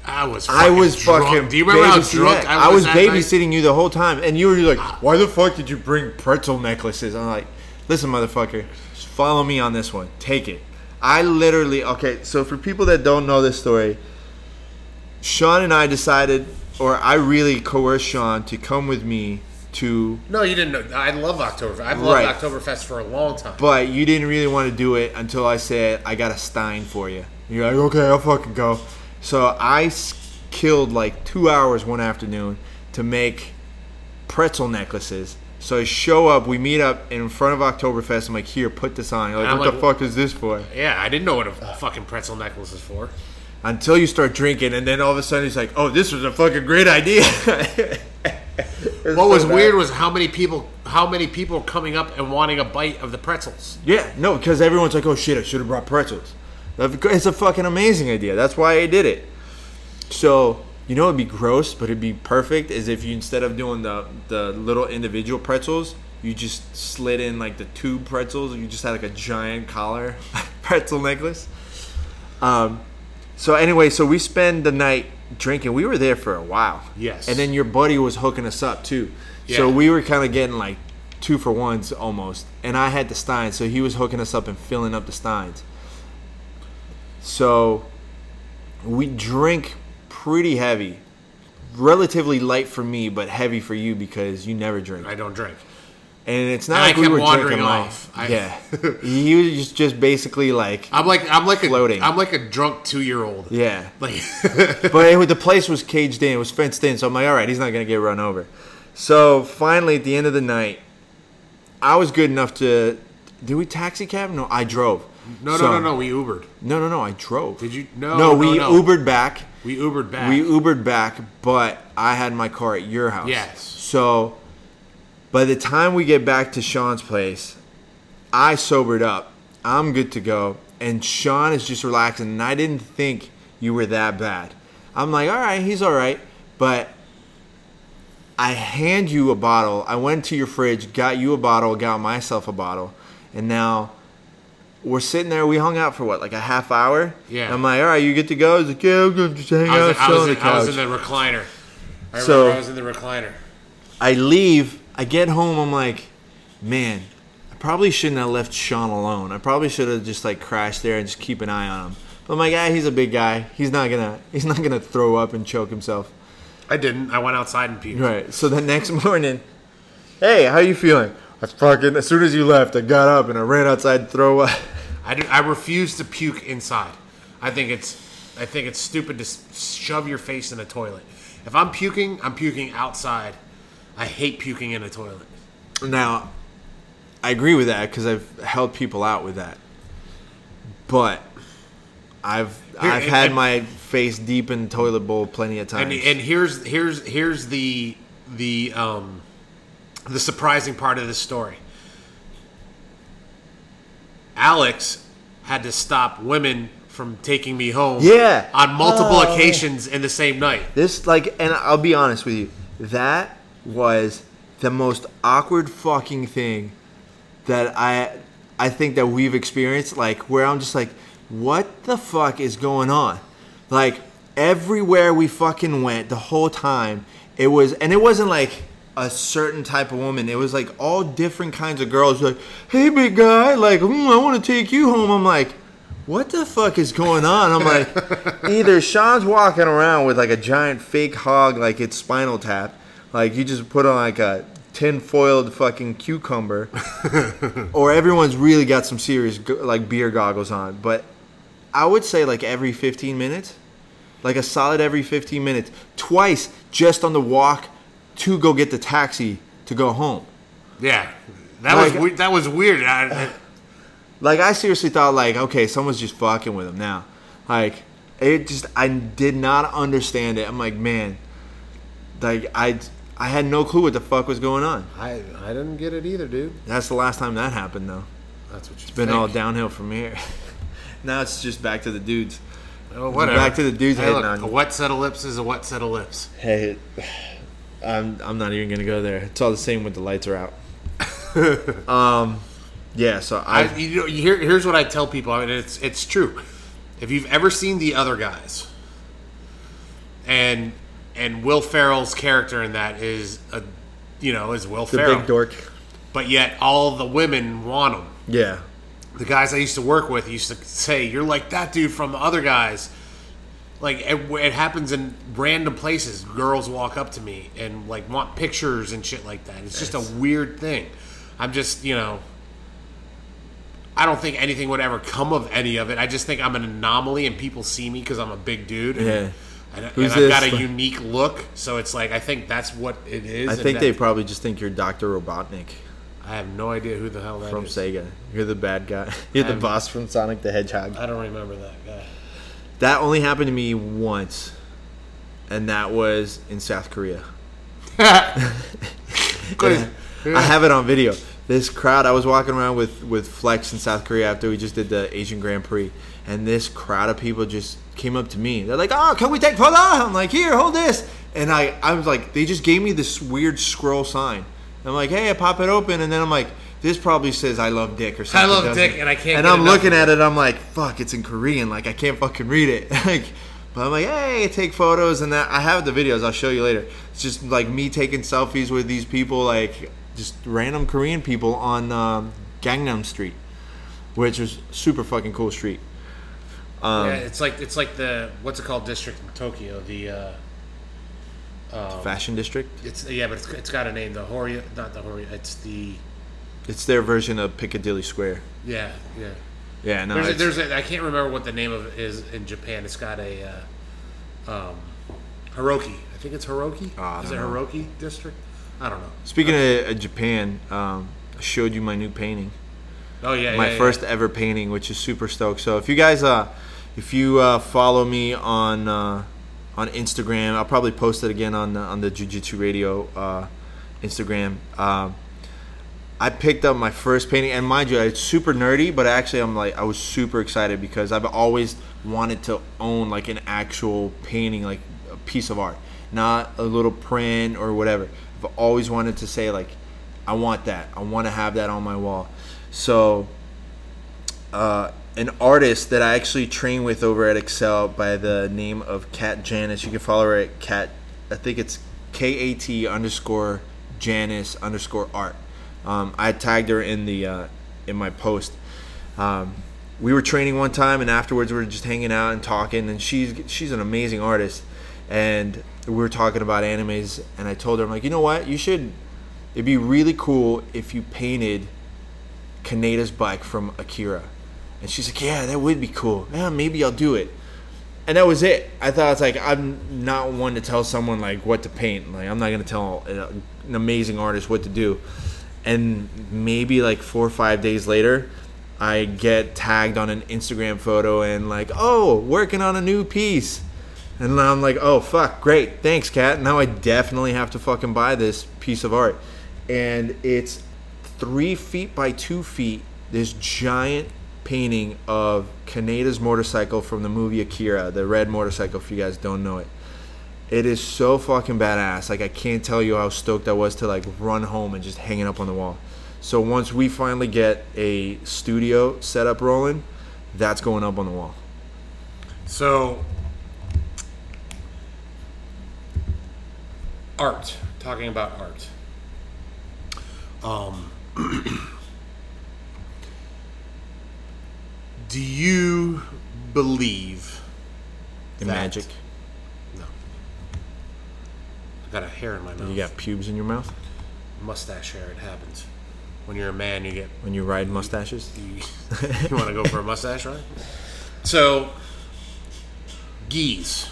S2: I was.
S1: I
S2: fucking
S1: was
S2: drunk.
S1: fucking.
S2: Do you remember how
S1: babysitting
S2: drunk
S1: that. I was,
S2: that night?
S1: babysitting you the whole time, and you were like, "Why the fuck did you bring pretzel necklaces?" I'm like, "Listen, motherfucker, just follow me on this one. Take it." I literally okay. So for people that don't know this story, Sean and I decided, or I really coerced Sean to come with me to,
S2: No, you didn't know. I love Oktoberfest. I've loved
S1: Right.
S2: Oktoberfest for a long time.
S1: but you didn't really want to do it until I said, "I got a stein for you." And you're like, "Okay, I'll fucking go." So I s- killed like two hours one afternoon to make. pretzel necklaces. So I show up, we meet up in front of Oktoberfest. I'm like, here, put this on. You're like,
S2: I'm
S1: what
S2: like-
S1: the fuck is this for?
S2: yeah, I didn't know what a fucking pretzel necklace is for.
S1: Until you start drinking, and then all of a sudden he's like, oh, this was a fucking great idea. It's
S2: what
S1: so
S2: was
S1: bad.
S2: weird was how many people how many people coming up and wanting a bite of the pretzels.
S1: Yeah, no, because everyone's like, oh shit, I should have brought pretzels. That'd be- It's a fucking amazing idea. That's why I did it. So, you know, it'd be gross, but it'd be perfect is if you, instead of doing the, the little individual pretzels, you just slid in like the tube pretzels and you just had like a giant collar pretzel necklace. Um, so, anyway, so we spend the night drinking. We were there for a while.
S2: Yes.
S1: And then your buddy was hooking us up too. So
S2: Yeah.
S1: we were kind of getting like two for ones almost. And I had the Stein, so he was hooking us up and filling up the Steins. So we drink pretty heavy. Relatively light for me, but heavy for you because you never drink.
S2: I don't drink.
S1: And it's not
S2: And I
S1: like we
S2: kept
S1: were
S2: wandering
S1: drinking like-
S2: off. I-
S1: yeah, he was just, just basically like
S2: I'm like I'm like a
S1: Floating.
S2: I'm like a drunk two year old.
S1: yeah.
S2: Like
S1: but it, was- the place was caged in, it was fenced in, so I'm like, all right, he's not gonna get run over. So finally, at the end of the night, I was good enough to. Did we taxi cab? No, I drove.
S2: No
S1: So-
S2: no no no, we Ubered.
S1: no, no, no. I drove.
S2: Did you- no,
S1: No,
S2: no,
S1: we
S2: no.
S1: Ubered back.
S2: We Ubered back.
S1: We Ubered back, but I had my car at your house.
S2: Yes.
S1: So by the time we get back to Sean's place, I sobered up. I'm good to go. And Sean is just relaxing. And I didn't think you were that bad. I'm like, all right, he's all right. But I hand you a bottle. I went to your fridge, got you a bottle, got myself a bottle. And now we're sitting there. We hung out for what, like a half hour?
S2: Yeah.
S1: I'm like, all right, you get to go? He's like, yeah, I'm gonna just hang
S2: I
S1: out.
S2: was, I,
S1: sit
S2: was
S1: on
S2: in,
S1: the
S2: I was
S1: couch."
S2: in the recliner. I
S1: So-
S2: remember I was in the recliner.
S1: I leave. I get home. I'm like, man, I probably shouldn't have left Sean alone. I probably should have just like crashed there and just keep an eye on him. But my guy, he's a big guy. He's not gonna. He's not gonna throw up and choke himself.
S2: I didn't. I went outside and peed.
S1: Right. So the next morning, hey, how you feeling? I fucking. As soon as you left, I got up and I ran outside to throw up.
S2: I, do, I refuse to puke inside. I think it's I think it's stupid to s- shove your face in a toilet. If I'm puking, I'm puking outside. I hate puking in a toilet.
S1: Now, I agree with that because I've helped people out with that, but. I've
S2: Here,
S1: I've
S2: and-
S1: had
S2: and-
S1: my face deep in toilet bowl plenty of times.
S2: And and here's here's here's the the um the surprising part of this story. Alex had to stop women from taking me home
S1: Yeah.
S2: on multiple occasions in the same night.
S1: This like, and I'll be honest with you, that was the most awkward fucking thing that I, I think that we've experienced. Like, where I'm just like, what the fuck is going on? Like, everywhere we fucking went, the whole time, it was, and it wasn't like a certain type of woman. It was like all different kinds of girls. Like, hey, big guy, like, mm, I want to take you home. I'm like. What the fuck is going on? I'm like, either Sean's walking around with like a giant fake hog, like it's Spinal Tap, like you just put on like a tin foiled fucking cucumber, or everyone's really got some serious go- like beer goggles on. But I would say like every 15 minutes, like a solid every 15 minutes, twice just on the walk to go get the taxi to go home.
S2: Yeah. That
S1: Like-
S2: was we- that was weird. I, I-
S1: Like I seriously thought like, okay, someone's just fucking with him now. Like it just I did not understand it. I'm like, man, like I I had no clue what the fuck was going on.
S2: I I didn't get it either, dude.
S1: That's the last time that happened though.
S2: That's what you it's
S1: Been all downhill from here. now it's just back to the dudes.
S2: Oh, whatever.
S1: Back to the dudes
S2: Hey,
S1: hitting
S2: look,
S1: on you.
S2: a wet set of lips is a wet set of lips.
S1: Hey, I'm I'm not even gonna go there. It's all the same when the lights are out. um, yeah. So I,
S2: I, you know, you hear, here's what I tell people. I mean, it's it's true. If you've ever seen the other guys, and and Will Ferrell's character in that is a, you know, is Will
S1: the
S2: Ferrell,
S1: big dork.
S2: but yet all the women want him.
S1: Yeah.
S2: the guys I used to work with used to say, "You're like that dude from the other guys." Like it, it happens in random places. Girls walk up to me and like want pictures and shit like that. It's just a weird thing. I'm just you know, I don't think anything would ever come of any of it. I just think I'm an anomaly and people see me because I'm a big dude. And,
S1: Yeah.
S2: And, and
S1: Who's
S2: I've got
S1: this?
S2: a unique look, so it's like I think that's what it is.
S1: I
S2: and
S1: think they
S2: that-
S1: probably just think you're Doctor Robotnik.
S2: I have no idea who the hell that
S1: from
S2: is.
S1: Sega. You're the bad guy. You're the
S2: I'm-
S1: boss from Sonic the Hedgehog.
S2: I don't remember that guy.
S1: That only happened to me once, and that was in South Korea. I have it on video. This crowd, I was walking around with, with Flex in South Korea after we just did the Asian Grand Prix, and this crowd of people just came up to me. They're like, "Oh, can we take photo?" I'm like, "Here, hold this." And I, I was like, they just gave me this weird scroll sign. I'm like, "Hey, I pop it open," and then I'm like, "This probably says I love dick or something."
S2: love
S1: doesn't
S2: dick
S1: it?"
S2: and I can't
S1: And
S2: get
S1: I'm
S2: enough.
S1: looking at it. I'm like, "Fuck, it's in Korean. Like, I can't fucking read it." like, but I'm like, "Hey, take photos," and that I have the videos. I'll show you later. It's just like me taking selfies with these people, like just random Korean people on um, Gangnam Street, which is super fucking cool street. Um,
S2: yeah, it's like it's like the what's it called district in Tokyo. The uh, Oh.
S1: Fashion district.
S2: it's yeah, but it's, it's got a name. The Horia, not the Horia. It's the
S1: It's their version of Piccadilly Square.
S2: yeah yeah.
S1: Yeah, no,
S2: There's a,
S1: it's-
S2: there's a, I can't remember what the name of it is in Japan. It's got a uh, um, Hiroki. I think it's Hiroki.
S1: Ah, I
S2: is it
S1: don't know.
S2: Hiroki district? I don't know.
S1: Speaking of uh, Japan, um, I showed you my new painting,
S2: Oh yeah,
S1: my
S2: yeah, yeah.
S1: first ever painting, which is super stoked. So if you guys, uh, if you uh, follow me on uh, on Instagram, I'll probably post it again on the, on the Jiu Jitsu Radio uh, Instagram. Um, I picked up my first painting, and mind you, it's super nerdy, but actually, I'm like, I was super excited because I've always wanted to own like an actual painting, like a piece of art, not a little print or whatever. I've always wanted to say like, I want that. I want to have that on my wall. So, uh, an artist that I actually train with over at Excel by the name of Kat Janice. You can follow her at Kat. I think it's K A T underscore Janice underscore art. Um, I tagged her in the uh, in my post. Um, we were training one time, and afterwards we were just hanging out and talking. And she's she's an amazing artist, and we were talking about animes. And I told her, I'm like, you know what? You should. It'd be really cool if you painted Kaneda's bike from Akira. And she's like, yeah, that would be cool. Yeah, maybe I'll do it. And that was it. I thought it's like I'm not one to tell someone like what to paint. Like I'm not gonna tell a- an amazing artist what to do. And maybe like four or five days later, I get tagged on an Instagram photo and like, oh, working on a new piece. And now I'm like, oh fuck, great, thanks, Kat. Now I definitely have to fucking buy this piece of art. And it's three feet by two feet, this giant painting of Kaneda's motorcycle from the movie Akira, the red motorcycle, if you guys don't know it. It is so fucking badass. Like I can't tell you how stoked I was to like run home and just hang it up on the wall. So once we finally get a studio set up rolling, that's going up on the wall.
S2: So, art. Talking about art. Um, do you believe?
S1: The
S2: That.
S1: magic.
S2: No. I got a hair in my mouth.
S1: You got pubes in your mouth
S2: mustache hair. It happens. When you're a man, you get
S1: when you ride mustaches.
S2: you, want to go for a mustache right? So, geese.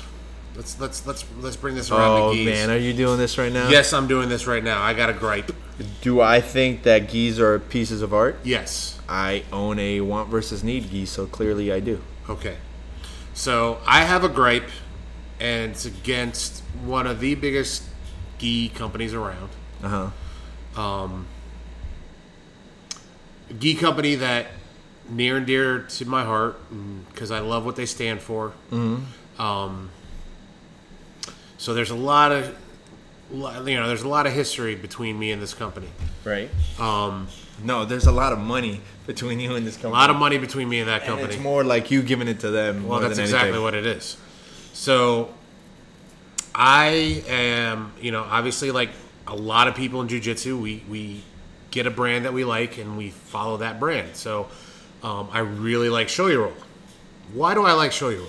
S2: Let's let's let's let's bring this around
S1: Oh
S2: to geese.
S1: man, are you doing this right now?
S2: Yes, I'm doing this right now. I got a gripe.
S1: Do I think that geese are pieces of art?
S2: Yes.
S1: I own a want versus need geese, so clearly I do.
S2: Okay. So I have a gripe, and it's against one of the biggest gee companies around.
S1: Uh huh.
S2: A gee company that near and dear to my heart because I love what they stand for. Um, so there's a lot of lo- you know there's a lot of history between me and this company.
S1: Right. Um. No, there's a lot of money between you and this company.
S2: A lot of money between me and that
S1: And
S2: company.
S1: It's more like you giving it to them.
S2: Well,
S1: more
S2: that's
S1: than
S2: exactly
S1: anything.
S2: what it is. So, I am, you know, obviously, like a lot of people in jujitsu, we we get a brand that we like and we follow that brand. So, um, I really like Show Roll. Why do I like Show Roll?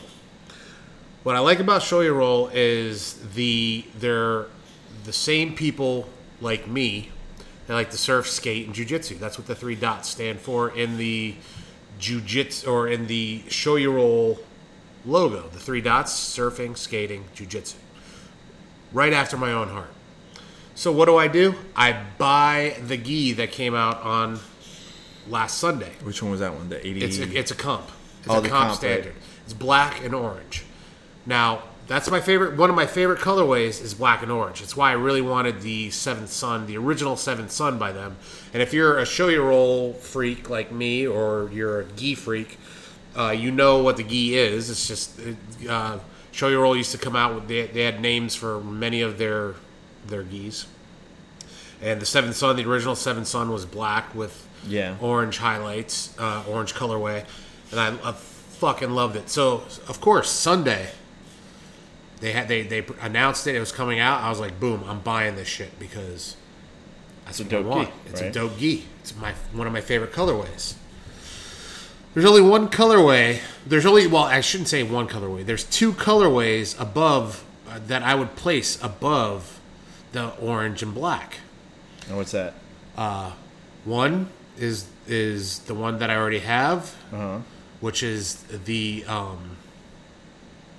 S2: What I like about Show Roll is the they're the same people like me. They like to surf, skate, and jujitsu. That's what the three dots stand for in the jujitsu or in the Show Roll logo. The three dots: surfing, skating, jujitsu. Right after my own heart. So what do I do? I buy the gi that came out on last Sunday.
S1: Which one was that one? The eighty.
S2: It's a, it's a comp. It's
S1: Oh,
S2: a
S1: the
S2: comp,
S1: comp, right.
S2: standard. It's black and orange. Now That's my favorite. One of my favorite colorways is black and orange. It's why I really wanted the Seventh Sun, the original Seventh Sun by them. And if you're a show your roll freak like me, or you're a gi freak, uh, you know what the gi is. It's just uh, show your roll used to come out with they, they had names for many of their their gis. And the Seventh Sun, the original Seventh Sun was black with
S1: Yeah.
S2: orange highlights, uh, orange colorway, and I, I fucking loved it. So of course Sunday they had they they announced it. It was coming out. I was like, boom, I'm buying this shit because that's
S1: a
S2: what
S1: dope
S2: I want.
S1: gi,
S2: it's a
S1: right?
S2: dope gi. It's my one of my favorite colorways. There's only one colorway. There's only well, I shouldn't say one colorway. There's two colorways above uh, that I would place above the orange and black.
S1: And what's that?
S2: One is is the one that I already have,
S1: Uh-huh.
S2: which is the um,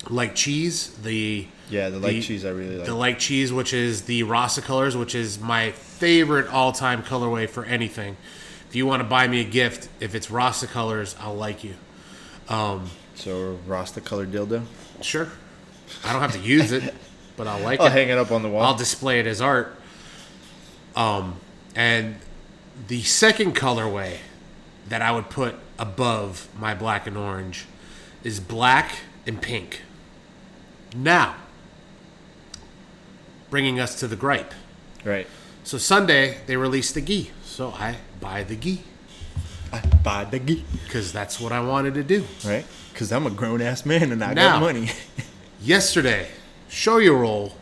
S2: like cheese. The
S1: Yeah, the like cheese I really like.
S2: The like cheese, which is the Rasa colors, which is my favorite all time colorway for anything. If you want to buy me a gift, if it's Rasa colors, I'll like you.
S1: So Rasta colored dildo.
S2: Sure, I don't have to use it, but I'll like
S1: I'll
S2: it.
S1: Oh, hang it up on the wall.
S2: I'll display it as art. Um, and the second colorway that I would put above my black and orange is black and pink. Now, bringing us to the gripe.
S1: right.
S2: So Sunday they released the gi, so I buy the gi
S1: Buy the gi.
S2: because that's what I wanted to do.
S1: Right. Because I'm a grown ass man and I got
S2: Now.
S1: money.
S2: Yesterday, Show Your Roll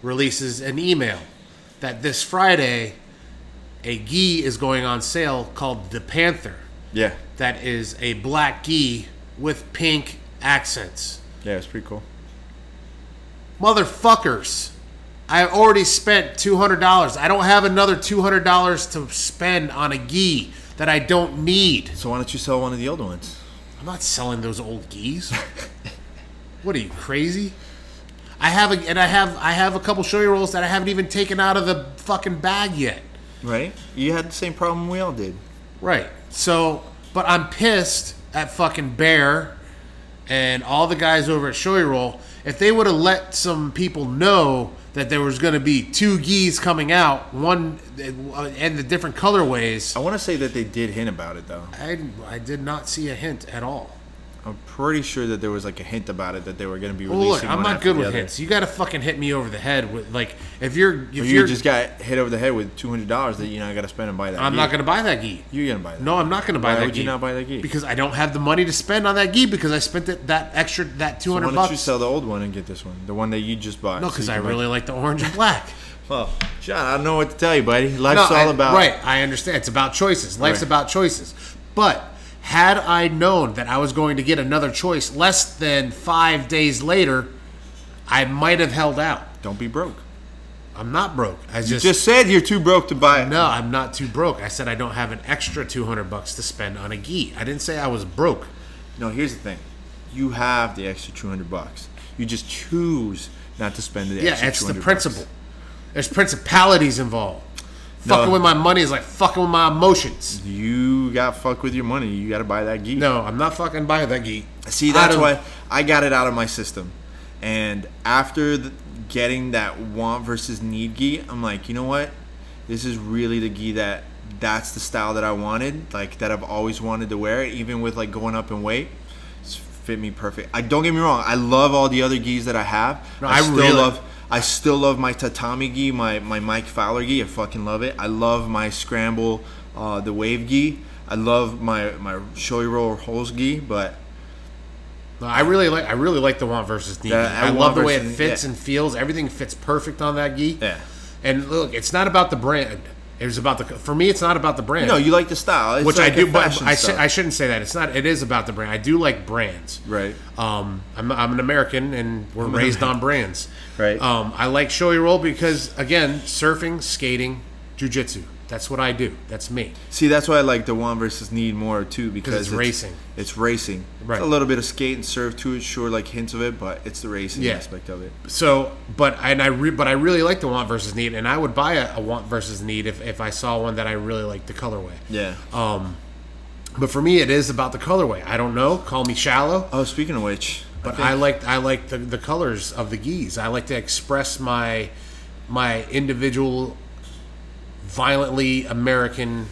S2: releases an email that this Friday a gi is going on sale called the Panther.
S1: yeah.
S2: That is a black gi with pink accents.
S1: Yeah, it's pretty cool.
S2: Motherfuckers, I already spent $200. I don't have another $200 to spend on a gi that I don't need.
S1: So why don't you sell one of the old ones?
S2: I'm not selling those old geese. what are you crazy? I have a, and I have I have a couple show you rolls that I haven't even taken out of the fucking bag yet.
S1: Right. You had the same problem we all did.
S2: Right. So, but I'm pissed at fucking Bear and all the guys over at Showy Roll. If they would have let some people know that there was going to be two geese coming out, one uh, and the different colorways,
S1: I want to say that they did hint about it though.
S2: I, I did not see a hint at all.
S1: I'm pretty sure that there was like a hint about it that they were going to be
S2: Well,
S1: releasing.
S2: look,
S1: one
S2: I'm not
S1: after
S2: good
S1: the
S2: with
S1: other.
S2: hits. You got to fucking hit me over the head with like if you're if
S1: You
S2: you're
S1: just got hit over the head with two hundred dollars that you know I got to spend and buy that.
S2: I'm not gonna buy that gi.
S1: You're gonna buy that.
S2: No, I'm not gonna buy
S1: Why
S2: that.
S1: would you
S2: gi.
S1: not buy that gi?
S2: Because I don't have the money to spend on that gi because I spent that, that extra that two
S1: Why
S2: hundred
S1: don't you
S2: bucks.
S1: sell the old one and get this one, the one that you just bought?
S2: no,
S1: so
S2: because
S1: you
S2: I
S1: can buy-
S2: really like the orange and black.
S1: Well, John, I don't know what to tell you, buddy. Life's
S2: No,
S1: all
S2: I-
S1: about
S2: right. I understand. It's about choices. Life's
S1: Right.
S2: about choices. But had I known that I was going to get another choice less than five days later, I might have held out.
S1: Don't be broke.
S2: I'm not broke. I
S1: You just said you're too broke to buy it.
S2: No, I'm not too broke. I said I don't have an extra 200 bucks to spend on a gi. I didn't say I was broke.
S1: No, here's the thing. You have the extra two hundred bucks. You just choose not to spend the
S2: Yeah,
S1: extra
S2: it's the
S1: 200 bucks.
S2: principle. There's principalities involved. Fucking
S1: No.
S2: with my money is like fucking with my emotions.
S1: You got fucked with your money. You got to buy that gi.
S2: No, I'm not fucking buying that gi.
S1: See,
S2: I
S1: that's
S2: don't-
S1: why I got it out of my system. And after th getting that want versus need gi, I'm like, you know what? This is really the gi that that's the style that I wanted, like that I've always wanted to wear, even with like going up in weight. It's fit me perfect. I don't get me wrong. I love all the other gis that I have.
S2: No,
S1: I,
S2: I
S1: still
S2: really-
S1: love. I still love my tatami gi, my, my Mike Fowler gi. I fucking love it. I love my scramble, uh, the wave gi. I love my my showy roll holes gi, but
S2: No, I really like I really like the want versus need.
S1: Yeah,
S2: I
S1: I
S2: love
S1: want
S2: the way it
S1: versus-
S2: fits
S1: yeah.
S2: and feels. Everything fits perfect on that gi.
S1: Yeah.
S2: And look, it's not about the brand. It was about the for me. It's not about the brand.
S1: No, you like the style, It's
S2: which
S1: like a
S2: I do, but
S1: fashion
S2: I,
S1: style.
S2: should I shouldn't say that. It's not. It is about the brand. I do like brands.
S1: Right.
S2: Um, I'm, I'm an American, and we're raised on brands.
S1: Right.
S2: Um, I like showy roll because again, surfing, skating, jujitsu. That's what I do. That's me.
S1: see. That's why I like the one versus need more too because
S2: it's racing.
S1: It's racing.
S2: Right.
S1: It's a little bit of skate and surf to it, sure, like hints of it, but it's the racing
S2: Yeah.
S1: aspect of it.
S2: So, but and I re, but I really like the want versus need, and I would buy a, a want versus need if, if I saw one that I really liked the colorway.
S1: Yeah.
S2: Oh. Um, but for me, it is about the colorway. I don't know. Call me shallow.
S1: oh, speaking of which,
S2: But I, like I like the, the colors of the geese. I like to express my my individual violently American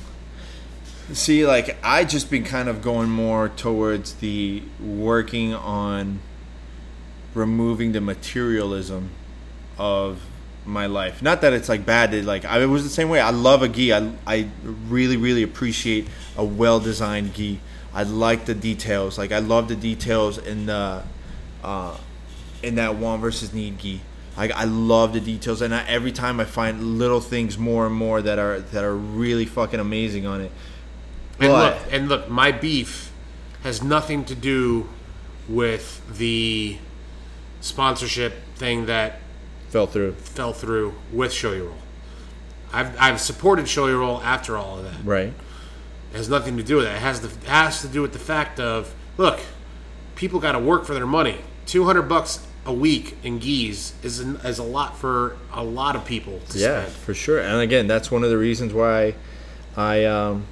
S1: See, like I just been kind of going more towards the working on removing the materialism of my life. Not that it's like bad. It, like I it was the same way. I love a gi. I I really really appreciate a well designed gi. I like the details. Like I love the details in the uh, in that one versus need gi. Like I love the details, and I, every time I find little things more and more that are that are really fucking amazing on it.
S2: And
S1: But-
S2: look, and look, my beef has nothing to do with the sponsorship thing that
S1: Fell through.
S2: fell through with Show Your Roll. I've, I've supported Show Your Roll after all of that.
S1: Right.
S2: It has nothing to do with that. It has, the, it has to do with the fact of look, people got to work for their money. Two hundred bucks a week in geese is an, is a lot for a lot of people. To
S1: Yeah,
S2: spend.
S1: for sure. And again, that's one of the reasons why I um,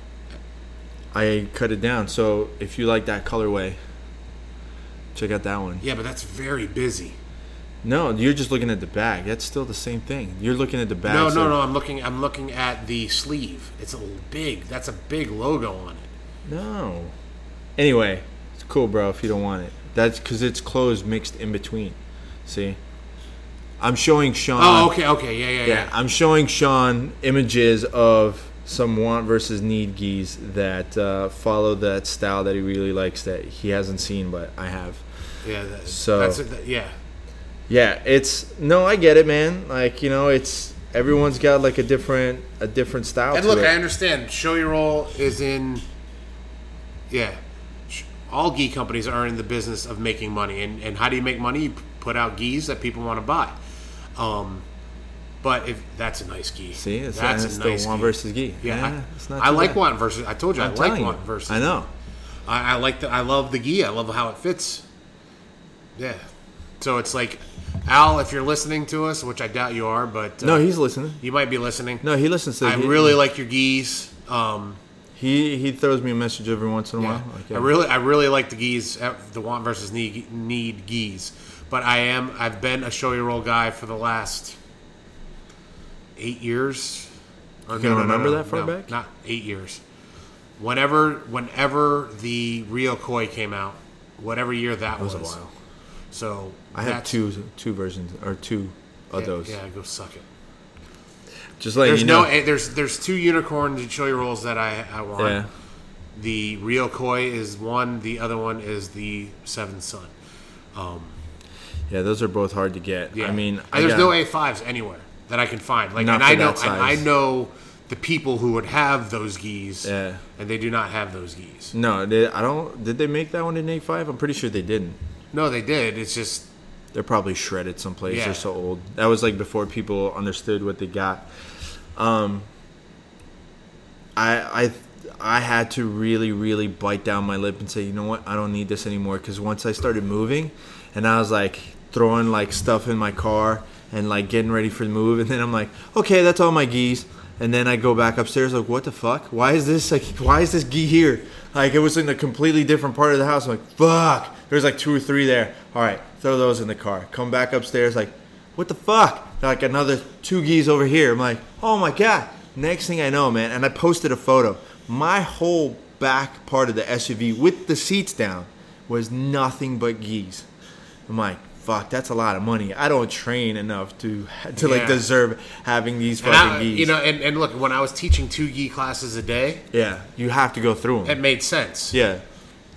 S1: I cut it down. So if you like that colorway, check out that one.
S2: yeah, but that's very busy.
S1: No, you're just looking at the bag. That's still the same thing. You're looking at the bag.
S2: No,
S1: so-
S2: no, no. I'm looking. I'm looking at the sleeve. It's a little big. That's a big logo on it.
S1: No. Anyway, it's cool, bro. If you don't want it, that's because it's closed mixed in between. See, I'm showing Sean.
S2: Oh, okay, okay, yeah, yeah,
S1: Uh, Yeah,
S2: yeah.
S1: I'm showing Sean images of some want versus need geese that uh, follow that style that he really likes that he hasn't seen, but I have.
S2: Yeah, that,
S1: So-
S2: that's it. that- yeah.
S1: Yeah, it's no, I get it, man. Like you know, it's everyone's got like a different a different style.
S2: And
S1: to
S2: look,
S1: it.
S2: I understand. Show your role is in. Yeah, Sh- all gi companies are in the business of making money, and and how do you make money? You p- put out gis that people want to buy. Um, but if that's a nice gi,
S1: see, it's,
S2: that's
S1: and it's the want
S2: gi.
S1: versus gi.
S2: Yeah, I,
S1: it's not
S2: I
S1: too
S2: like
S1: bad.
S2: want versus. I told you, i
S1: I'm
S2: like
S1: telling
S2: want
S1: you.
S2: versus.
S1: I know.
S2: I, I like the. I love the gi. I love how it fits. Yeah. So it's like, Al, if you're listening to us, which I doubt you are, but uh,
S1: No, he's listening.
S2: you might be listening.
S1: No, he listens to.
S2: I
S1: he,
S2: really like your geese. Um,
S1: He he throws me a message every once in a while. Like,
S2: I really, I really like the geese, uh, the want versus need, need geese. But I am, I've been a show your roll guy for the last eight years. Or
S1: can remember that far back?
S2: Not eight years. Whenever, whenever the Rio Koi came out, whatever year that was,
S1: was a while.
S2: So
S1: I have
S2: that's-
S1: two two versions or two of
S2: yeah,
S1: those.
S2: Yeah, go suck it.
S1: Just letting
S2: There's
S1: you know.
S2: no, eh, there's there's two unicorn show your rolls that I, I want.
S1: yeah.
S2: The Rio Koi is one. The other one is the Seven Sun.
S1: Yeah, those are both hard to get.
S2: Yeah.
S1: I mean,
S2: And
S1: I
S2: there's
S1: got-
S2: no A fives anywhere that I can find. Like,
S1: Not
S2: and
S1: for
S2: I know,
S1: that
S2: and I
S1: size.
S2: know the people who would have those geese,
S1: Yeah.
S2: and they do not have those geese.
S1: No, they, I don't. Did they make that one in A five? I'm pretty sure they didn't.
S2: No, they did. It's just
S1: They're probably shredded someplace.
S2: Yeah.
S1: They're so old. That was like before people understood what they got. Um, I I I had to really really bite down my lip and say, you know what, I don't need this anymore. Because once I started moving, and I was like throwing like stuff in my car and like getting ready for the move, and then I'm like, okay, that's all my geese. And then I go back upstairs like, what the fuck? Why is this like? Why is this gi here? Like it was in a completely different part of the house. I'm like, fuck. There's like two or three there. All right, throw those in the car. Come back upstairs like what the fuck? Like another two geese over here. I'm like, oh my god. Next thing I know, man, and I posted a photo. My whole back part of the SUV with the seats down was nothing but geese. I'm like, fuck, that's a lot of money. I don't train enough to to like
S2: Yeah.
S1: deserve having these
S2: and
S1: fucking
S2: I-
S1: geese.
S2: you know. And, and look, when I was teaching two gi classes a day,
S1: yeah, you have to go through
S2: it
S1: them.
S2: made sense.
S1: Yeah,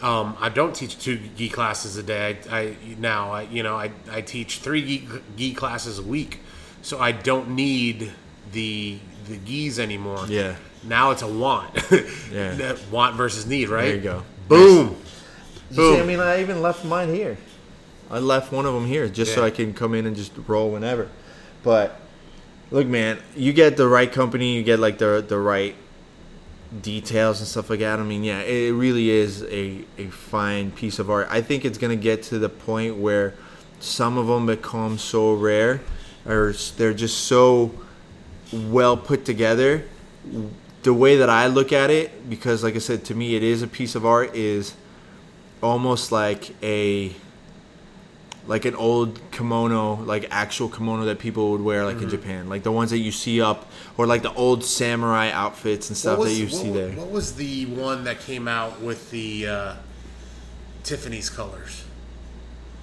S2: Um, I don't teach two gi classes a day. I, I now I you know I, I teach three gi, gi classes a week, so I don't need the the gis anymore.
S1: Yeah.
S2: Now it's a want.
S1: Yeah.
S2: That want versus need, right?
S1: there you go.
S2: Boom.
S1: You see, I
S2: Boom.
S1: mean, I even left mine here. I left one of them here just so
S2: Yeah.
S1: I can come in and just roll whenever. But look, man, you get the right company, you get like the the right details and stuff like that. I mean, yeah, it really is a a fine piece of art. I think it's gonna get to the point where some of them become so rare, or s- they're just so well put together. The way that I look at it, because like I said, to me it is a piece of art, is almost like a like an old kimono, like actual kimono that people would wear,
S2: Mm-hmm.
S1: like in Japan, like the ones that you see up, or like the old samurai outfits and stuff
S2: What was-
S1: that you
S2: what-
S1: see there.
S2: What was the one that came out with the uh, Tiffany's colors?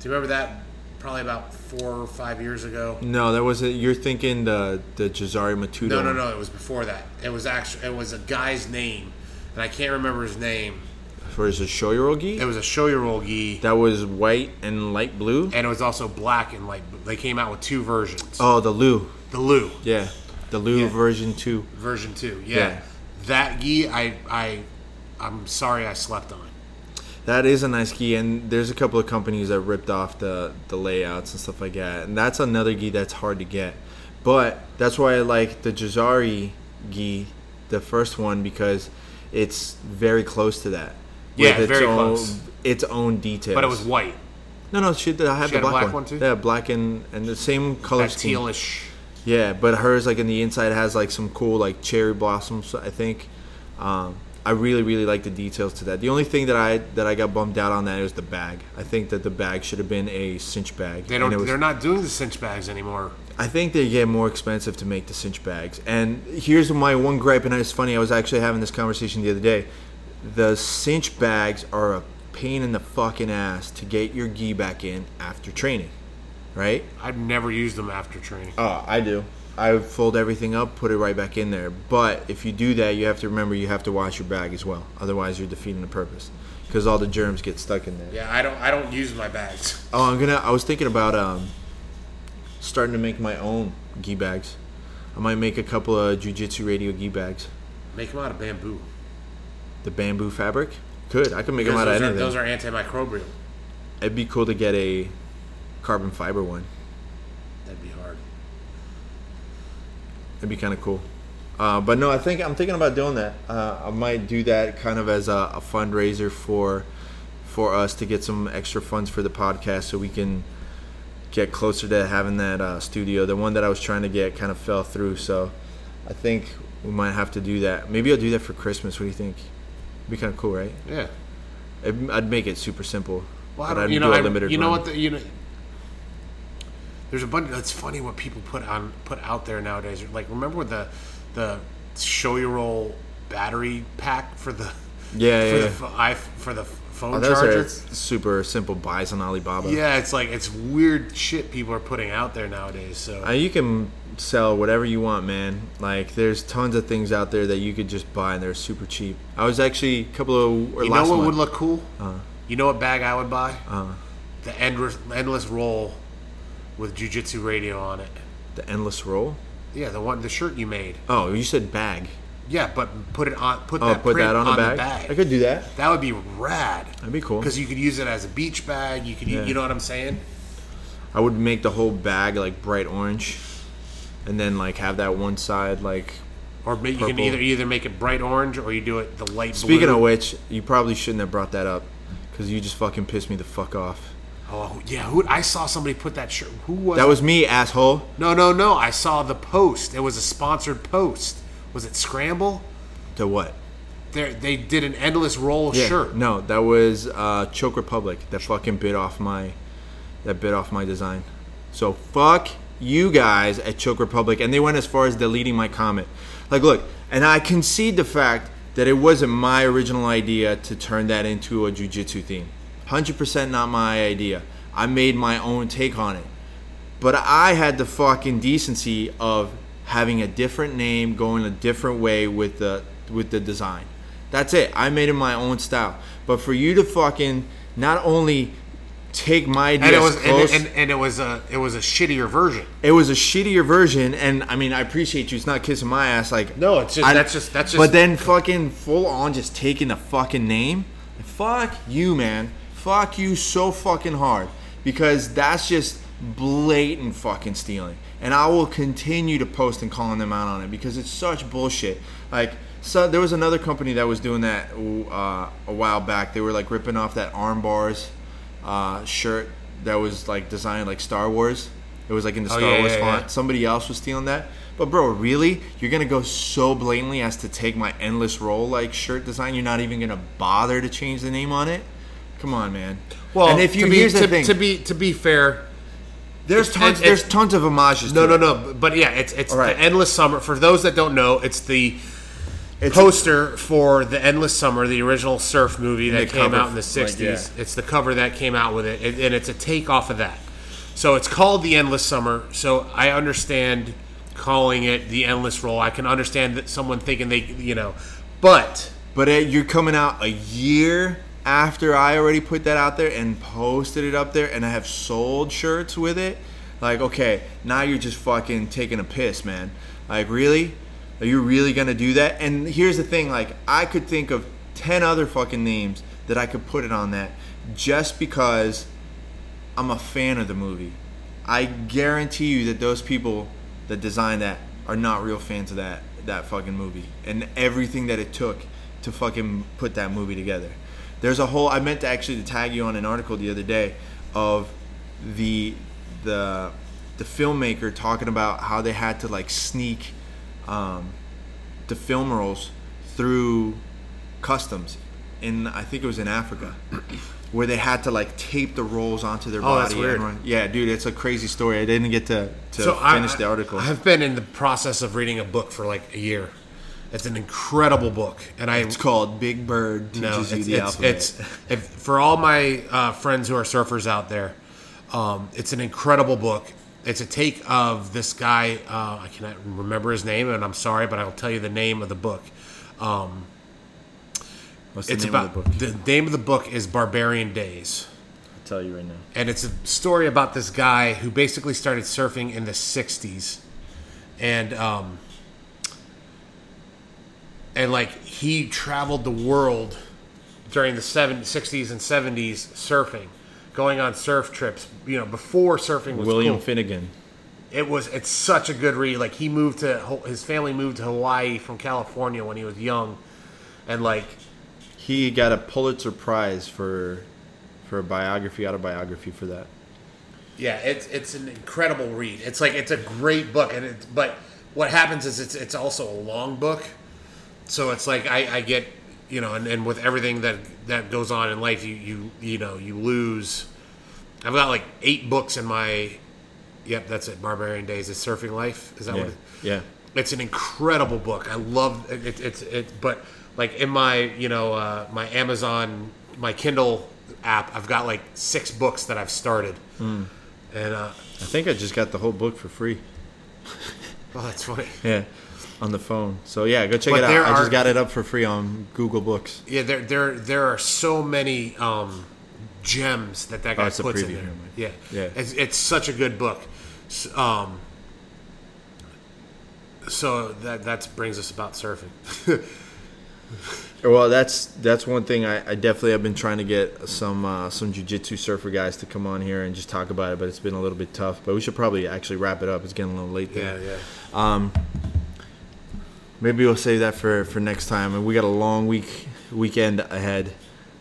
S2: Do you remember that? Probably about four or five years ago.
S1: No, that was a, you're thinking the the Jazari Matudo.
S2: No, no, no. It was before that. It was actually it was a guy's name, and I can't remember his name.
S1: For his Shoyorogi,
S2: It was a show your old gi,
S1: that was white and light blue.
S2: and it was also black and like they came out with two versions.
S1: oh, the Lou.
S2: The Lou
S1: Yeah, the Lou version two.
S2: version two. Yeah.
S1: Yeah.
S2: that gi. I I I'm sorry I slept on.
S1: That is a nice gi, and there's a couple of companies that ripped off the the layouts and stuff like that. And that's another gi that's hard to get, but that's why I like the Jazari gi, the first one because it's very close to that.
S2: Yeah,
S1: With its
S2: very
S1: own,
S2: close.
S1: Its own details,
S2: But it was white,
S1: no, no. She, I have the
S2: She had a
S1: black,
S2: black
S1: one.
S2: one, too?
S1: Yeah, black and and the same color
S2: that
S1: scheme.
S2: tealish.
S1: Yeah, but hers like in the inside has like some cool like cherry blossoms. I think. Um, I really really like the details to that. The only thing that I that I got bummed out on that is the bag. I think that the bag should have been a cinch bag.
S2: They
S1: and
S2: don't.
S1: it was-
S2: they're not doing the cinch bags anymore.
S1: I think they get more expensive to make the cinch bags. And here's my one gripe, and it's funny. I was actually having this conversation the other day. The cinch bags are a pain in the fucking ass to get your gi back in after training, right?
S2: I've never used them after training.
S1: Uh, I do. I fold everything up, put it right back in there. But if you do that, you have to remember you have to wash your bag as well. Otherwise, you're defeating the purpose because all the germs get stuck in there.
S2: Yeah, I don't. I don't use my bags.
S1: Oh, I'm gonna. I was thinking about um, starting to make my own gi bags. I might make a couple of jujitsu radio gi bags.
S2: Make them out of bamboo.
S1: The bamboo fabric. Could I could make them
S2: Because
S1: out of
S2: Those are,
S1: anything.
S2: those are antimicrobial.
S1: It'd be cool to get a carbon fiber one.
S2: That'd be hard.
S1: It'd be kind of cool. Uh, but no, I think I'm thinking about doing that. Uh, I might do that kind of as a, a fundraiser for for us to get some extra funds for the podcast, so we can get closer to having that uh, studio. The one that I was trying to get kind of fell through, so I think we might have to do that. Maybe I'll do that for Christmas. What do you think? It'd be kind of cool, right?
S2: Yeah.
S1: I'd, I'd make it super simple.
S2: Well,
S1: but
S2: I don't,
S1: I'd
S2: you know,
S1: do a
S2: I,
S1: limited
S2: you
S1: run.
S2: know what? The, you know, there's a bunch. It's funny what people put on put out there nowadays. Like, remember with the the show your roll battery pack for the
S1: Yeah,
S2: for
S1: yeah,
S2: the
S1: yeah.
S2: pho- I, for the phone
S1: Oh, those are
S2: charger.
S1: super simple buys on Alibaba.
S2: yeah, it's like it's weird shit people are putting out there nowadays. So
S1: Uh, you can sell whatever you want, man. Like, there's tons of things out there that you could just buy, and they're super cheap. I was actually a couple of or
S2: you know
S1: last
S2: what
S1: month-
S2: would look cool?
S1: Uh-huh.
S2: you know what bag I would buy? the endless endless roll with jujitsu radio on it.
S1: the endless roll.
S2: Yeah, the one the shirt you made.
S1: Oh, you said bag.
S2: Yeah, but put it on. Put
S1: Oh,
S2: that
S1: put
S2: print
S1: that on, a bag.
S2: the bag.
S1: I could do that.
S2: That would be rad. That'd
S1: be cool.
S2: Because you could use it as a beach bag. You could,
S1: Yeah.
S2: you know what I'm saying?
S1: I would make the whole bag like bright orange, and then like have that one side like.
S2: Or ma- you can
S1: Purple.
S2: either either make it bright orange or you do it the light
S1: Speaking
S2: blue.
S1: of which, you probably shouldn't have brought that up, because you just fucking pissed me the fuck off.
S2: oh yeah, who, I saw somebody put that shirt. Who was
S1: That was me, asshole.
S2: No, no, no. I saw the post. It was a sponsored post. Was it Scramble?
S1: To what?
S2: They they did an endless roll
S1: Yeah,
S2: shirt.
S1: No, that was uh, Choke Republic that fucking bit off my that bit off my design. So fuck you guys at Choke Republic, and they went as far as deleting my comment. Like, look, and I concede the fact that it wasn't my original idea to turn that into a jujitsu theme. Hundred percent not my idea. I made my own take on it. But I had the fucking decency of having a different name, going a different way with the with the design. That's it. I made it my own style. But for you to fucking not only take my ideas
S2: And it was and,
S1: close,
S2: and, and it was a it was a shittier version.
S1: it was a shittier version. And I mean, I appreciate you. It's not kissing my ass. Like
S2: No, it's just-
S1: I-
S2: that's just- that's just-
S1: But then fucking full on just taking the fucking name. Fuck you, man. Fuck you so fucking hard because that's just blatant fucking stealing. And I will continue to post and calling them out on it because it's such bullshit. Like. So there was another company that was doing that uh, a while back. They were like ripping off that arm bars uh, shirt that was like designed like Star Wars. It was like in the Star
S2: Oh, yeah,
S1: Wars
S2: yeah, yeah.
S1: font. Somebody else was stealing that. But bro, really, you're gonna go so blatantly as to take my endless roll like shirt design? You're not even gonna bother to change the name on it? Come on, man. Well, and if you
S2: to be,
S1: here's
S2: to,
S1: the thing,
S2: to be to be fair,
S1: there's tons,
S2: and-
S1: there's tons of homages.
S2: no,
S1: to
S2: no,
S1: it.
S2: no. b- But yeah, it's it's
S1: All right.
S2: the endless summer. For those that don't know, it's the
S1: It's
S2: poster for the endless summer, the original surf movie that
S1: the
S2: came
S1: cover,
S2: out in the
S1: like,
S2: '60s.
S1: yeah.
S2: It's the cover that came out with it, and, and it's a take off of that. So it's called the endless summer. So I understand calling it the endless roll. I can understand that someone thinking they, you know, but
S1: But uh, you're coming out a year after I already put that out there and posted it up there, and I have sold shirts with it. Like, okay, now you're just fucking taking a piss, man. Like, really? Are you really gonna do that? And here's the thing: like, I could think of ten other fucking names that I could put it on that, just because I'm a fan of the movie. I guarantee you that those people that designed that are not real fans of that that fucking movie and everything that it took to fucking put that movie together. There's a whole I meant to actually to tag you on an article the other day of the the the filmmaker talking about how they had to like sneak um, the film rolls through customs in I think it was in Africa where they had to like tape the rolls onto their
S2: Oh,
S1: body.
S2: that's
S1: and
S2: weird.
S1: run- yeah, dude, it's a crazy story. I didn't get to, to finish the article.
S2: I've been in the process of reading a book for like a year. It's an incredible book, and I
S1: it's called Big Bird teaches
S2: no, it's,
S1: you
S2: it's,
S1: the alphabet.
S2: it's if, for all my uh, friends who are surfers out there. Um, it's an incredible book. It's a take of this guy. Uh, I cannot remember his name, and I'm sorry, but I'll tell you the name of the book. Um,
S1: What's the
S2: it's
S1: name
S2: about
S1: of the book?
S2: the name of the book is Barbarian Days.
S1: I'll tell you right now.
S2: and it's a story about this guy who basically started surfing in the 60s and um and like he traveled the world during the 70s 60s and 70s surfing going on surf trips you know before surfing was
S1: William
S2: cool
S1: Finnegan.
S2: it was it's such a good read like he moved to his family moved to hawaii from california when he was young and like
S1: He got a Pulitzer Prize for for a biography, autobiography for that.
S2: Yeah, it's it's an incredible read. It's like it's a great book, and it's but what happens is it's it's also a long book, so it's like I, I get you know, and, and with everything that that goes on in life, you you you know you lose. I've got like eight books in my. Yep, that's it. Barbarian Days is surfing life. Is that
S1: Yeah.
S2: what? It,
S1: yeah.
S2: it's an incredible book. I love it. it it's it, but like in my you know uh, my Amazon my Kindle app, I've got like six books that I've started,
S1: Hmm.
S2: and uh,
S1: I think I just got the whole book for free.
S2: oh, that's funny.
S1: Yeah. On the phone. So yeah, go check
S2: But
S1: it out.
S2: there
S1: I
S2: are-
S1: just got it up for free on Google Books.
S2: Yeah, there there there are so many um, gems that that guy
S1: Oh, it's a
S2: puts in
S1: preview,
S2: there.
S1: never mind.
S2: Yeah,
S1: Yeah.
S2: It's, it's such a good book. S- Um, so that that brings us about surfing.
S1: Well, that's that's one thing I, I definitely have been trying to get some uh, some jujitsu surfer guys to come on here and just talk about it, but it's been a little bit tough. But we should probably actually wrap it up. It's getting a little late.
S2: yeah,
S1: There.
S2: yeah.
S1: Maybe we'll save that for, for next time. And we got a long week weekend ahead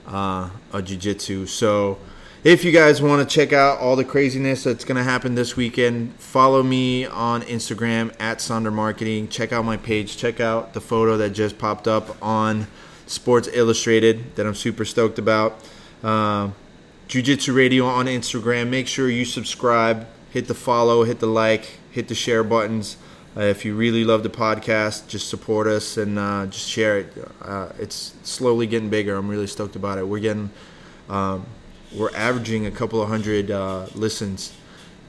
S1: uh, of jujitsu. So if you guys want to check out all the craziness that's going to happen this weekend, follow me on Instagram at Sonder Marketing. Check out my page. Check out the photo that just popped up on Sports Illustrated that I'm super stoked about. Um, Jiu Jitsu Radio on Instagram. Make sure you subscribe, hit the follow, hit the like, hit the share buttons. Uh, if you really love the podcast, just support us and uh, just share it. Uh, it's slowly getting bigger. I'm really stoked about it. We're getting, um, we're averaging a couple of hundred uh, listens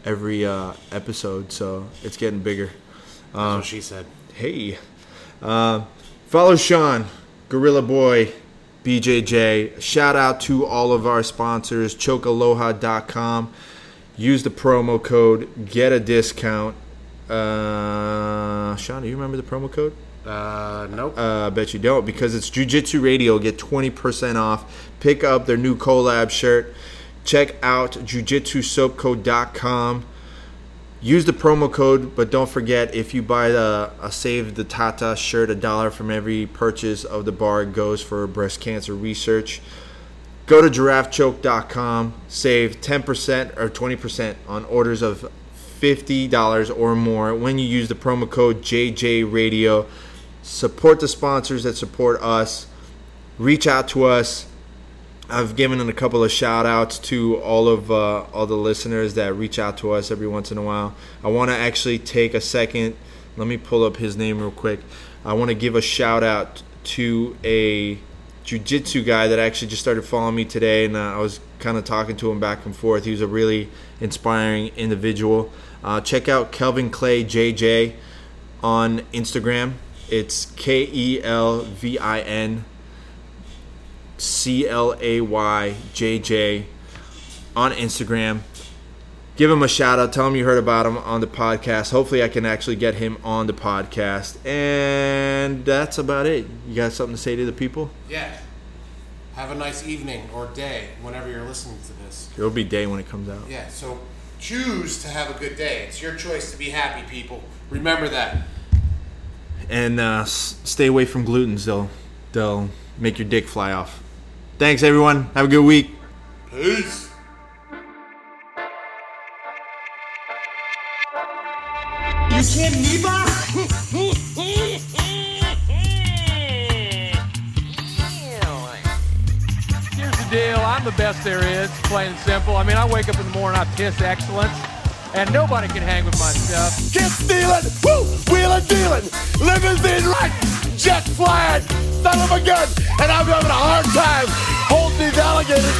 S1: every uh, episode, so it's getting bigger.
S2: That's what she said.
S1: Hey, uh, follow Sean, Gorilla Boy, BJJ. Shout out to all of our sponsors, chokaloha.com. Use the promo code, get a discount. Uh, Sean, do you remember the promo code?
S2: Uh, nope.
S1: Uh, I bet you don't because it's Jujitsu Radio. Get 20% off. Pick up their new collab shirt. Check out jujitsusoapco.com. Use the promo code, but don't forget if you buy the a Save the Tata shirt, a dollar from every purchase of the bar goes for breast cancer research. Go to giraffechoke.com, save 10% or 20% on orders of $50 or more when you use the promo code JJRadio. Support the sponsors that support us. Reach out to us. I've given a couple of shout outs to all of uh, all the listeners that reach out to us every once in a while. I want to actually take a second. Let me pull up his name real quick. I want to give a shout out to a jujitsu guy that actually just started following me today, and uh, I was kind of talking to him back and forth. He was a really inspiring individual. Uh, check out Kelvin Clay JJ on Instagram. It's K E L V I N C L A Y J J on Instagram. Give him a shout out. Tell him you heard about him on the podcast. Hopefully, I can actually get him on the podcast. And that's about it. You got something to say to the people?
S2: Yeah. Have a nice evening or day whenever you're listening to this.
S1: It'll be day when it comes out.
S2: Yeah, so choose to have a good day. It's your choice to be happy, people. Remember that.
S1: And uh, s- stay away from glutens. They'll they'll make your dick fly off. Thanks, everyone. Have a good week.
S2: Peace.
S3: You can't Ew.
S4: Here's the deal. I'm the best there is, plain and simple. I mean, I wake up in the morning, I piss excellence, and nobody can hang with my stuff.
S5: Get stealing, woo, wheeling, dealing, limousine right, jet flying, son of a gun, and I'm having a hard time holding these alligators